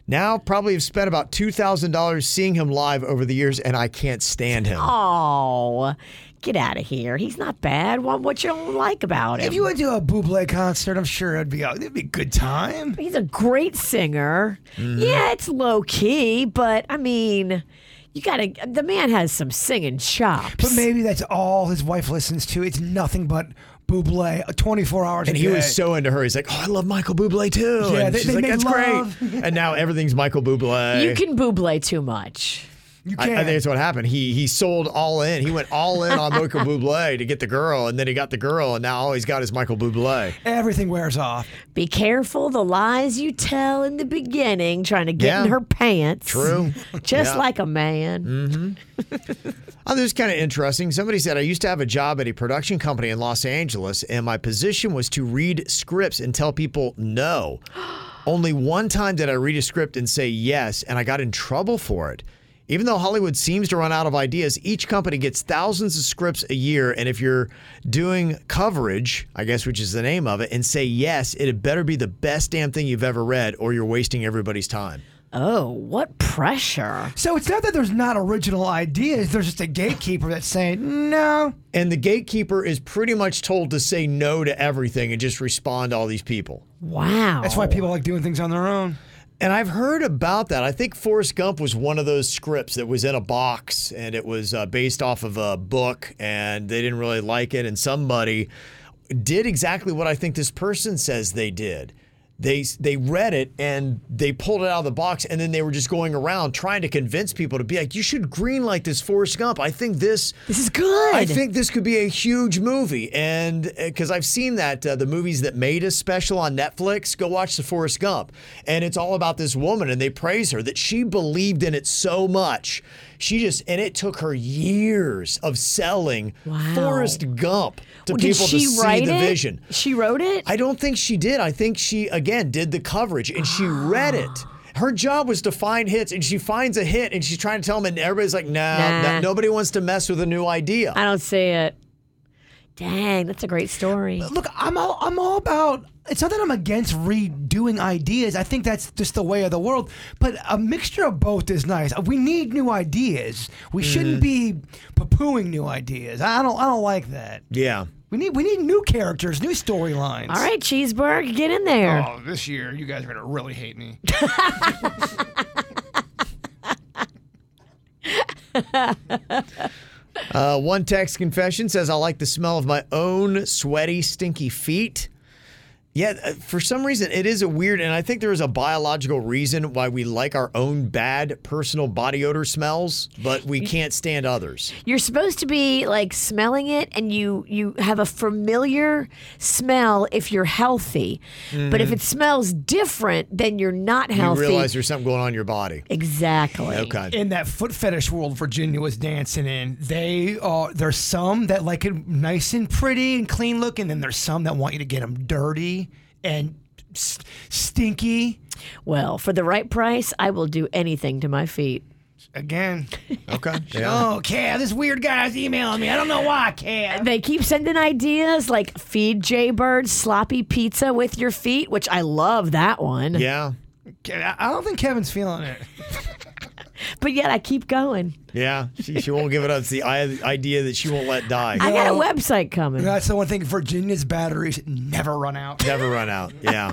Speaker 2: Now, probably have spent about two thousand dollars seeing him live over the years, and I can't stand him.
Speaker 3: Oh, get out of here. He's not bad. What, what you don't like about him?
Speaker 4: If you went to a Buble concert, I'm sure it'd be a, it'd be a good time.
Speaker 3: He's a great singer.
Speaker 2: Mm-hmm.
Speaker 3: Yeah, it's low key, but I mean, you gotta. The man has some singing chops.
Speaker 4: But maybe that's all his wife listens to. It's nothing but Buble 24 hours
Speaker 2: And
Speaker 4: a
Speaker 2: he
Speaker 4: day.
Speaker 2: was so into her. He's like, "Oh, I love Michael Bublé too."
Speaker 4: Yeah,
Speaker 2: and
Speaker 4: they-
Speaker 2: she's
Speaker 4: they
Speaker 2: like,
Speaker 4: made
Speaker 2: "That's
Speaker 4: love."
Speaker 2: great." and now everything's Michael Bublé.
Speaker 3: you can buble too much.
Speaker 4: You
Speaker 2: I, I think that's what happened. He he sold all in. He went all in on Michael Bublé to get the girl, and then he got the girl, and now all he's got is Michael Bublé.
Speaker 4: Everything wears off.
Speaker 3: Be careful the lies you tell in the beginning, trying to get in
Speaker 2: Yeah.
Speaker 3: her pants.
Speaker 2: True.
Speaker 3: Just
Speaker 2: Yeah.
Speaker 3: like a man.
Speaker 2: Mm-hmm. oh, this is kind of interesting. Somebody said, I used to have a job at a production company in Los Angeles, and my position was to read scripts and tell people no. Only one time did I read a script and say yes, and I got in trouble for it. Even though Hollywood seems to run out of ideas, each company gets thousands of scripts a year. And if you're doing coverage, I guess, which is the name of it, and say yes, it had better be the best damn thing you've ever read, or you're wasting everybody's time.
Speaker 3: Oh, what pressure.
Speaker 4: So it's not that there's not original ideas. There's just a gatekeeper that's saying no.
Speaker 2: And the gatekeeper is pretty much told to say no to everything and just respond to all these people.
Speaker 3: Wow.
Speaker 4: That's why people like doing things on their own.
Speaker 2: And I've heard about that. I think Forrest Gump was one of those scripts that was in a box and it was uh, based off of a book and they didn't really like it. And somebody did exactly what I think this person says they did. They, they read it and they pulled it out of the box and then they were just going around trying to convince people to be like you should green like this Forrest Gump. I think this
Speaker 3: this is good.
Speaker 2: I think this could be a huge movie, and because I've seen that uh, the movies that made a special on Netflix, go watch the Forrest Gump, and it's all about this woman, and they praise her that she believed in it so much, she just and it took her years of selling
Speaker 3: Wow.
Speaker 2: Forrest Gump to
Speaker 3: Well, did
Speaker 2: people to
Speaker 3: she
Speaker 2: see
Speaker 3: write
Speaker 2: the
Speaker 3: it?
Speaker 2: vision.
Speaker 3: She wrote it.
Speaker 2: I don't think she did. I think she again did the coverage and she read it. Her job was to find hits, and she finds a hit, and she's trying to tell them, and everybody's like, "No,
Speaker 3: Nah.
Speaker 2: no nobody wants to mess with a new idea."
Speaker 3: I don't see it. Dang, that's a great story.
Speaker 4: Look, I'm all I'm all about. It's not that I'm against redoing ideas. I think that's just the way of the world. But a mixture of both is nice. We need new ideas. We shouldn't
Speaker 2: Mhm.
Speaker 4: be poo-pooing new ideas. I don't I don't like that.
Speaker 2: Yeah.
Speaker 4: We need we need new characters, new storylines.
Speaker 3: All right, Cheeseburg, get in there.
Speaker 4: Oh, this year you guys are gonna really hate me.
Speaker 2: Uh, one text confession says, I like the smell of my own sweaty, stinky feet. Yeah, uh, for some reason, it is a weird, and I think there is a biological reason why we like our own bad personal body odor smells, but we can't stand others.
Speaker 3: You're supposed to be like smelling it, and you you have a familiar smell if you're healthy. But if
Speaker 2: Mhm.
Speaker 3: it smells different, then you're not healthy.
Speaker 2: You realize there's something going on in your body.
Speaker 3: Exactly.
Speaker 2: Okay.
Speaker 4: In that foot fetish world Virginia was dancing in, they are there's some that like it nice and pretty and clean looking, and there's some that want you to get them dirty and s- stinky.
Speaker 3: Well, for the right price, I will do anything to my feet.
Speaker 4: Again.
Speaker 2: Okay.
Speaker 4: Oh, Kev, this weird guy's emailing me. I don't know why, Kev.
Speaker 3: They keep sending ideas like feed Jaybird sloppy pizza with your feet, which I love that one.
Speaker 2: Yeah.
Speaker 4: Ke- I I don't think Kevin's feeling it.
Speaker 3: But yet I keep going.
Speaker 2: Yeah, she, she won't give it up. It's the i- idea that she won't let die.
Speaker 3: I got a website coming.
Speaker 4: That's the one thing. Virginia's batteries never run out.
Speaker 2: Never run out. Yeah.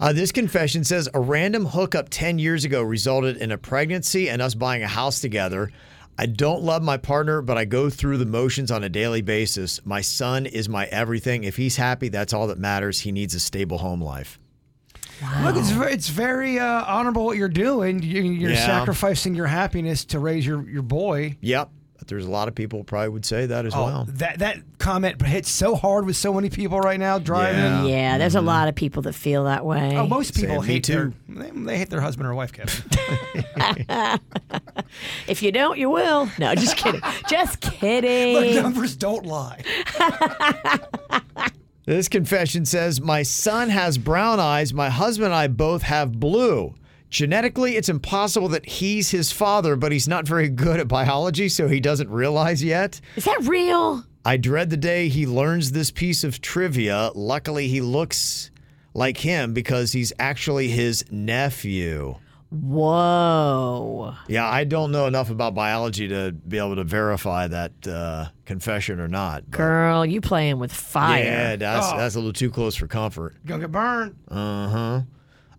Speaker 2: Uh, this confession says a random hookup 10 years ago resulted in a pregnancy and us buying a house together. I don't love my partner, but I go through the motions on a daily basis. My son is my everything. If he's happy, that's all that matters. He needs a stable home life.
Speaker 4: Look, it's very, it's very uh, honorable what you're doing. You- You're
Speaker 2: Yeah.
Speaker 4: sacrificing your happiness to raise your, your boy.
Speaker 2: Yep. But there's a lot of people who probably would say that as
Speaker 4: Oh,
Speaker 2: well.
Speaker 4: That that comment hits so hard with so many people right now driving.
Speaker 2: Yeah.
Speaker 3: Yeah, there's
Speaker 2: Mm-hmm.
Speaker 3: a lot of people that feel that way.
Speaker 4: Oh, most people hate
Speaker 3: you.
Speaker 4: their they, they hate their husband or wife, Kevin.
Speaker 3: If you don't, you will. No, just kidding. just kidding.
Speaker 4: Look, numbers don't lie.
Speaker 2: This confession says My son has brown eyes. My husband and I both have blue. Genetically, it's impossible that he's his father, but he's not very good at biology, so he doesn't realize yet.
Speaker 3: Is that real?
Speaker 2: I dread the day he learns this piece of trivia. Luckily, he looks like him because he's actually his nephew.
Speaker 3: Whoa.
Speaker 2: Yeah, I don't know enough about biology to be able to verify that uh, confession or not.
Speaker 3: Girl, you playing with fire.
Speaker 2: Yeah, that's,
Speaker 3: Oh.
Speaker 2: that's a little too close for comfort.
Speaker 4: Gonna get burned.
Speaker 2: Uh-huh.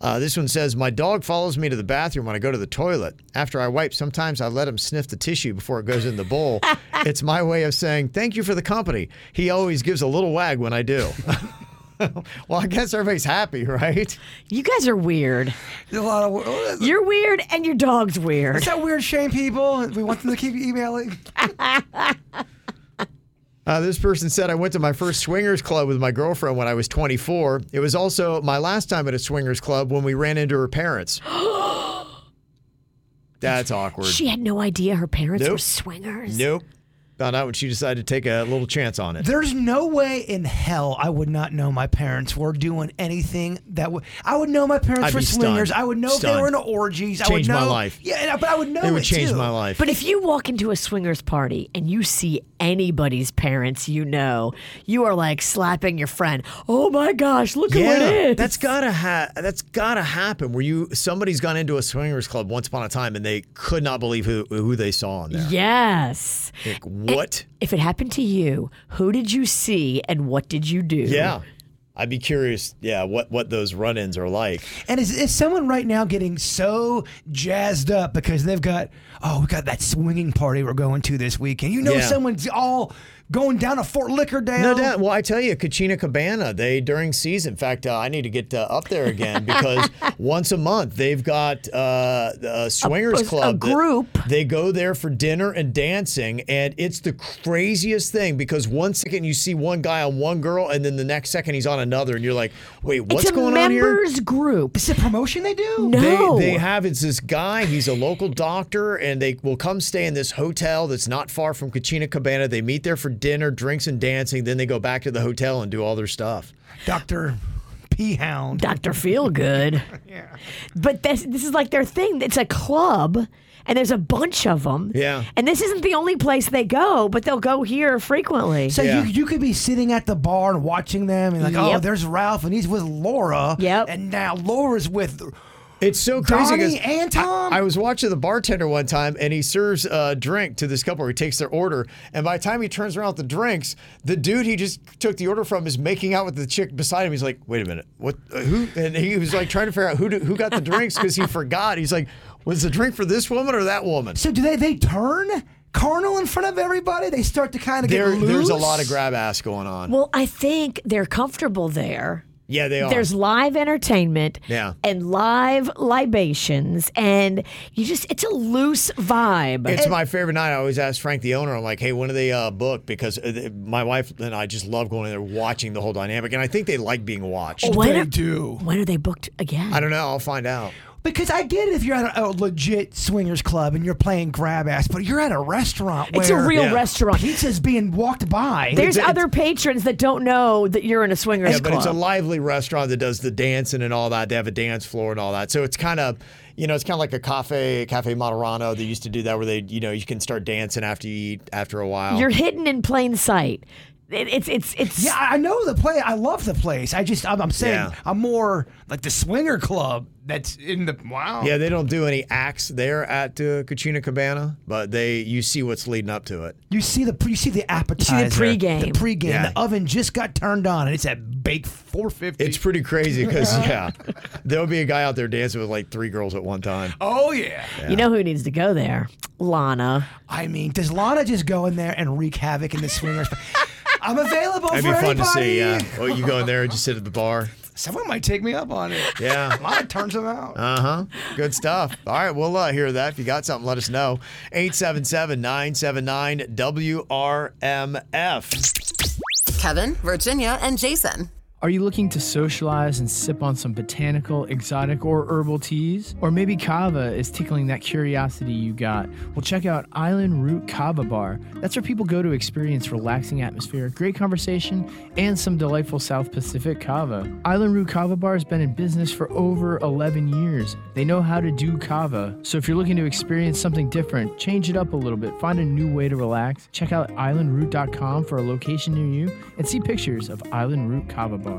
Speaker 2: Uh, this one says, My dog follows me to the bathroom when I go to the toilet. After I wipe, sometimes I let him sniff the tissue before it goes in the bowl. it's my way of saying, Thank you for the company. He always gives a little wag when I do. well, I guess everybody's happy, right?
Speaker 3: You guys are weird.
Speaker 4: There's a lot of
Speaker 3: You're weird and your dog's weird.
Speaker 4: Is that weird shame people? We want them to keep emailing.
Speaker 2: Uh, this person said, I went to my first swingers club with my girlfriend when I was 24. It was also my last time at a swingers club when we ran into her parents. That's awkward.
Speaker 3: She had no idea her parents were
Speaker 2: Nope.
Speaker 3: swingers.
Speaker 2: Nope. Found out when she decided to take a little chance on it.
Speaker 4: There's no way in hell I would not know my parents were doing anything that would. I would know my parents
Speaker 2: I'd
Speaker 4: were
Speaker 2: be stunned.
Speaker 4: swingers. I would know if they were
Speaker 2: Stunned.
Speaker 4: in orgies. I would
Speaker 2: Changed
Speaker 4: know.
Speaker 2: my life.
Speaker 4: Yeah, and I- but I would know
Speaker 2: It would
Speaker 4: it
Speaker 2: change
Speaker 4: too.
Speaker 2: my life.
Speaker 3: But if you walk into a swingers party and you see anybody's parents you know, you are like slapping your friend. Oh my gosh, look who it is.
Speaker 2: That's gotta ha- that's gotta happen. Where you somebody's gone into a swingers club once upon a time and they could not believe who who they saw in there.
Speaker 3: Yes.
Speaker 2: Like, what?
Speaker 3: If it happened to you, who did you see and what did you do?
Speaker 2: yeah. I'd be curious, yeah, what, what those run ins are like.
Speaker 4: And is, is someone right now getting so jazzed up because they've got, oh, we got that swinging party we're going to this weekend? You know,
Speaker 2: Yeah.
Speaker 4: someone's all going down a Fort Liquor Dale.
Speaker 2: No doubt. Well, I tell you, Kachina Cabana, they during season. In fact, uh, I need to get uh, up there again because once a month they've got uh, a swingers
Speaker 3: a
Speaker 2: club. that-
Speaker 3: group.
Speaker 2: They go there for dinner and dancing, and it's the craziest thing because one second you see one guy on one girl, and then the next second he's on another, and you're like, "Wait, what's
Speaker 3: it's a
Speaker 2: going on here?"
Speaker 3: members group.
Speaker 4: Is it promotion they do?
Speaker 3: No.
Speaker 2: They, they have it's this guy. He's a local doctor, and they will come stay in this hotel that's not far from Kachina Cabana. They meet there for dinner, drinks, and dancing. Then they go back to the hotel and do all their stuff.
Speaker 4: Dr. Peahound.
Speaker 3: Dr. Feelgood. yeah. But this, this is like their thing. It's a club and there's a bunch of them.
Speaker 2: Yeah.
Speaker 3: And this isn't the only place they go, but they'll go here frequently.
Speaker 4: So you, you could be sitting at the bar and watching them and like, oh,
Speaker 3: Yep.
Speaker 4: there's Ralph and he's with Laura. Yep. And now Laura's with
Speaker 2: It's so crazy
Speaker 4: Donnie
Speaker 2: 'cause
Speaker 4: and Tom.
Speaker 2: I, I was watching the bartender one time, and he serves a drink to this couple. He takes their order, and by the time he turns around with the drinks, the dude he just took the order from is making out with the chick beside him. He's like, "Wait a minute, what? uh, who?" And he was like trying to figure out who do, who got the drinks because he forgot. He's like, "Was the drink for this woman or that woman?"
Speaker 4: So do they they turn carnal in front of everybody? They start to kind of get
Speaker 2: There,
Speaker 4: loose.
Speaker 2: there's a lot of grab ass going on.
Speaker 3: Well, I think they're comfortable there.
Speaker 2: Yeah, they are.
Speaker 3: There's live entertainment
Speaker 2: Yeah.
Speaker 3: and live libations, and you just, it's a loose vibe.
Speaker 2: It's
Speaker 3: And-
Speaker 2: my favorite night. I always ask Frank, the owner, I'm like, hey, when do they uh, book? Because uh, th- my wife and I just love going in there watching the whole dynamic. And I think they like being watched.
Speaker 3: When are-
Speaker 4: do.
Speaker 3: When are they booked again?
Speaker 2: I don't know. I'll find out.
Speaker 4: Because I get it if you're at a, a legit swingers club and you're playing grab ass, but you're at a restaurant.
Speaker 3: It's a
Speaker 4: where
Speaker 3: real Yeah. restaurant.
Speaker 4: Pizza's being walked by.
Speaker 3: There's other patrons that don't know that you're in a swingers
Speaker 2: Yeah, but it's a
Speaker 3: club.
Speaker 2: lively restaurant that does the dancing and all that. They have a dance floor and all that. So it's kind of, you know, it's kind of like a cafe, Cafe Moderano. They used to do that where they, you know, you can start dancing after you eat after a while.
Speaker 3: you're hidden in plain sight. It, it's it's it's
Speaker 4: Yeah, I I know the place. I love the place. I just, I'm, I'm saying,
Speaker 2: Yeah.
Speaker 4: I'm more like the swinger club that's in the wow.
Speaker 2: yeah, they don't do any acts there at uh, Cucina Cabana, but they you see what's leading up to it.
Speaker 4: You see the you see the appetizer,
Speaker 3: pregame.
Speaker 4: the pregame.
Speaker 2: Yeah.
Speaker 4: The oven just got turned on, and it's at bake 450.
Speaker 2: It's pretty crazy because yeah, there'll be a guy out there dancing with like three girls at one time.
Speaker 4: oh yeah.
Speaker 3: You know who needs to go there? Lana.
Speaker 4: I mean, does Lana just go in there and wreak havoc in the swingers? I'm available
Speaker 2: That'd
Speaker 4: for
Speaker 2: be fun
Speaker 4: anybody.
Speaker 2: to see. Yeah. Oh, you go in there and just sit at the bar.
Speaker 4: Someone might take me up on it.
Speaker 2: Yeah.
Speaker 4: Lana turns them out.
Speaker 2: Uh huh. Good stuff. All right. We'll uh, hear that. If you got something, let us know. 877 979 WRMF.
Speaker 5: Kevin, Virginia, and Jason.
Speaker 9: Are you looking to socialize and sip on some botanical, exotic, or herbal teas? Or maybe kava is tickling that curiosity you got? Well, check out Island Root Kava Bar. That's where people go to experience relaxing atmosphere, great conversation, and some delightful South Pacific kava. Island Root Kava Bar has been in business for over 11 years. They know how to do kava. So if you're looking to experience something different, change it up a little bit, find a new way to relax, check out islandroot.com for a location near you and see pictures of Island Root Kava Bar.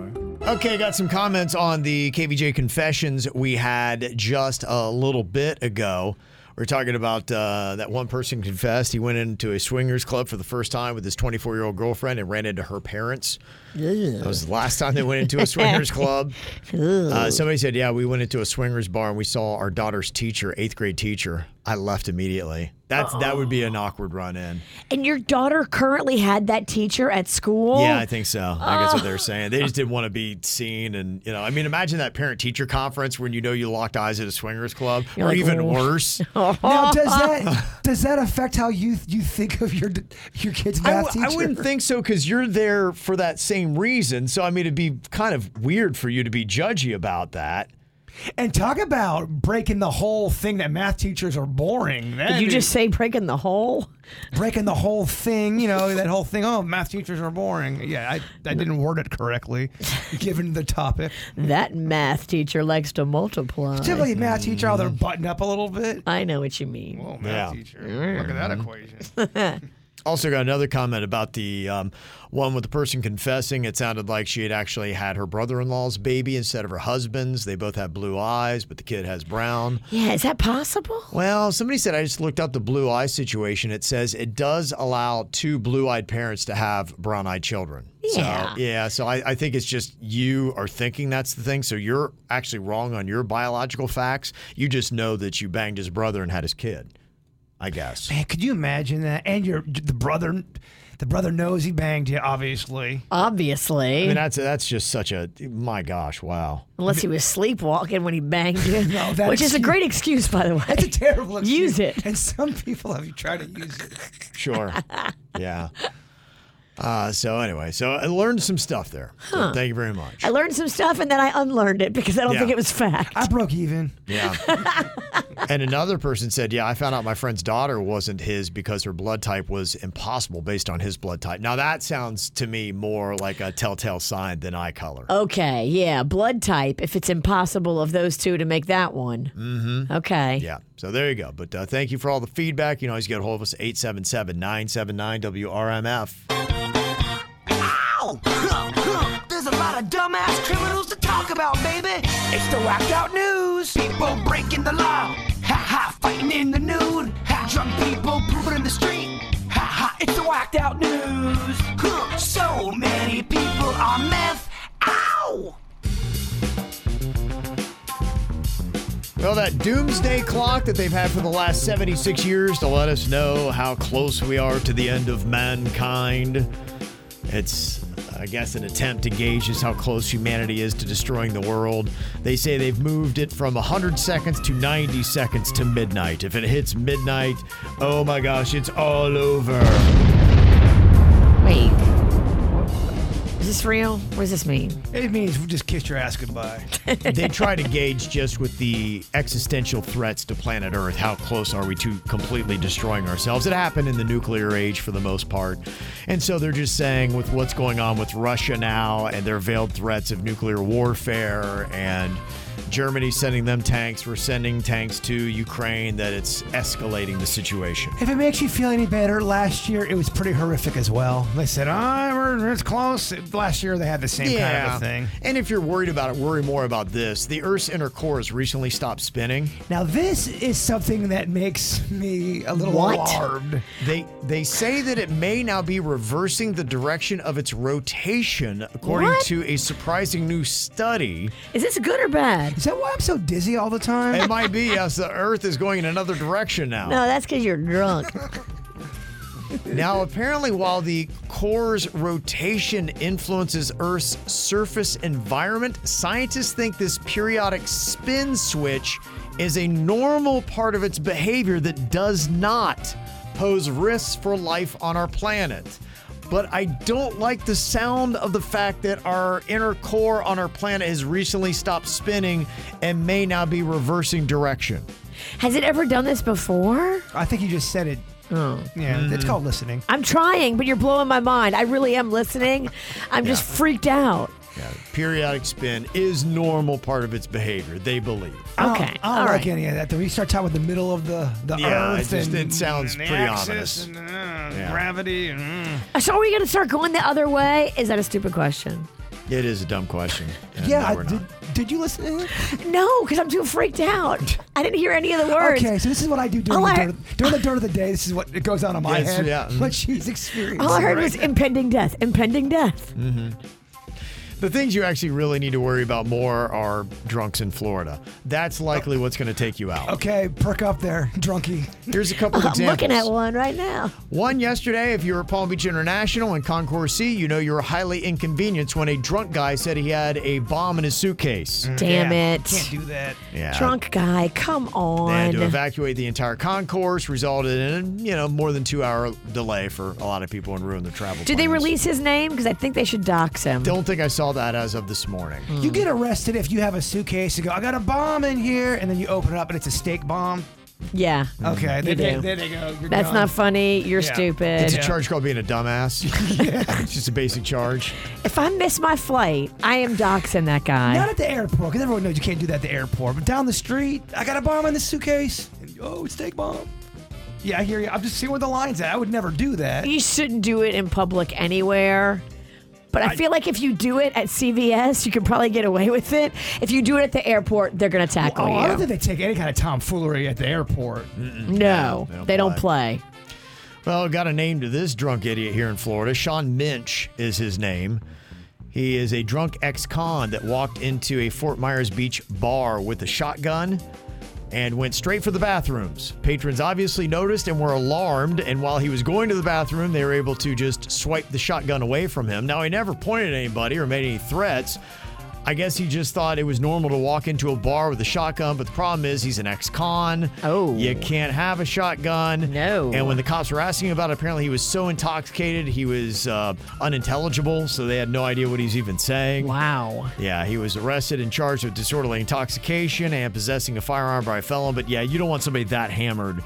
Speaker 2: Okay. Got some comments on the KVJ confessions we had just a little bit ago. We're talking about uh, that one person confessed he went into a swingers club for the first time with his 24 year old girlfriend and ran into her parents. That was the last time they went into a swingers club. Uh, somebody said, "Yeah, we went into a swingers bar and we saw our daughter's teacher, eighth grade teacher. I left immediately. That's that would be an awkward run in.
Speaker 3: And your daughter currently had that teacher at school?
Speaker 2: Yeah, I think so. I guess
Speaker 3: Oh.
Speaker 2: what they're saying. They just didn't want to be seen, and you know, I mean, imagine that parent teacher conference when you know you locked eyes at a swingers club,
Speaker 3: You're
Speaker 2: or
Speaker 3: like,
Speaker 2: even
Speaker 3: "Oh."
Speaker 2: worse.
Speaker 4: Now, does that does that affect how you you think of your your kid's
Speaker 2: I
Speaker 4: math
Speaker 2: w- I
Speaker 4: teacher?
Speaker 2: wouldn't think so because you're there for that same reason. So I mean, it'd be kind of weird for you to be judgy about that.
Speaker 4: And talk about breaking the whole thing that math teachers are boring.
Speaker 3: Did you just say breaking the hole?
Speaker 4: breaking the whole thing, you know, that whole thing. Oh, math teachers are boring. Yeah, I, I didn't word it correctly, given the topic.
Speaker 3: That math teacher likes to multiply.
Speaker 4: Typically, math teacher, oh, they're buttoned up a little bit.
Speaker 3: I know what you mean.
Speaker 4: Oh, math
Speaker 2: Mm-hmm. Yeah.
Speaker 4: teacher. Look at that equation.
Speaker 2: Also got another comment about the um, one with the person confessing. It sounded like she had actually had her brother-in-law's baby instead of her husband's. They both have blue eyes, but the kid has brown.
Speaker 3: Yeah, is that possible?
Speaker 2: Well, somebody said I just looked up the blue eye situation. It says it does allow two blue-eyed parents to have brown-eyed children.
Speaker 3: Yeah.
Speaker 2: So, yeah. So I, I think it's just you are thinking that's the thing. So you're actually wrong on your biological facts. You just know that you banged his brother and had his kid. I guess.
Speaker 4: Man, could you imagine that? And your the brother, the brother knows he banged you, obviously.
Speaker 2: I
Speaker 3: Obviously.
Speaker 2: mean, that's that's just such a my gosh, wow.
Speaker 3: Unless he was sleepwalking when he banged you.
Speaker 4: No, that
Speaker 3: which is a
Speaker 4: excuse-
Speaker 3: great excuse, by the way.
Speaker 4: That's a terrible excuse.
Speaker 3: Use it.
Speaker 4: And some people have tried to use it.
Speaker 2: Sure. yeah. Uh, so anyway, so I learned some stuff there. So thank you very much.
Speaker 3: I learned some stuff and then I unlearned it because I don't
Speaker 2: Yeah.
Speaker 3: think it was fact.
Speaker 4: I broke even.
Speaker 2: Yeah. and another person said, "Yeah, I found out my friend's daughter wasn't his because her blood type was impossible based on his blood type." Now that sounds to me more like a telltale sign than eye color.
Speaker 3: Oh. Okay, yeah, blood type. If it's impossible of those two to make that one, mm-hmm. okay,
Speaker 2: Yeah. So there you go. But uh, thank you for all the feedback. You can always get a hold of us 877 979 WRMF.
Speaker 1: Ow! Huh, huh. There's a lot of dumbass criminals to talk about, baby. It's the whacked out news. People breaking the law. Ha ha, fighting in the nude. Ha, drunk people pooping in the street. Ha ha, it's the whacked out news. Huh, So many people are meth. Ow!
Speaker 2: Well, that doomsday clock that they've had for the last 76 years to let us know how close we are to the end of mankind. It's, I guess, an attempt to gauge just how close humanity is to destroying the world. They say they've moved it from 100 seconds to 90 seconds to midnight. If it hits midnight, oh my gosh, it's all over.
Speaker 3: Wait. Is this real? What does this mean?
Speaker 4: It means just kiss your ass goodbye.
Speaker 2: they try to gauge just with the existential threats to planet Earth how close are we to completely destroying ourselves. It happened in the nuclear age for the most part. And so they're just saying with what's going on with Russia now and their veiled threats of nuclear warfare and Germany sending them tanks, we're sending tanks to Ukraine, that it's escalating the situation.
Speaker 4: If it makes you feel any better, last year it was pretty horrific as well. They said, "Ah, we're it's close." Last year they had the same kind of a thing.
Speaker 2: And if you're worried about it, worry more about this. The Earth's inner core has recently stopped spinning.
Speaker 4: Now this is something that makes me a little
Speaker 2: What?
Speaker 4: alarmed.
Speaker 2: They they say that it may now be reversing the direction of its rotation, according
Speaker 4: What?
Speaker 2: to a surprising new study.
Speaker 3: Is this good or bad?
Speaker 4: Is that why I'm so dizzy all the time?
Speaker 2: It might be yes, the Earth is going in another direction now.
Speaker 3: No, that's because you're drunk.
Speaker 2: Now, apparently, while the core's rotation influences Earth's surface environment, scientists think this periodic spin switch is a normal part of its behavior that does not pose risks for life on our planet. But I don't like the sound of the fact that our inner core on our planet has recently stopped spinning and may now be reversing direction.
Speaker 3: Has it ever done this before?
Speaker 4: I think you just said it.
Speaker 3: Oh.
Speaker 4: Yeah,
Speaker 2: Mm-hmm.
Speaker 4: it's called listening.
Speaker 3: I'm trying, but you're blowing my mind. I really am listening. I'm just freaked out.
Speaker 2: Periodic spin is normal part of its behavior, they believe.
Speaker 3: Oh,
Speaker 4: I don't, Oh, I don't like any of that. Though you start talking with the middle of the the
Speaker 2: Yeah, it
Speaker 4: earth
Speaker 2: just-
Speaker 4: and
Speaker 2: it sounds
Speaker 4: and the
Speaker 2: pretty
Speaker 4: axis
Speaker 2: ominous.
Speaker 4: and, uh,
Speaker 2: Yeah.
Speaker 4: Gravity. mm.
Speaker 3: So are we going to start going the other way? Is that a stupid question?
Speaker 2: It is a dumb question. and
Speaker 4: Yeah,
Speaker 2: no,
Speaker 4: I-
Speaker 2: we're not.
Speaker 4: did, did you listen to him?
Speaker 3: No, because I'm too freaked out. I didn't hear any of the words.
Speaker 4: Okay, so this is what I do during,
Speaker 3: All
Speaker 4: the,
Speaker 3: I-
Speaker 4: dirt of, during the dirt of the day. This is what it goes on in my
Speaker 2: Yes,
Speaker 4: head.
Speaker 2: yeah.
Speaker 4: What she's experiencing.
Speaker 3: All I heard
Speaker 4: right
Speaker 3: was
Speaker 4: now.
Speaker 3: impending death, impending death.
Speaker 2: The things you actually really need to worry about more are drunks in Florida. That's likely what's going to take you out.
Speaker 4: Okay, perk up there, drunky.
Speaker 2: Here's a couple of
Speaker 3: I'm
Speaker 2: examples.
Speaker 3: looking at one right now.
Speaker 2: One yesterday, if you were at Palm Beach International and Concourse C, you know you were highly inconvenienced when a drunk guy said he had a bomb in his suitcase.
Speaker 3: Damn it.
Speaker 4: do that.
Speaker 2: Yeah.
Speaker 3: Mm. Drunk guy, come
Speaker 2: They had to
Speaker 3: on.
Speaker 2: evacuate the entire concourse, resulted in you know more than two hour delay for a lot of people and ruined their travel.
Speaker 3: Did they
Speaker 2: plans.
Speaker 3: release his name? Because I think they should dox him.
Speaker 2: Don't think I saw that as of this morning.
Speaker 4: You get arrested if you have a suitcase and go, I got a bomb in here, and then you open it up and it's a steak bomb.
Speaker 3: Yeah.
Speaker 4: Okay, then,
Speaker 3: You
Speaker 4: they,
Speaker 3: do.
Speaker 4: then they go. You're
Speaker 3: That's
Speaker 4: done.
Speaker 3: not funny. You're
Speaker 4: Yeah.
Speaker 3: stupid.
Speaker 2: It's a charge called being a dumbass. It's just a basic charge.
Speaker 3: If I miss my flight, I am doxing that guy.
Speaker 4: Not at the airport, because everyone knows you can't do that at the airport. But down the street, I got a bomb in the suitcase. And, oh, it's steak bomb. Yeah, I hear you. I'm just seeing where the line's at. I would never do that.
Speaker 3: you shouldn't do it in public anywhere. But I, feel like if you do it at CVS, you could probably get away with it. If you do it at the airport, they're going to tackle
Speaker 4: Oh, I don't
Speaker 3: you.
Speaker 4: think they take any kind of tomfoolery at the airport.
Speaker 3: no,
Speaker 2: They don't
Speaker 3: they don't play.
Speaker 2: Well, got a name to this drunk idiot here in Florida. Sean Minch is his name. He is a drunk ex con that walked into a Fort Myers Beach bar with a shotgun and went straight for the bathrooms. Patrons obviously noticed and were alarmed. And while he was going to the bathroom, they were able to just swipe the shotgun away from him. Now, he never pointed at anybody or made any threats. I guess he just thought it was normal to walk into a bar with a shotgun, but the problem is he's an ex con.
Speaker 3: Oh.
Speaker 2: You can't have a shotgun.
Speaker 3: No.
Speaker 2: And when the cops were asking him about it, apparently he was so intoxicated, he was uh, unintelligible, so they had no idea what he was even saying.
Speaker 3: Wow.
Speaker 2: Yeah, he was arrested and charged with disorderly intoxication and possessing a firearm by a felon. But yeah, you don't want somebody that hammered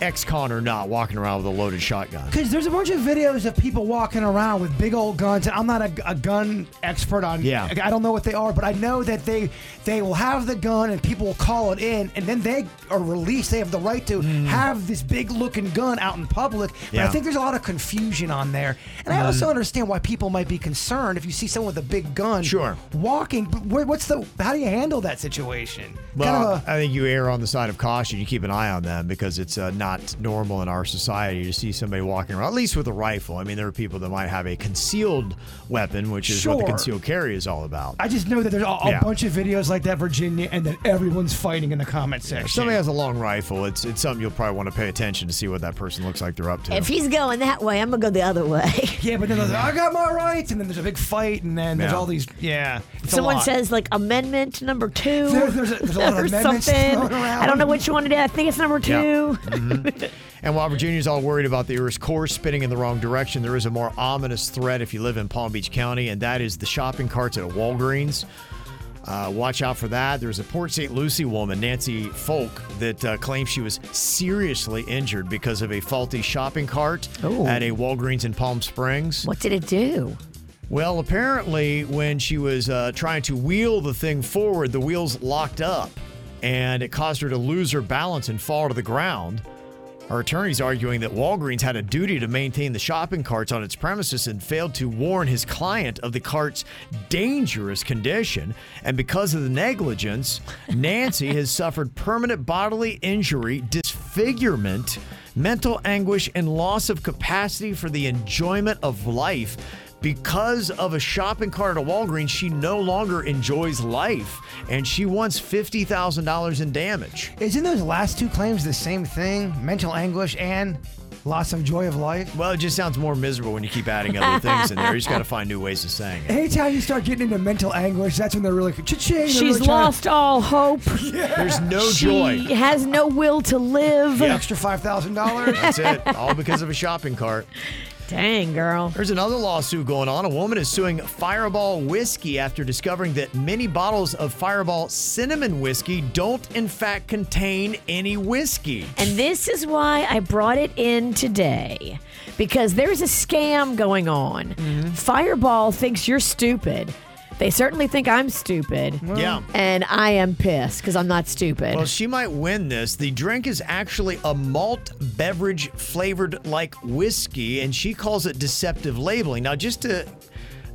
Speaker 2: ex-con or not, walking around with a loaded shotgun.
Speaker 4: Because there's a bunch of videos of people walking around with big old guns, and I'm not a, a gun expert on.
Speaker 2: Yeah.
Speaker 4: I don't know what they are, but I know that they they will have the gun, and people will call it in, and then they are released. They have the right to have this big looking gun out in public. But I
Speaker 2: Yeah.
Speaker 4: think there's a lot of confusion on there, and I also
Speaker 2: Mhm.
Speaker 4: understand why people might be concerned if you see someone with a big gun. Sure. Walking, but where- what's the? How do you handle that situation?
Speaker 2: Well,
Speaker 4: Kind of a-
Speaker 2: I think you err on the side of caution. You keep an eye on them because it's uh, not normal in our society to see somebody walking around, at least with a rifle. I mean, there are people that might have a concealed weapon, which is what the
Speaker 4: Sure.
Speaker 2: concealed carry is all about.
Speaker 4: I just know that there's a, a
Speaker 2: Yeah.
Speaker 4: bunch of videos like that, Virginia, and then everyone's fighting in the comment section.
Speaker 2: If somebody has a long rifle, it's it's something you'll probably want to pay attention to see what that person looks like they're up to.
Speaker 3: If he's going that way, I'm gonna go the other way.
Speaker 4: Yeah, but then there's, I got my rights, and then there's a big fight, and then there's
Speaker 2: Yeah.
Speaker 4: all these. Yeah, it's a
Speaker 3: Someone
Speaker 4: lot.
Speaker 3: says like amendment number two
Speaker 4: There- there's a- there's a lot of
Speaker 3: or
Speaker 4: amendments
Speaker 3: something.
Speaker 4: thrown around.
Speaker 3: I don't know which one it is. I think it's number two.
Speaker 2: Yeah. Mhm. and while Virginia's all worried about the Earth's core spinning in the wrong direction, there is a more ominous threat if you live in Palm Beach County, and that is the shopping carts at Walgreens. Uh, watch out for that. There's a Port St. Lucie woman, Nancy Folk, that uh, claims she was seriously injured because of a faulty shopping cart at a Walgreens in Palm Springs.
Speaker 3: What did it do?
Speaker 2: Well, apparently, when she was uh, trying to wheel the thing forward, the wheels locked up and it caused her to lose her balance and fall to the ground. Her attorney's arguing that Walgreens had a duty to maintain the shopping carts on its premises and failed to warn his client of the cart's dangerous condition. And because of the negligence, Nancy has suffered permanent bodily injury, disfigurement, mental anguish, and loss of capacity for the enjoyment of life. Because of a shopping cart at a Walgreens, she no longer enjoys life, and she wants fifty thousand dollars in damage.
Speaker 4: Isn't those last two claims the same thing? Mental anguish and loss of joy of life.
Speaker 2: Well, it just sounds more miserable when you keep adding other things in there. You just got to find new ways of saying it.
Speaker 4: Anytime you start getting into mental anguish, that's when they're really. Cha-ching, they're
Speaker 3: She's
Speaker 4: really trying to-
Speaker 3: lost all hope.
Speaker 2: There's no
Speaker 3: she
Speaker 2: joy.
Speaker 3: has no will to live.
Speaker 4: Extra five thousand dollars.
Speaker 2: That's it. All because of a shopping cart.
Speaker 3: Dang, girl.
Speaker 2: There's another lawsuit going on. A woman is suing Fireball Whiskey after discovering that many bottles of Fireball Cinnamon Whiskey don't, in fact, contain any whiskey.
Speaker 3: And this is why I brought it in today because there's a scam going on. Fireball thinks you're stupid. They certainly think I'm stupid.
Speaker 2: Yeah.
Speaker 3: And I am pissed because I'm not stupid.
Speaker 2: Well, she might win this. The drink is actually a malt beverage flavored like whiskey, and she calls it deceptive labeling. Now, just to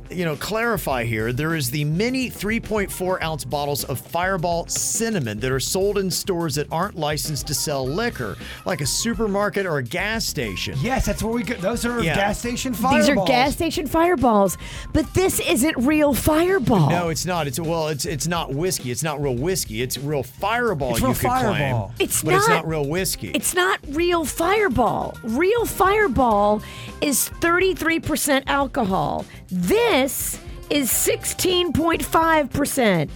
Speaker 2: you know clarify here there is the mini 3.4 ounce bottles of fireball cinnamon that are sold in stores that aren't licensed to sell liquor like a supermarket or a gas station
Speaker 4: yes that's where we get those are gas station
Speaker 3: These are
Speaker 4: fireballs.
Speaker 3: gas station fireballs, but this isn't real fireball.
Speaker 2: no it's not it's well it's it's not whiskey it's not real whiskey it's real fireball
Speaker 3: It's
Speaker 2: you
Speaker 3: real
Speaker 2: could
Speaker 3: Fireball.
Speaker 2: claim
Speaker 3: It's
Speaker 2: but it's
Speaker 3: not-
Speaker 2: not real whiskey
Speaker 3: It's not real fireball. Real fireball is 33% alcohol. This is 16.5%.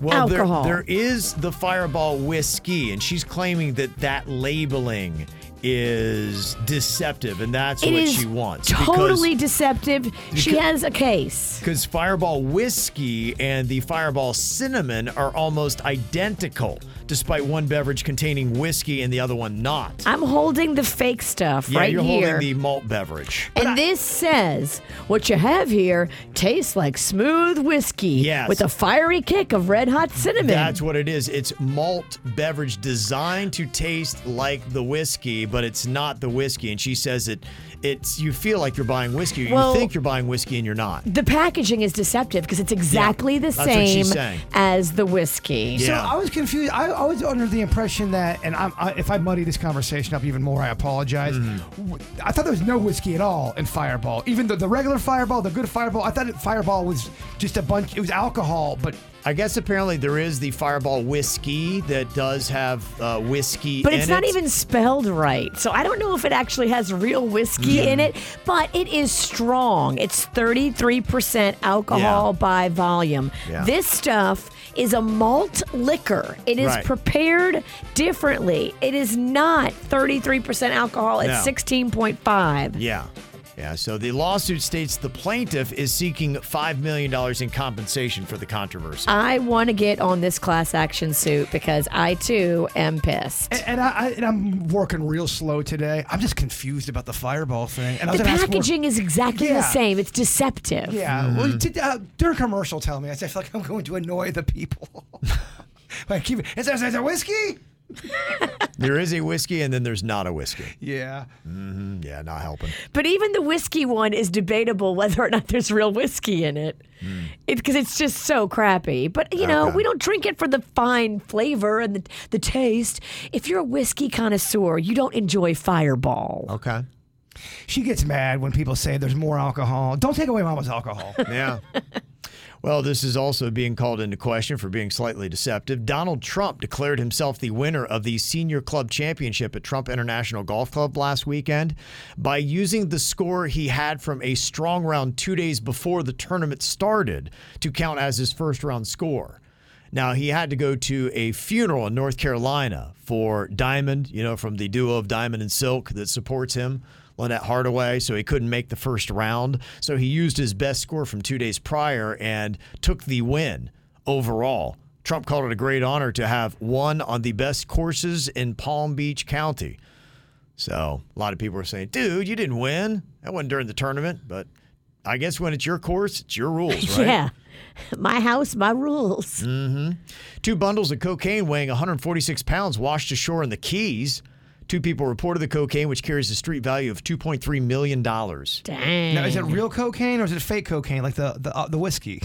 Speaker 2: Well, there-
Speaker 3: alcohol.
Speaker 2: there is the Fireball whiskey, and she's claiming that that labeling is deceptive, and that's
Speaker 3: It
Speaker 2: what
Speaker 3: is
Speaker 2: she wants.
Speaker 3: Totally deceptive. She
Speaker 2: because-
Speaker 3: has a case.
Speaker 2: Because Fireball whiskey and the Fireball cinnamon are almost identical, despite one beverage containing whiskey and the other one not.
Speaker 3: I'm holding the fake stuff
Speaker 2: yeah,
Speaker 3: right
Speaker 2: you're
Speaker 3: here.
Speaker 2: holding the malt beverage.
Speaker 3: and this says what you have here tastes like smooth whiskey
Speaker 2: Yes.
Speaker 3: with a fiery kick of red hot cinnamon.
Speaker 2: That's what it is. It's malt beverage designed to taste like the whiskey, but it's not the whiskey. And she says it. It's you feel like you're buying whiskey. Or you
Speaker 3: Well-
Speaker 2: think you're buying whiskey, and you're not.
Speaker 3: the packaging is deceptive because it's exactly the
Speaker 2: that's what she's
Speaker 3: same
Speaker 2: saying.
Speaker 3: as the whiskey.
Speaker 4: So I was confused. I, I was under the impression that, and I'm, I, if I muddy this conversation up even more, I apologize. W- I thought there was no whiskey at all in Fireball. Even the, the regular Fireball, the good Fireball, I thought it, Fireball was just a bunch. It was alcohol, but
Speaker 2: I guess apparently there is the Fireball whiskey that does have uh, whiskey,
Speaker 3: But
Speaker 2: in
Speaker 3: it's not
Speaker 2: it.
Speaker 3: even spelled right. So I don't know if it actually has real whiskey in it, but it is strong. It's 33% alcohol by volume.
Speaker 10: Yeah.
Speaker 3: This stuff is a malt liquor. It is
Speaker 10: Right.
Speaker 3: prepared differently. It is not 33% alcohol. It's
Speaker 2: No.
Speaker 3: 16.5.
Speaker 2: Yeah. Yeah, so the lawsuit states the plaintiff is seeking $5 million in compensation for the controversy.
Speaker 3: I want to get on this class action suit because I too am pissed.
Speaker 4: And, and I, I and I'm working real slow today. I'm just confused about the fireball thing. And I was
Speaker 3: the
Speaker 4: gonna ask more-
Speaker 3: packaging is exactly
Speaker 4: Yeah.
Speaker 3: the same. It's deceptive.
Speaker 4: Yeah. Well, you did, uh, during commercial, tell me. I said, I feel like I'm going to annoy the people. like, keep it. Is that, is that whiskey?
Speaker 2: there is a whiskey, and then there's not a whiskey.
Speaker 4: Yeah.
Speaker 2: hmm yeah, not helping.
Speaker 3: But even the whiskey one is debatable whether or not there's real whiskey in it. Because it's just so crappy. But, you know,
Speaker 2: Okay.
Speaker 3: we don't drink it for the fine flavor and the, the taste. If you're a whiskey connoisseur, you don't enjoy Fireball.
Speaker 4: Oh,
Speaker 2: Okay.
Speaker 4: She gets mad when people say there's more alcohol. Don't take away mama's alcohol.
Speaker 2: Yeah. Well, this is also being called into question for being slightly deceptive. Donald Trump declared himself the winner of the Senior Club Championship at Trump International Golf Club last weekend by using the score he had from a strong round two days before the tournament started to count as his first round score. Now, he had to go to a funeral in North Carolina for Diamond, you know, from the duo of Diamond and Silk that supports him, Lynette Hardaway. So he couldn't make the first round. So he used his best score from two days prior and took the win overall. Trump called it a great honor to have won on the best courses in Palm Beach County. So a lot of people are saying, dude, you didn't win. That wasn't during the tournament. But I guess when it's your course, it's your rules, right?
Speaker 3: Yeah. My house, my rules.
Speaker 4: Mm.
Speaker 2: hmm Two bundles of cocaine weighing 146 pounds washed ashore in the Keys. Two people reported the cocaine, which carries a street value of 2.3 million dollars.
Speaker 4: Now, is it real cocaine or is it fake cocaine, like the the, uh, the whiskey,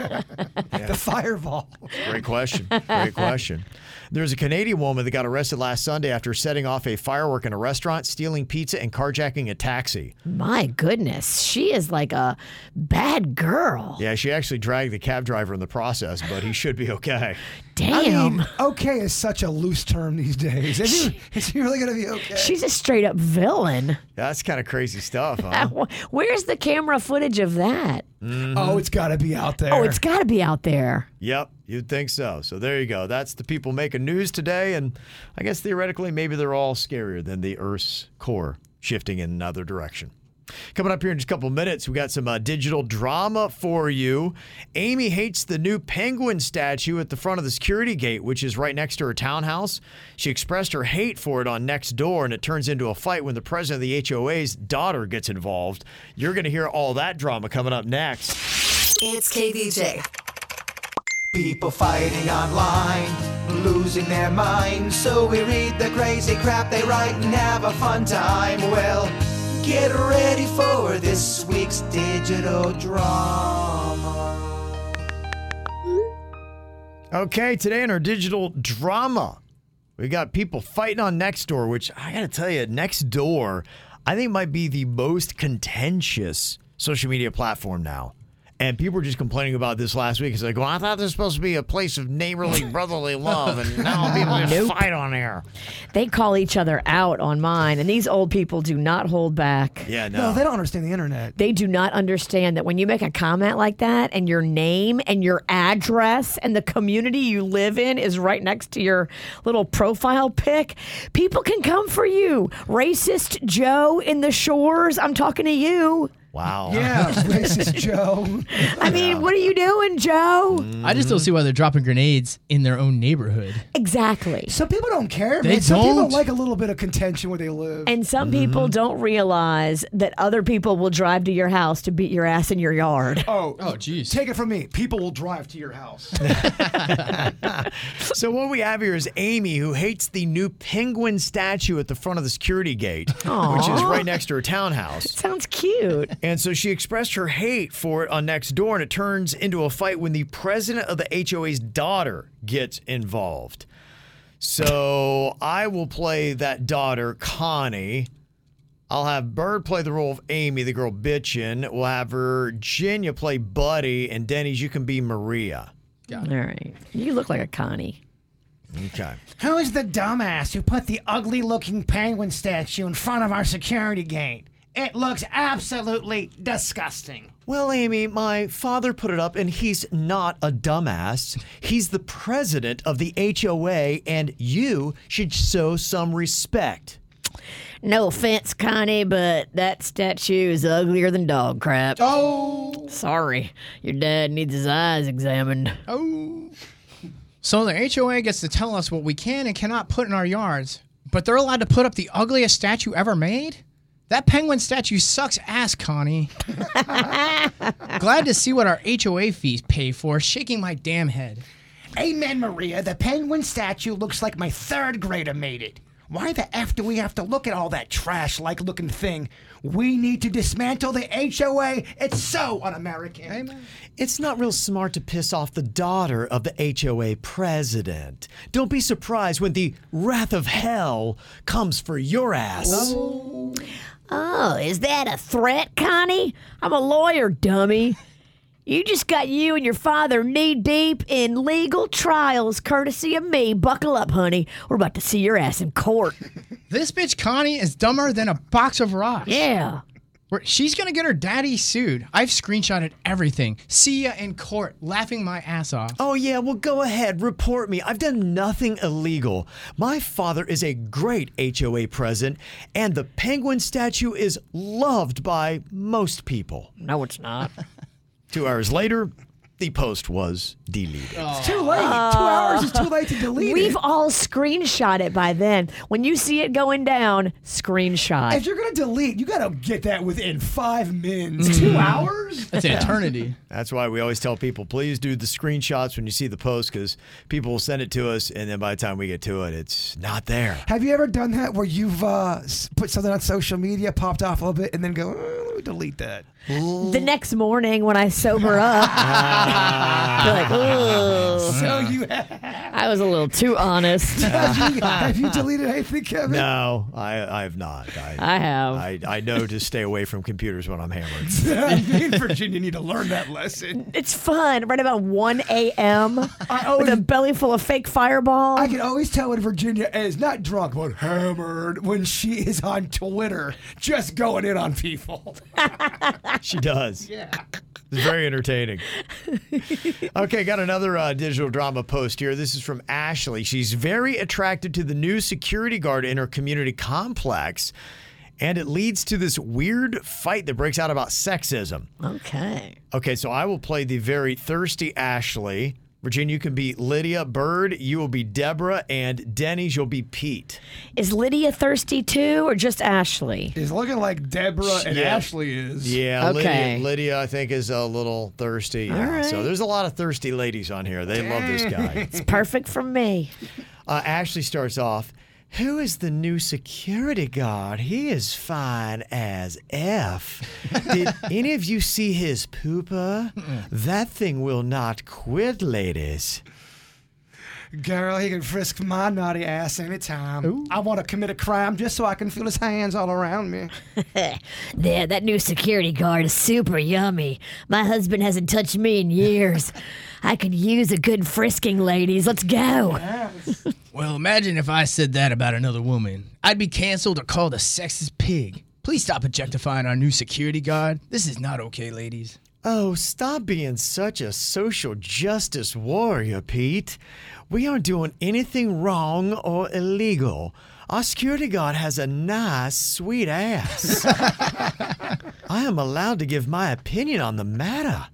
Speaker 4: the fireball?
Speaker 2: Great question. Great question. There's a Canadian woman that got arrested last Sunday after setting off a firework in a restaurant, stealing pizza, and carjacking a taxi.
Speaker 3: My goodness. She is like a bad girl.
Speaker 2: Yeah, she actually dragged the cab driver in the process, but he should be okay.
Speaker 4: I mean, okay is such a loose term these days. Is he, is he really going to be okay?
Speaker 3: She's a straight up villain.
Speaker 2: That's kind of crazy stuff, huh?
Speaker 3: Where's the camera footage of that?
Speaker 4: Oh, it's got to be out there.
Speaker 3: Oh, it's got to be out there.
Speaker 2: Yep, you'd think so. So there you go. That's the people making news today. And I guess theoretically, maybe they're all scarier than the Earth's core shifting in another direction. Coming up here in just a couple minutes, we got some uh, digital drama for you. Amy hates the new penguin statue at the front of the security gate, which is right next to her townhouse. She expressed her hate for it on Next Door, and it turns into a fight when the president of the HOA's daughter gets involved. You're going to hear all that drama coming up next.
Speaker 5: It's KVJ.
Speaker 1: People fighting online, losing their minds. So we read the crazy crap they write and have a fun time. Well, get ready for this week's digital drama.
Speaker 2: Okay, today in our digital drama, we got people fighting on Nextdoor, which I gotta tell you, Nextdoor, I think might be the most contentious social media platform now. And people were just complaining about this last week. It's like, well, I thought this was supposed to be a place of neighborly, brotherly love, and now people just
Speaker 3: Nope.
Speaker 2: fight on air.
Speaker 3: They call each other out on mine, and these old people do not hold back.
Speaker 2: Yeah,
Speaker 4: no, they don't understand the internet.
Speaker 3: They do not understand that when you make a comment like that and your name and your address and the community you live in is right next to your little profile pic, people can come for you. Racist Joe in the shores, I'm talking to you.
Speaker 2: Wow.
Speaker 4: Yeah, racist Joe.
Speaker 3: I mean, what are you doing, Joe?
Speaker 11: Mm.
Speaker 10: I just don't see why they're dropping grenades in their own neighborhood.
Speaker 3: Exactly.
Speaker 4: Some people don't care.
Speaker 10: They
Speaker 4: man. Some people
Speaker 10: don't.
Speaker 4: like a little bit of contention where they live.
Speaker 3: And some people don't realize that other people will drive to your house to beat your ass in your yard.
Speaker 4: Oh, oh, jeez. Take it from me. People will drive to your house.
Speaker 2: So what we have here is Amy, who hates the new penguin statue at the front of the security gate, which is
Speaker 3: Aw.
Speaker 2: right next to her townhouse.
Speaker 3: Sounds cute.
Speaker 2: And so she expressed her hate for it on Next Door, and it turns into a fight when the president of the HOA's daughter gets involved. So I will play that daughter, Connie. I'll have Bird play the role of Amy, the girl bitchin'. We'll have Virginia play Buddy, and Denny's, you can be Maria.
Speaker 3: All right. You look like a Connie.
Speaker 2: Okay.
Speaker 4: Who is the dumbass who put the ugly looking penguin statue in front of our security gate? It looks absolutely disgusting.
Speaker 2: Well, Amy, my father put it up, and he's not a dumbass. He's the president of the HOA, and you should show some respect.
Speaker 3: No offense, Connie, but that statue is uglier than dog crap.
Speaker 4: Oh!
Speaker 3: Sorry. Your dad needs his eyes examined.
Speaker 10: Oh. So the HOA gets to tell us what we can and cannot put in our yards, but they're allowed to put up the ugliest statue ever made? That penguin statue sucks ass, Connie. Glad to see what our HOA fees pay for, shaking my damn head.
Speaker 4: Amen, Maria. The penguin statue looks like my third grader made it. Why the F do we have to look at all that trash like looking thing? We need to dismantle the HOA. It's so un American.
Speaker 12: It's not real smart to piss off the daughter of the HOA president. Don't be surprised when the wrath of hell comes for your ass.
Speaker 3: Oh, is that a threat, Connie? I'm a lawyer, dummy. You just got you and your father knee deep in legal trials, courtesy of me. Buckle up, honey. We're about to see your ass in court.
Speaker 10: This bitch Connie is dumber than a box of rocks.
Speaker 3: Yeah.
Speaker 10: She's gonna get her daddy sued. I've screenshotted everything. See ya in court, laughing my ass off.
Speaker 12: Oh, yeah, well, go ahead, report me. I've done nothing illegal. My father is a great HOA president, and the penguin statue is loved by most people.
Speaker 3: No, it's not.
Speaker 2: Two hours later, the post was deleted.
Speaker 4: It's too late. Two hours is too late to delete
Speaker 3: We've
Speaker 4: it.
Speaker 3: all screenshot it by then. When you see it going down, screenshot.
Speaker 4: If you're gonna delete, you gotta get that within five mins.
Speaker 10: Mm.
Speaker 4: Two hours?
Speaker 2: That's why we always tell people please do the screenshots when you see the post because people will send it to us, and then by the time we get to it, it's not there.
Speaker 4: Have you ever done that where you've uh, s- put something on social media, popped off a little bit, and then go, "Uh, let me delete that?
Speaker 3: The next morning when I sober up,
Speaker 2: Ah.
Speaker 3: you're like, "Ugh."
Speaker 4: So
Speaker 2: Mm.
Speaker 4: you
Speaker 3: I was a little too honest.
Speaker 4: have, you, have you deleted anything, Kevin?
Speaker 2: No, I, I have not. I,
Speaker 3: I have.
Speaker 2: I, I know to stay away from computers when I'm hammered.
Speaker 4: you in Virginia need to learn that lesson.
Speaker 3: It's fun. Right about 1 a.m. with a belly full of fake fireball.
Speaker 4: I can always tell when Virginia is not drunk but hammered when she is on Twitter, just going in on people.
Speaker 2: She does. Yeah. It's very entertaining. okay, got another uh, digital drama post here. This is from Ashley. She's very attracted to the new security guard in her community complex, and it leads to this weird fight that breaks out about sexism.
Speaker 3: Okay.
Speaker 2: Okay, so I will play the very thirsty Ashley. Virginia, you can be Lydia Bird. You will be Deborah, and Denny's, you'll be Pete.
Speaker 3: Is Lydia thirsty too, or just Ashley?
Speaker 4: Is looking like Deborah and
Speaker 2: Yeah.
Speaker 4: Ashley is.
Speaker 2: Yeah,
Speaker 3: Okay.
Speaker 2: Lydia, Lydia, I think, is a little thirsty.
Speaker 3: All
Speaker 2: Yeah, So
Speaker 3: right.
Speaker 2: there's a lot of thirsty ladies on here. They love this guy.
Speaker 3: It's perfect for me.
Speaker 2: Uh, Ashley starts off. Who is the new security guard? He is fine as F. Did any of you see his pooper? That thing will not quit, ladies.
Speaker 4: Girl, he can frisk my naughty ass anytime. I want to commit a crime just so I can feel his hands all around me.
Speaker 3: There, that new security guard is super yummy. My husband hasn't touched me in years. I could use a good frisking, ladies. Let's go.
Speaker 10: Well, imagine if I said that about another woman. I'd be canceled or called a sexist pig. Please stop objectifying our new security guard. This is not okay, ladies.
Speaker 12: Oh, stop being such a social justice warrior, Pete. We aren't doing anything wrong or illegal. Our security guard has a nice, sweet ass. I am allowed to give my opinion on the matter.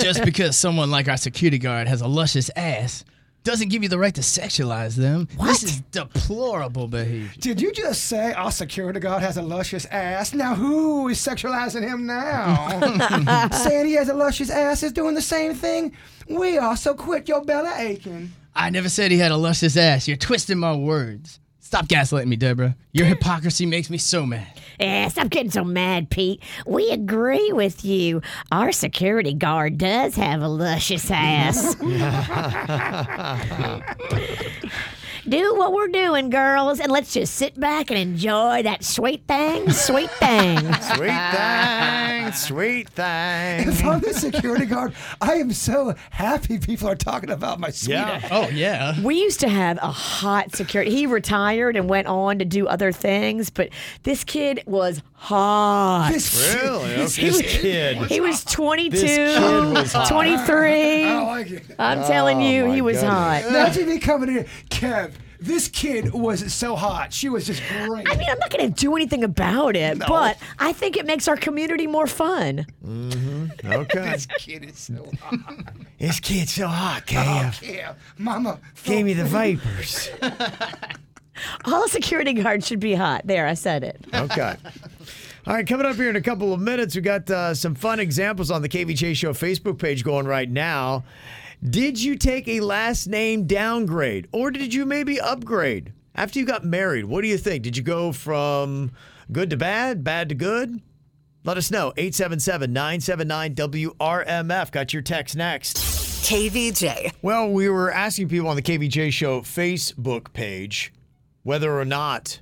Speaker 10: Just because someone like our security guard has a luscious ass doesn't give you the right to sexualize them. This is deplorable behavior.
Speaker 4: Did you just say our security guard has a luscious ass? Now who is sexualizing him now? Saying he has a luscious ass is doing the same thing. We are so quit your belly aching.
Speaker 10: I never said he had a luscious ass. You're twisting my words. Stop gaslighting me, Deborah. Your hypocrisy makes me so mad.
Speaker 3: Yeah, stop getting so mad, Pete. We agree with you. Our security guard does have a luscious ass. Do what we're doing, girls, and let's just sit back and enjoy that sweet thing, sweet thing.
Speaker 2: Sweet thing, sweet thing.
Speaker 4: If I'm the security guard, I am so happy people are talking about my sweet
Speaker 10: Yeah.
Speaker 4: ass.
Speaker 10: Oh, yeah.
Speaker 3: We used to have a hot security. He retired and went on to do other things, but this kid was hot.
Speaker 4: This kid-
Speaker 2: Really?
Speaker 4: this
Speaker 2: This
Speaker 4: kid-
Speaker 2: kid.
Speaker 3: He was 22,
Speaker 2: This kid was hot.
Speaker 3: 23.
Speaker 4: I don't like it.
Speaker 3: I'm telling
Speaker 2: Oh,
Speaker 3: you,
Speaker 2: my
Speaker 3: he was
Speaker 2: goodness.
Speaker 3: hot.
Speaker 4: Imagine me coming in, Kev. This kid was so hot. She was just great.
Speaker 3: I mean, I'm not going to do anything about it,
Speaker 4: No.
Speaker 3: but I think it makes our community more fun.
Speaker 2: Mm-hmm. Okay.
Speaker 4: this kid is so hot.
Speaker 2: this kid's so hot,
Speaker 4: Oh, yeah. Mama.
Speaker 2: Gave me the vapors.
Speaker 3: All security guards should be hot. There, I said it.
Speaker 2: Okay. All right, coming up here in a couple of minutes, we got uh, some fun examples on the KVJ Show Facebook page going right now. Did you take a last name downgrade or did you maybe upgrade? After you got married, what do you think? Did you go from good to bad, bad to good? Let us know. 877 979 WRMF. Got your text next.
Speaker 5: KVJ.
Speaker 2: Well, we were asking people on the KVJ Show Facebook page whether or not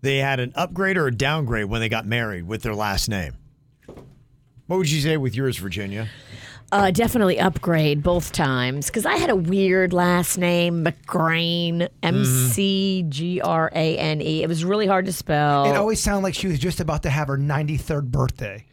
Speaker 2: they had an upgrade or a downgrade when they got married with their last name. What would you say with yours, Virginia?
Speaker 3: Uh, definitely upgrade both times because I had a weird last name, McGrain, M
Speaker 4: Mm-hmm.
Speaker 3: C G R A N E. It was really hard to spell.
Speaker 4: It always sounded like she was just about to have her 93rd birthday.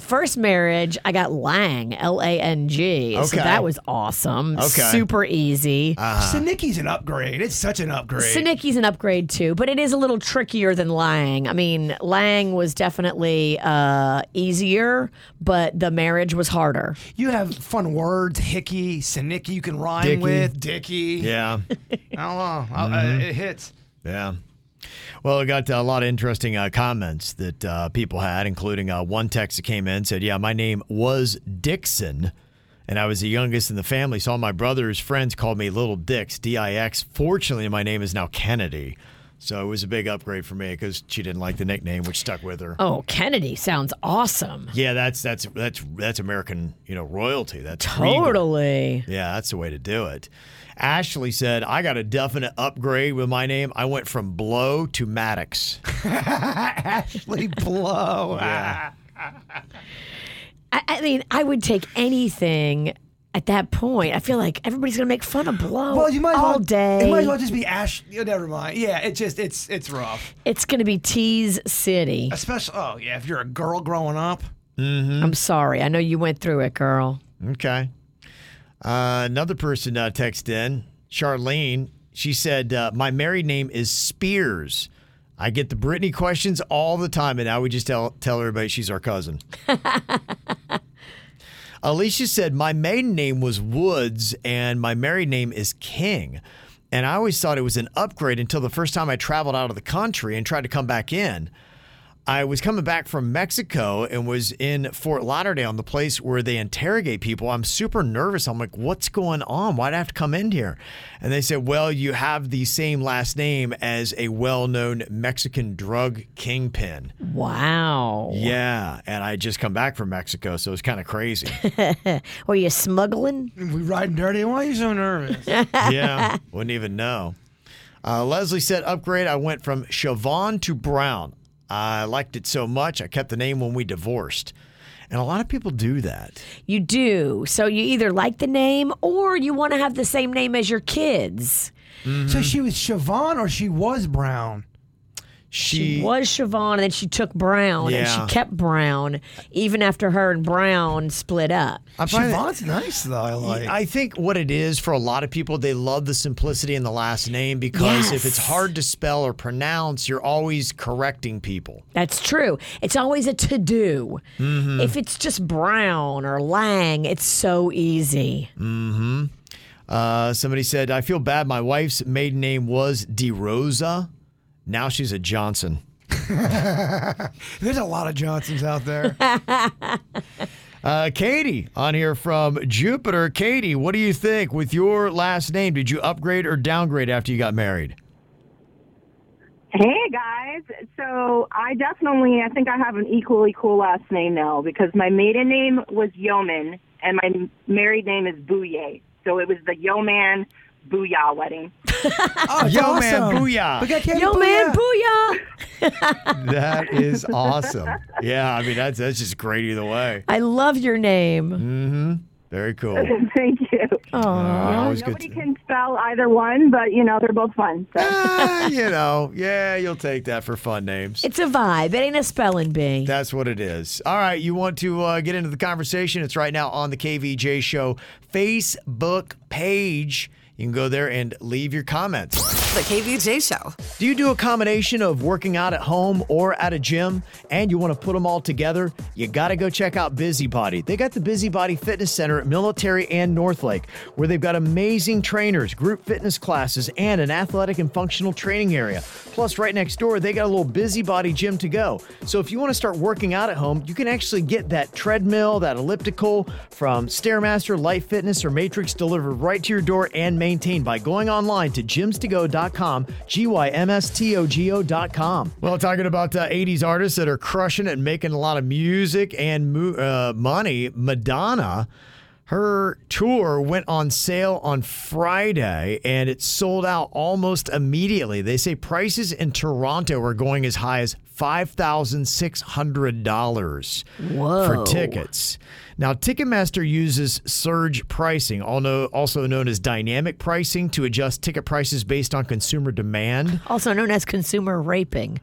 Speaker 3: First marriage, I got Lang, L A N G. So
Speaker 4: Okay.
Speaker 3: that was awesome.
Speaker 4: Okay.
Speaker 3: Super easy.
Speaker 2: Uh-huh.
Speaker 4: Sinicky's an upgrade. It's such an upgrade.
Speaker 3: Sinicki's an upgrade too, but it is a little trickier than Lang. I mean, Lang was definitely uh, easier, but the marriage was harder.
Speaker 4: you have fun words, Hickey, Sinicky you can rhyme
Speaker 2: Dicky.
Speaker 4: with, Dicky.
Speaker 2: Yeah.
Speaker 4: I don't know. I- I-
Speaker 2: Mhm.
Speaker 4: it hits.
Speaker 2: Yeah. Well, I got a lot of interesting uh, comments that uh, people had, including uh, one text that came in said, "Yeah, my name was Dixon, and I was the youngest in the family. So all my brother's friends called me Little Dix, D-I-X. Fortunately, my name is now Kennedy." So it was a big upgrade for me because she didn't like the nickname, which stuck with her.
Speaker 3: Oh, Kennedy sounds awesome.
Speaker 2: yeah, that's that's that's that's American, you know, royalty. That's regal.
Speaker 3: Totally.
Speaker 2: Yeah, that's the way to do it. Ashley said, I got a definite upgrade with my name. I went from Blow to Maddox.
Speaker 4: Ashley Blow.
Speaker 2: Yeah.
Speaker 3: I, I mean, I would take anything at that point. I feel like everybody's going to make fun of Blow
Speaker 4: Well, you might as
Speaker 3: all
Speaker 4: well,
Speaker 3: day.
Speaker 4: It might as well just be Ash. oh, never mind. Yeah, it just it's it's rough.
Speaker 3: it's going to be Tease City.
Speaker 4: Especially oh yeah, if you're a girl growing up.
Speaker 2: Mm-hmm.
Speaker 3: I'm sorry. I know you went through it, girl.
Speaker 2: Okay. Uh, another person uh, texted in, Charlene. She said, uh, My married name is Spears. I get the Brittany questions all the time, and now we just tell, tell everybody she's our cousin. Alicia said, My maiden name was Woods, and my married name is King. And I always thought it was an upgrade until the first time I traveled out of the country and tried to come back in. I was coming back from Mexico and was in Fort Lauderdale, the place where they interrogate people. I'm super nervous. I'm like, what's going on? Why'd I have to come in here? And they said, well, you have the same last name as a well known Mexican drug kingpin.
Speaker 3: Wow.
Speaker 2: Yeah. And I just come back from Mexico, so it's kind of crazy.
Speaker 3: Were you smuggling?
Speaker 4: We ride dirty. Why are you so nervous?
Speaker 2: yeah, wouldn't even know. Uh, Leslie said, upgrade. I went from Siobhan to Brown. I liked it so much, I kept the name when we divorced. And a lot of people do that.
Speaker 3: You do. So you either like the name or you want to have the same name as your kids.
Speaker 2: Mm-hmm.
Speaker 4: So she was Siobhan or she was Brown?
Speaker 3: She, was Siobhan and then she took Brown and
Speaker 4: Yeah.
Speaker 3: she kept Brown even after her and Brown split up.
Speaker 4: Siobhan's nice though. I like.
Speaker 2: I think what it is for a lot of people, they love the simplicity in the last name because if it's
Speaker 3: Yes.
Speaker 2: hard to spell or pronounce, you're always correcting people.
Speaker 3: That's true. It's always a to do.
Speaker 2: Mhm.
Speaker 3: If it's just Brown or Lang, it's so easy.
Speaker 2: Mm-hmm. Uh, somebody said, I feel bad. My wife's maiden name was DeRosa. Now she's a Johnson.
Speaker 4: There's a lot of Johnsons out there.
Speaker 2: Uh, Katie on here from Jupiter. Katie, what do you think with your last name? Did you upgrade or downgrade after you got married?
Speaker 13: Hey guys, so I definitely I think I have an equally cool last name now because my maiden name was Yeoman and my married name is Bouye. So it was the Yeoman Booyah wedding.
Speaker 2: Oh, Yo, man, booyah.
Speaker 3: Yo, man, booyah.
Speaker 2: that is awesome. Yeah, I mean, that's, that's just great either way.
Speaker 3: I love your name.
Speaker 2: Mm-hmm. Very cool.
Speaker 13: Thank you.
Speaker 2: Aw. always good
Speaker 13: Nobody can spell either one, but you know they're both fun. So.
Speaker 2: Ah, you know, yeah, you'll take that for fun names.
Speaker 3: It's a vibe. It ain't a spelling bee.
Speaker 2: That's what it is. All right, you want to uh, get into the conversation? It's right now on the KVJ Show Facebook page. You can go there and leave your comments.
Speaker 5: The KVJ Show.
Speaker 2: Do you do a combination of working out at home or at a gym and you want to put them all together? You got to go check out Busybody. They got the Busybody Fitness Center at Military and Northlake, where they've got amazing trainers, group fitness classes, and an athletic and functional training area. Plus, right next door, they got a little Busybody gym to go. So if you want to start working out at home, you can actually get that treadmill, that elliptical from Stairmaster, Light Fitness, or Matrix delivered right to your door and maintained by going online to gymstogo.com, G Y M S T O G O.com. Well, talking about uh, 80s artists that are crushing it and making a lot of music and mo- uh, money, Madonna. Her tour went on sale on Friday and it sold out almost immediately. They say prices in Toronto are going as high as $5,600
Speaker 12: Whoa.
Speaker 2: for tickets. Now, Ticketmaster uses surge pricing, alno- also known as dynamic pricing, to adjust ticket prices based on consumer demand.
Speaker 3: Also known as consumer raping.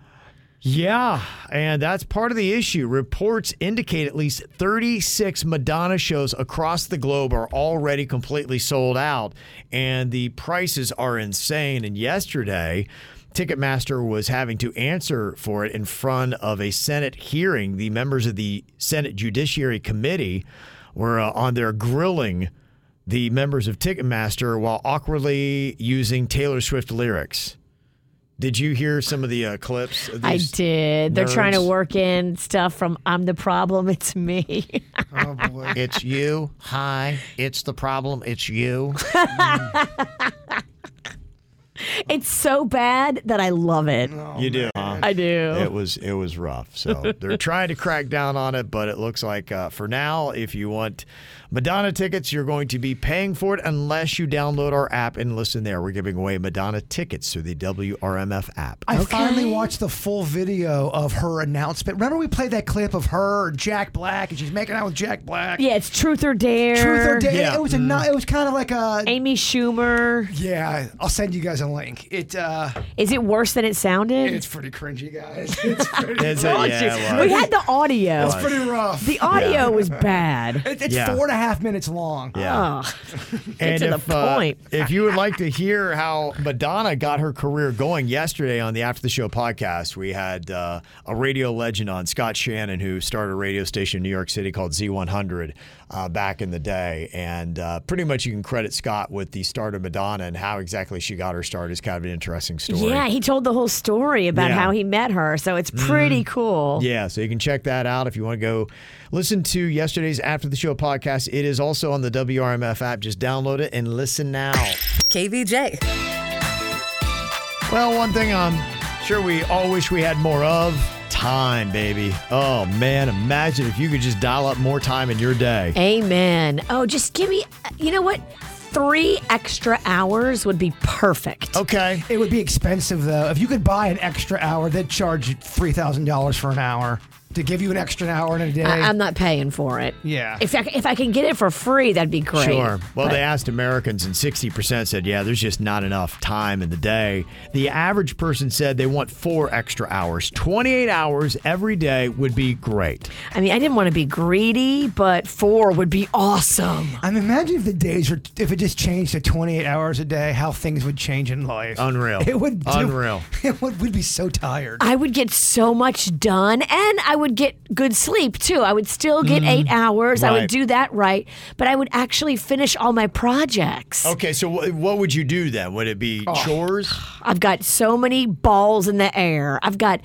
Speaker 2: Yeah, and that's part of the issue. Reports indicate at least 36 Madonna shows across the globe are already completely sold out, and the prices are insane. And yesterday, Ticketmaster was having to answer for it in front of a Senate hearing. The members of the Senate Judiciary Committee were uh, on there grilling the members of Ticketmaster while awkwardly using Taylor Swift lyrics. Did you hear some of the uh, clips? Of
Speaker 3: I
Speaker 2: these
Speaker 3: did. They're trying to
Speaker 2: nerds?
Speaker 3: work in stuff from I'm the problem, it's me.
Speaker 2: It's you. Hi. It's the problem. It's you.
Speaker 3: it's so bad that I love it.
Speaker 2: you do.
Speaker 3: I do.
Speaker 2: It was it was rough. So they're trying to crack down on it, but it looks like uh, for now, if you want Madonna tickets, you're going to be paying for it unless you download our app and listen there. We're giving away Madonna tickets through the WRMF app.
Speaker 4: I finally watched the full video of her announcement. Remember, we played that clip of her, Jack Black, and she's making out with Jack Black.
Speaker 3: Yeah, it's Truth or Dare.
Speaker 4: Truth or Dare. It was a no- it was kind of like a
Speaker 3: Amy Schumer.
Speaker 4: Yeah, I'll send you guys a link. It uh,
Speaker 3: Is it worse than it sounded?
Speaker 4: it's pretty cringy, guys. It's pretty
Speaker 2: Is it? Yeah, it was.
Speaker 3: we had the audio.
Speaker 4: It's pretty rough.
Speaker 3: The audio
Speaker 2: Yeah.
Speaker 3: was bad.
Speaker 4: It- it's
Speaker 2: Yeah.
Speaker 4: four and a half minutes long.
Speaker 2: Yeah.
Speaker 3: Get to
Speaker 2: if,
Speaker 3: the
Speaker 2: uh,
Speaker 3: point.
Speaker 2: if you would like to hear how Madonna got her career going yesterday on the After the Show podcast, we had uh, a radio legend on, Scott Shannon, who started a radio station in New York City called Z100 uh, back in the day. And uh, pretty much you can credit Scott with the start of Madonna and how exactly she got her start is kind of an interesting story.
Speaker 3: Yeah, he told the whole story about
Speaker 2: Yeah. Mm-hmm.
Speaker 3: how he met her, so it's pretty cool.
Speaker 2: Yeah, so you can check that out if you want to go listen to yesterday's After the Show podcast. It is also on the WRMF app. Just download it and listen now.
Speaker 5: KVJ.
Speaker 2: Well, one thing I'm sure we all wish we had more of time, baby. Oh, man. Imagine if you could just dial up more time in your day.
Speaker 3: Amen. Oh, just give me, you know what? Three extra hours would be perfect.
Speaker 2: Okay.
Speaker 4: It would be expensive though. If you could buy an extra hour, they'd charge three thousand dollars for an hour to give you an extra hour in a day.
Speaker 3: I, am not paying for it.
Speaker 4: Yeah.
Speaker 3: If I, if I can get it for free, that'd be great.
Speaker 2: Sure. Well,
Speaker 3: But-
Speaker 2: they asked Americans, and 60% said, yeah, there's just not enough time in the day. The average person said they want four extra hours. 28 hours every day would be great.
Speaker 3: I mean, I didn't want to be greedy, but four would be awesome.
Speaker 4: I'm imagine if the days were if it just changed to 28 hours a day, how things would change in life.
Speaker 2: Unreal.
Speaker 4: It would. do-
Speaker 2: Unreal.
Speaker 4: It would. We'd be so tired.
Speaker 3: I would get so much done and I would get good sleep too. I would still get eight hours. I
Speaker 2: Mm. right.
Speaker 3: would do that right, but I would actually finish all my projects.
Speaker 2: Okay, so wh- what would you do then? Would it
Speaker 4: Oh.
Speaker 2: be chores?
Speaker 3: I've got so many balls in the air. I've got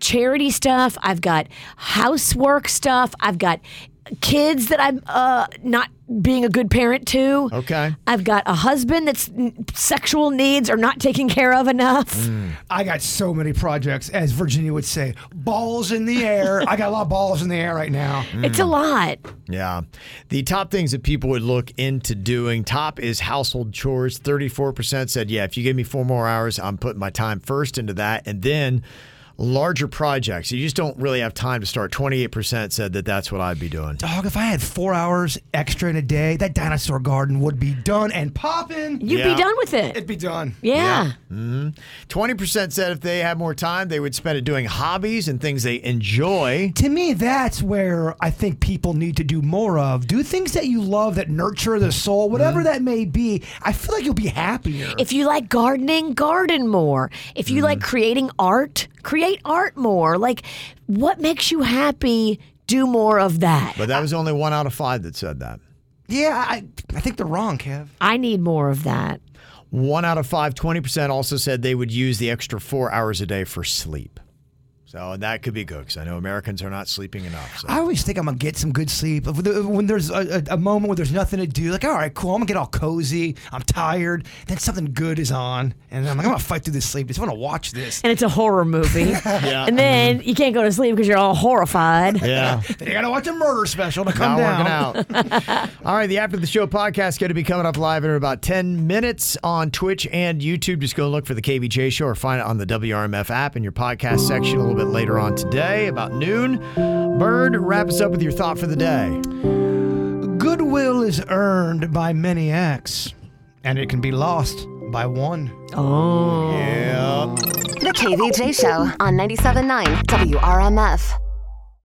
Speaker 3: charity stuff. I've got housework stuff. I've got kids that I'm uh, not being a good parent to.
Speaker 2: Okay.
Speaker 3: I've got a husband that's sexual needs are not taken care of enough.
Speaker 2: Mm-hmm.
Speaker 4: I got so many projects, as Virginia would say, balls in the air. I got a lot of balls in the air right now.
Speaker 3: It's a lot.
Speaker 2: Yeah. The top things that people would look into doing top is household chores. 34% said, yeah, if you give me four more hours, I'm putting my time first into that. And then larger projects. You just don't really have time to start. 28% said that that's what I'd be doing.
Speaker 4: Dog, if I had four hours extra in a day, that dinosaur garden would be done and popping.
Speaker 2: You'd be Yeah. done
Speaker 3: with it.
Speaker 4: It'd be done.
Speaker 2: Mhm. 20% said if they had more time, they would spend it doing hobbies and things they enjoy.
Speaker 4: To me, that's where I think people need to do more of. Do things that you love that nurture the soul, whatever that may be. I feel like you'll be happier.
Speaker 3: If you like gardening, garden more. If you
Speaker 2: Mm-hmm.
Speaker 3: like creating art, create art more. Like, what makes you happy? Do more of that.
Speaker 2: But that was only one out of five that said that.
Speaker 4: Yeah, I, I think they're wrong, Kev.
Speaker 3: I need more of that.
Speaker 2: One out of five, 20% also said they would use the extra four hours a day for sleep. So, and that could be good because I know Americans are not sleeping enough. So.
Speaker 4: I always think I'm gonna get some good sleep If the- when there's a, a, a moment where there's nothing to do. Like, all right, cool. I'm gonna get all cozy. I'm tired. Then something good is on, and I'm like, I'm gonna fight through this sleep. Just want to watch this.
Speaker 3: And it's a horror movie.
Speaker 4: Yeah.
Speaker 3: And then you can't go to sleep because you're all horrified.
Speaker 4: then you gotta watch a murder special to come
Speaker 2: Not
Speaker 4: down.
Speaker 2: working out. All right, the After the Show podcast is going to be coming up live in about 10 minutes on Twitch and YouTube. Just go look for the KBJ Show or find it on the WRMF app in your podcast section a little bit later on today, about noon. Bird, wrap us up with your thought for the day.
Speaker 4: Goodwill is earned by many acts, and it can be lost by one.
Speaker 3: Oh.
Speaker 2: Yeah.
Speaker 14: The KVJ Show on 97.9 WRMF.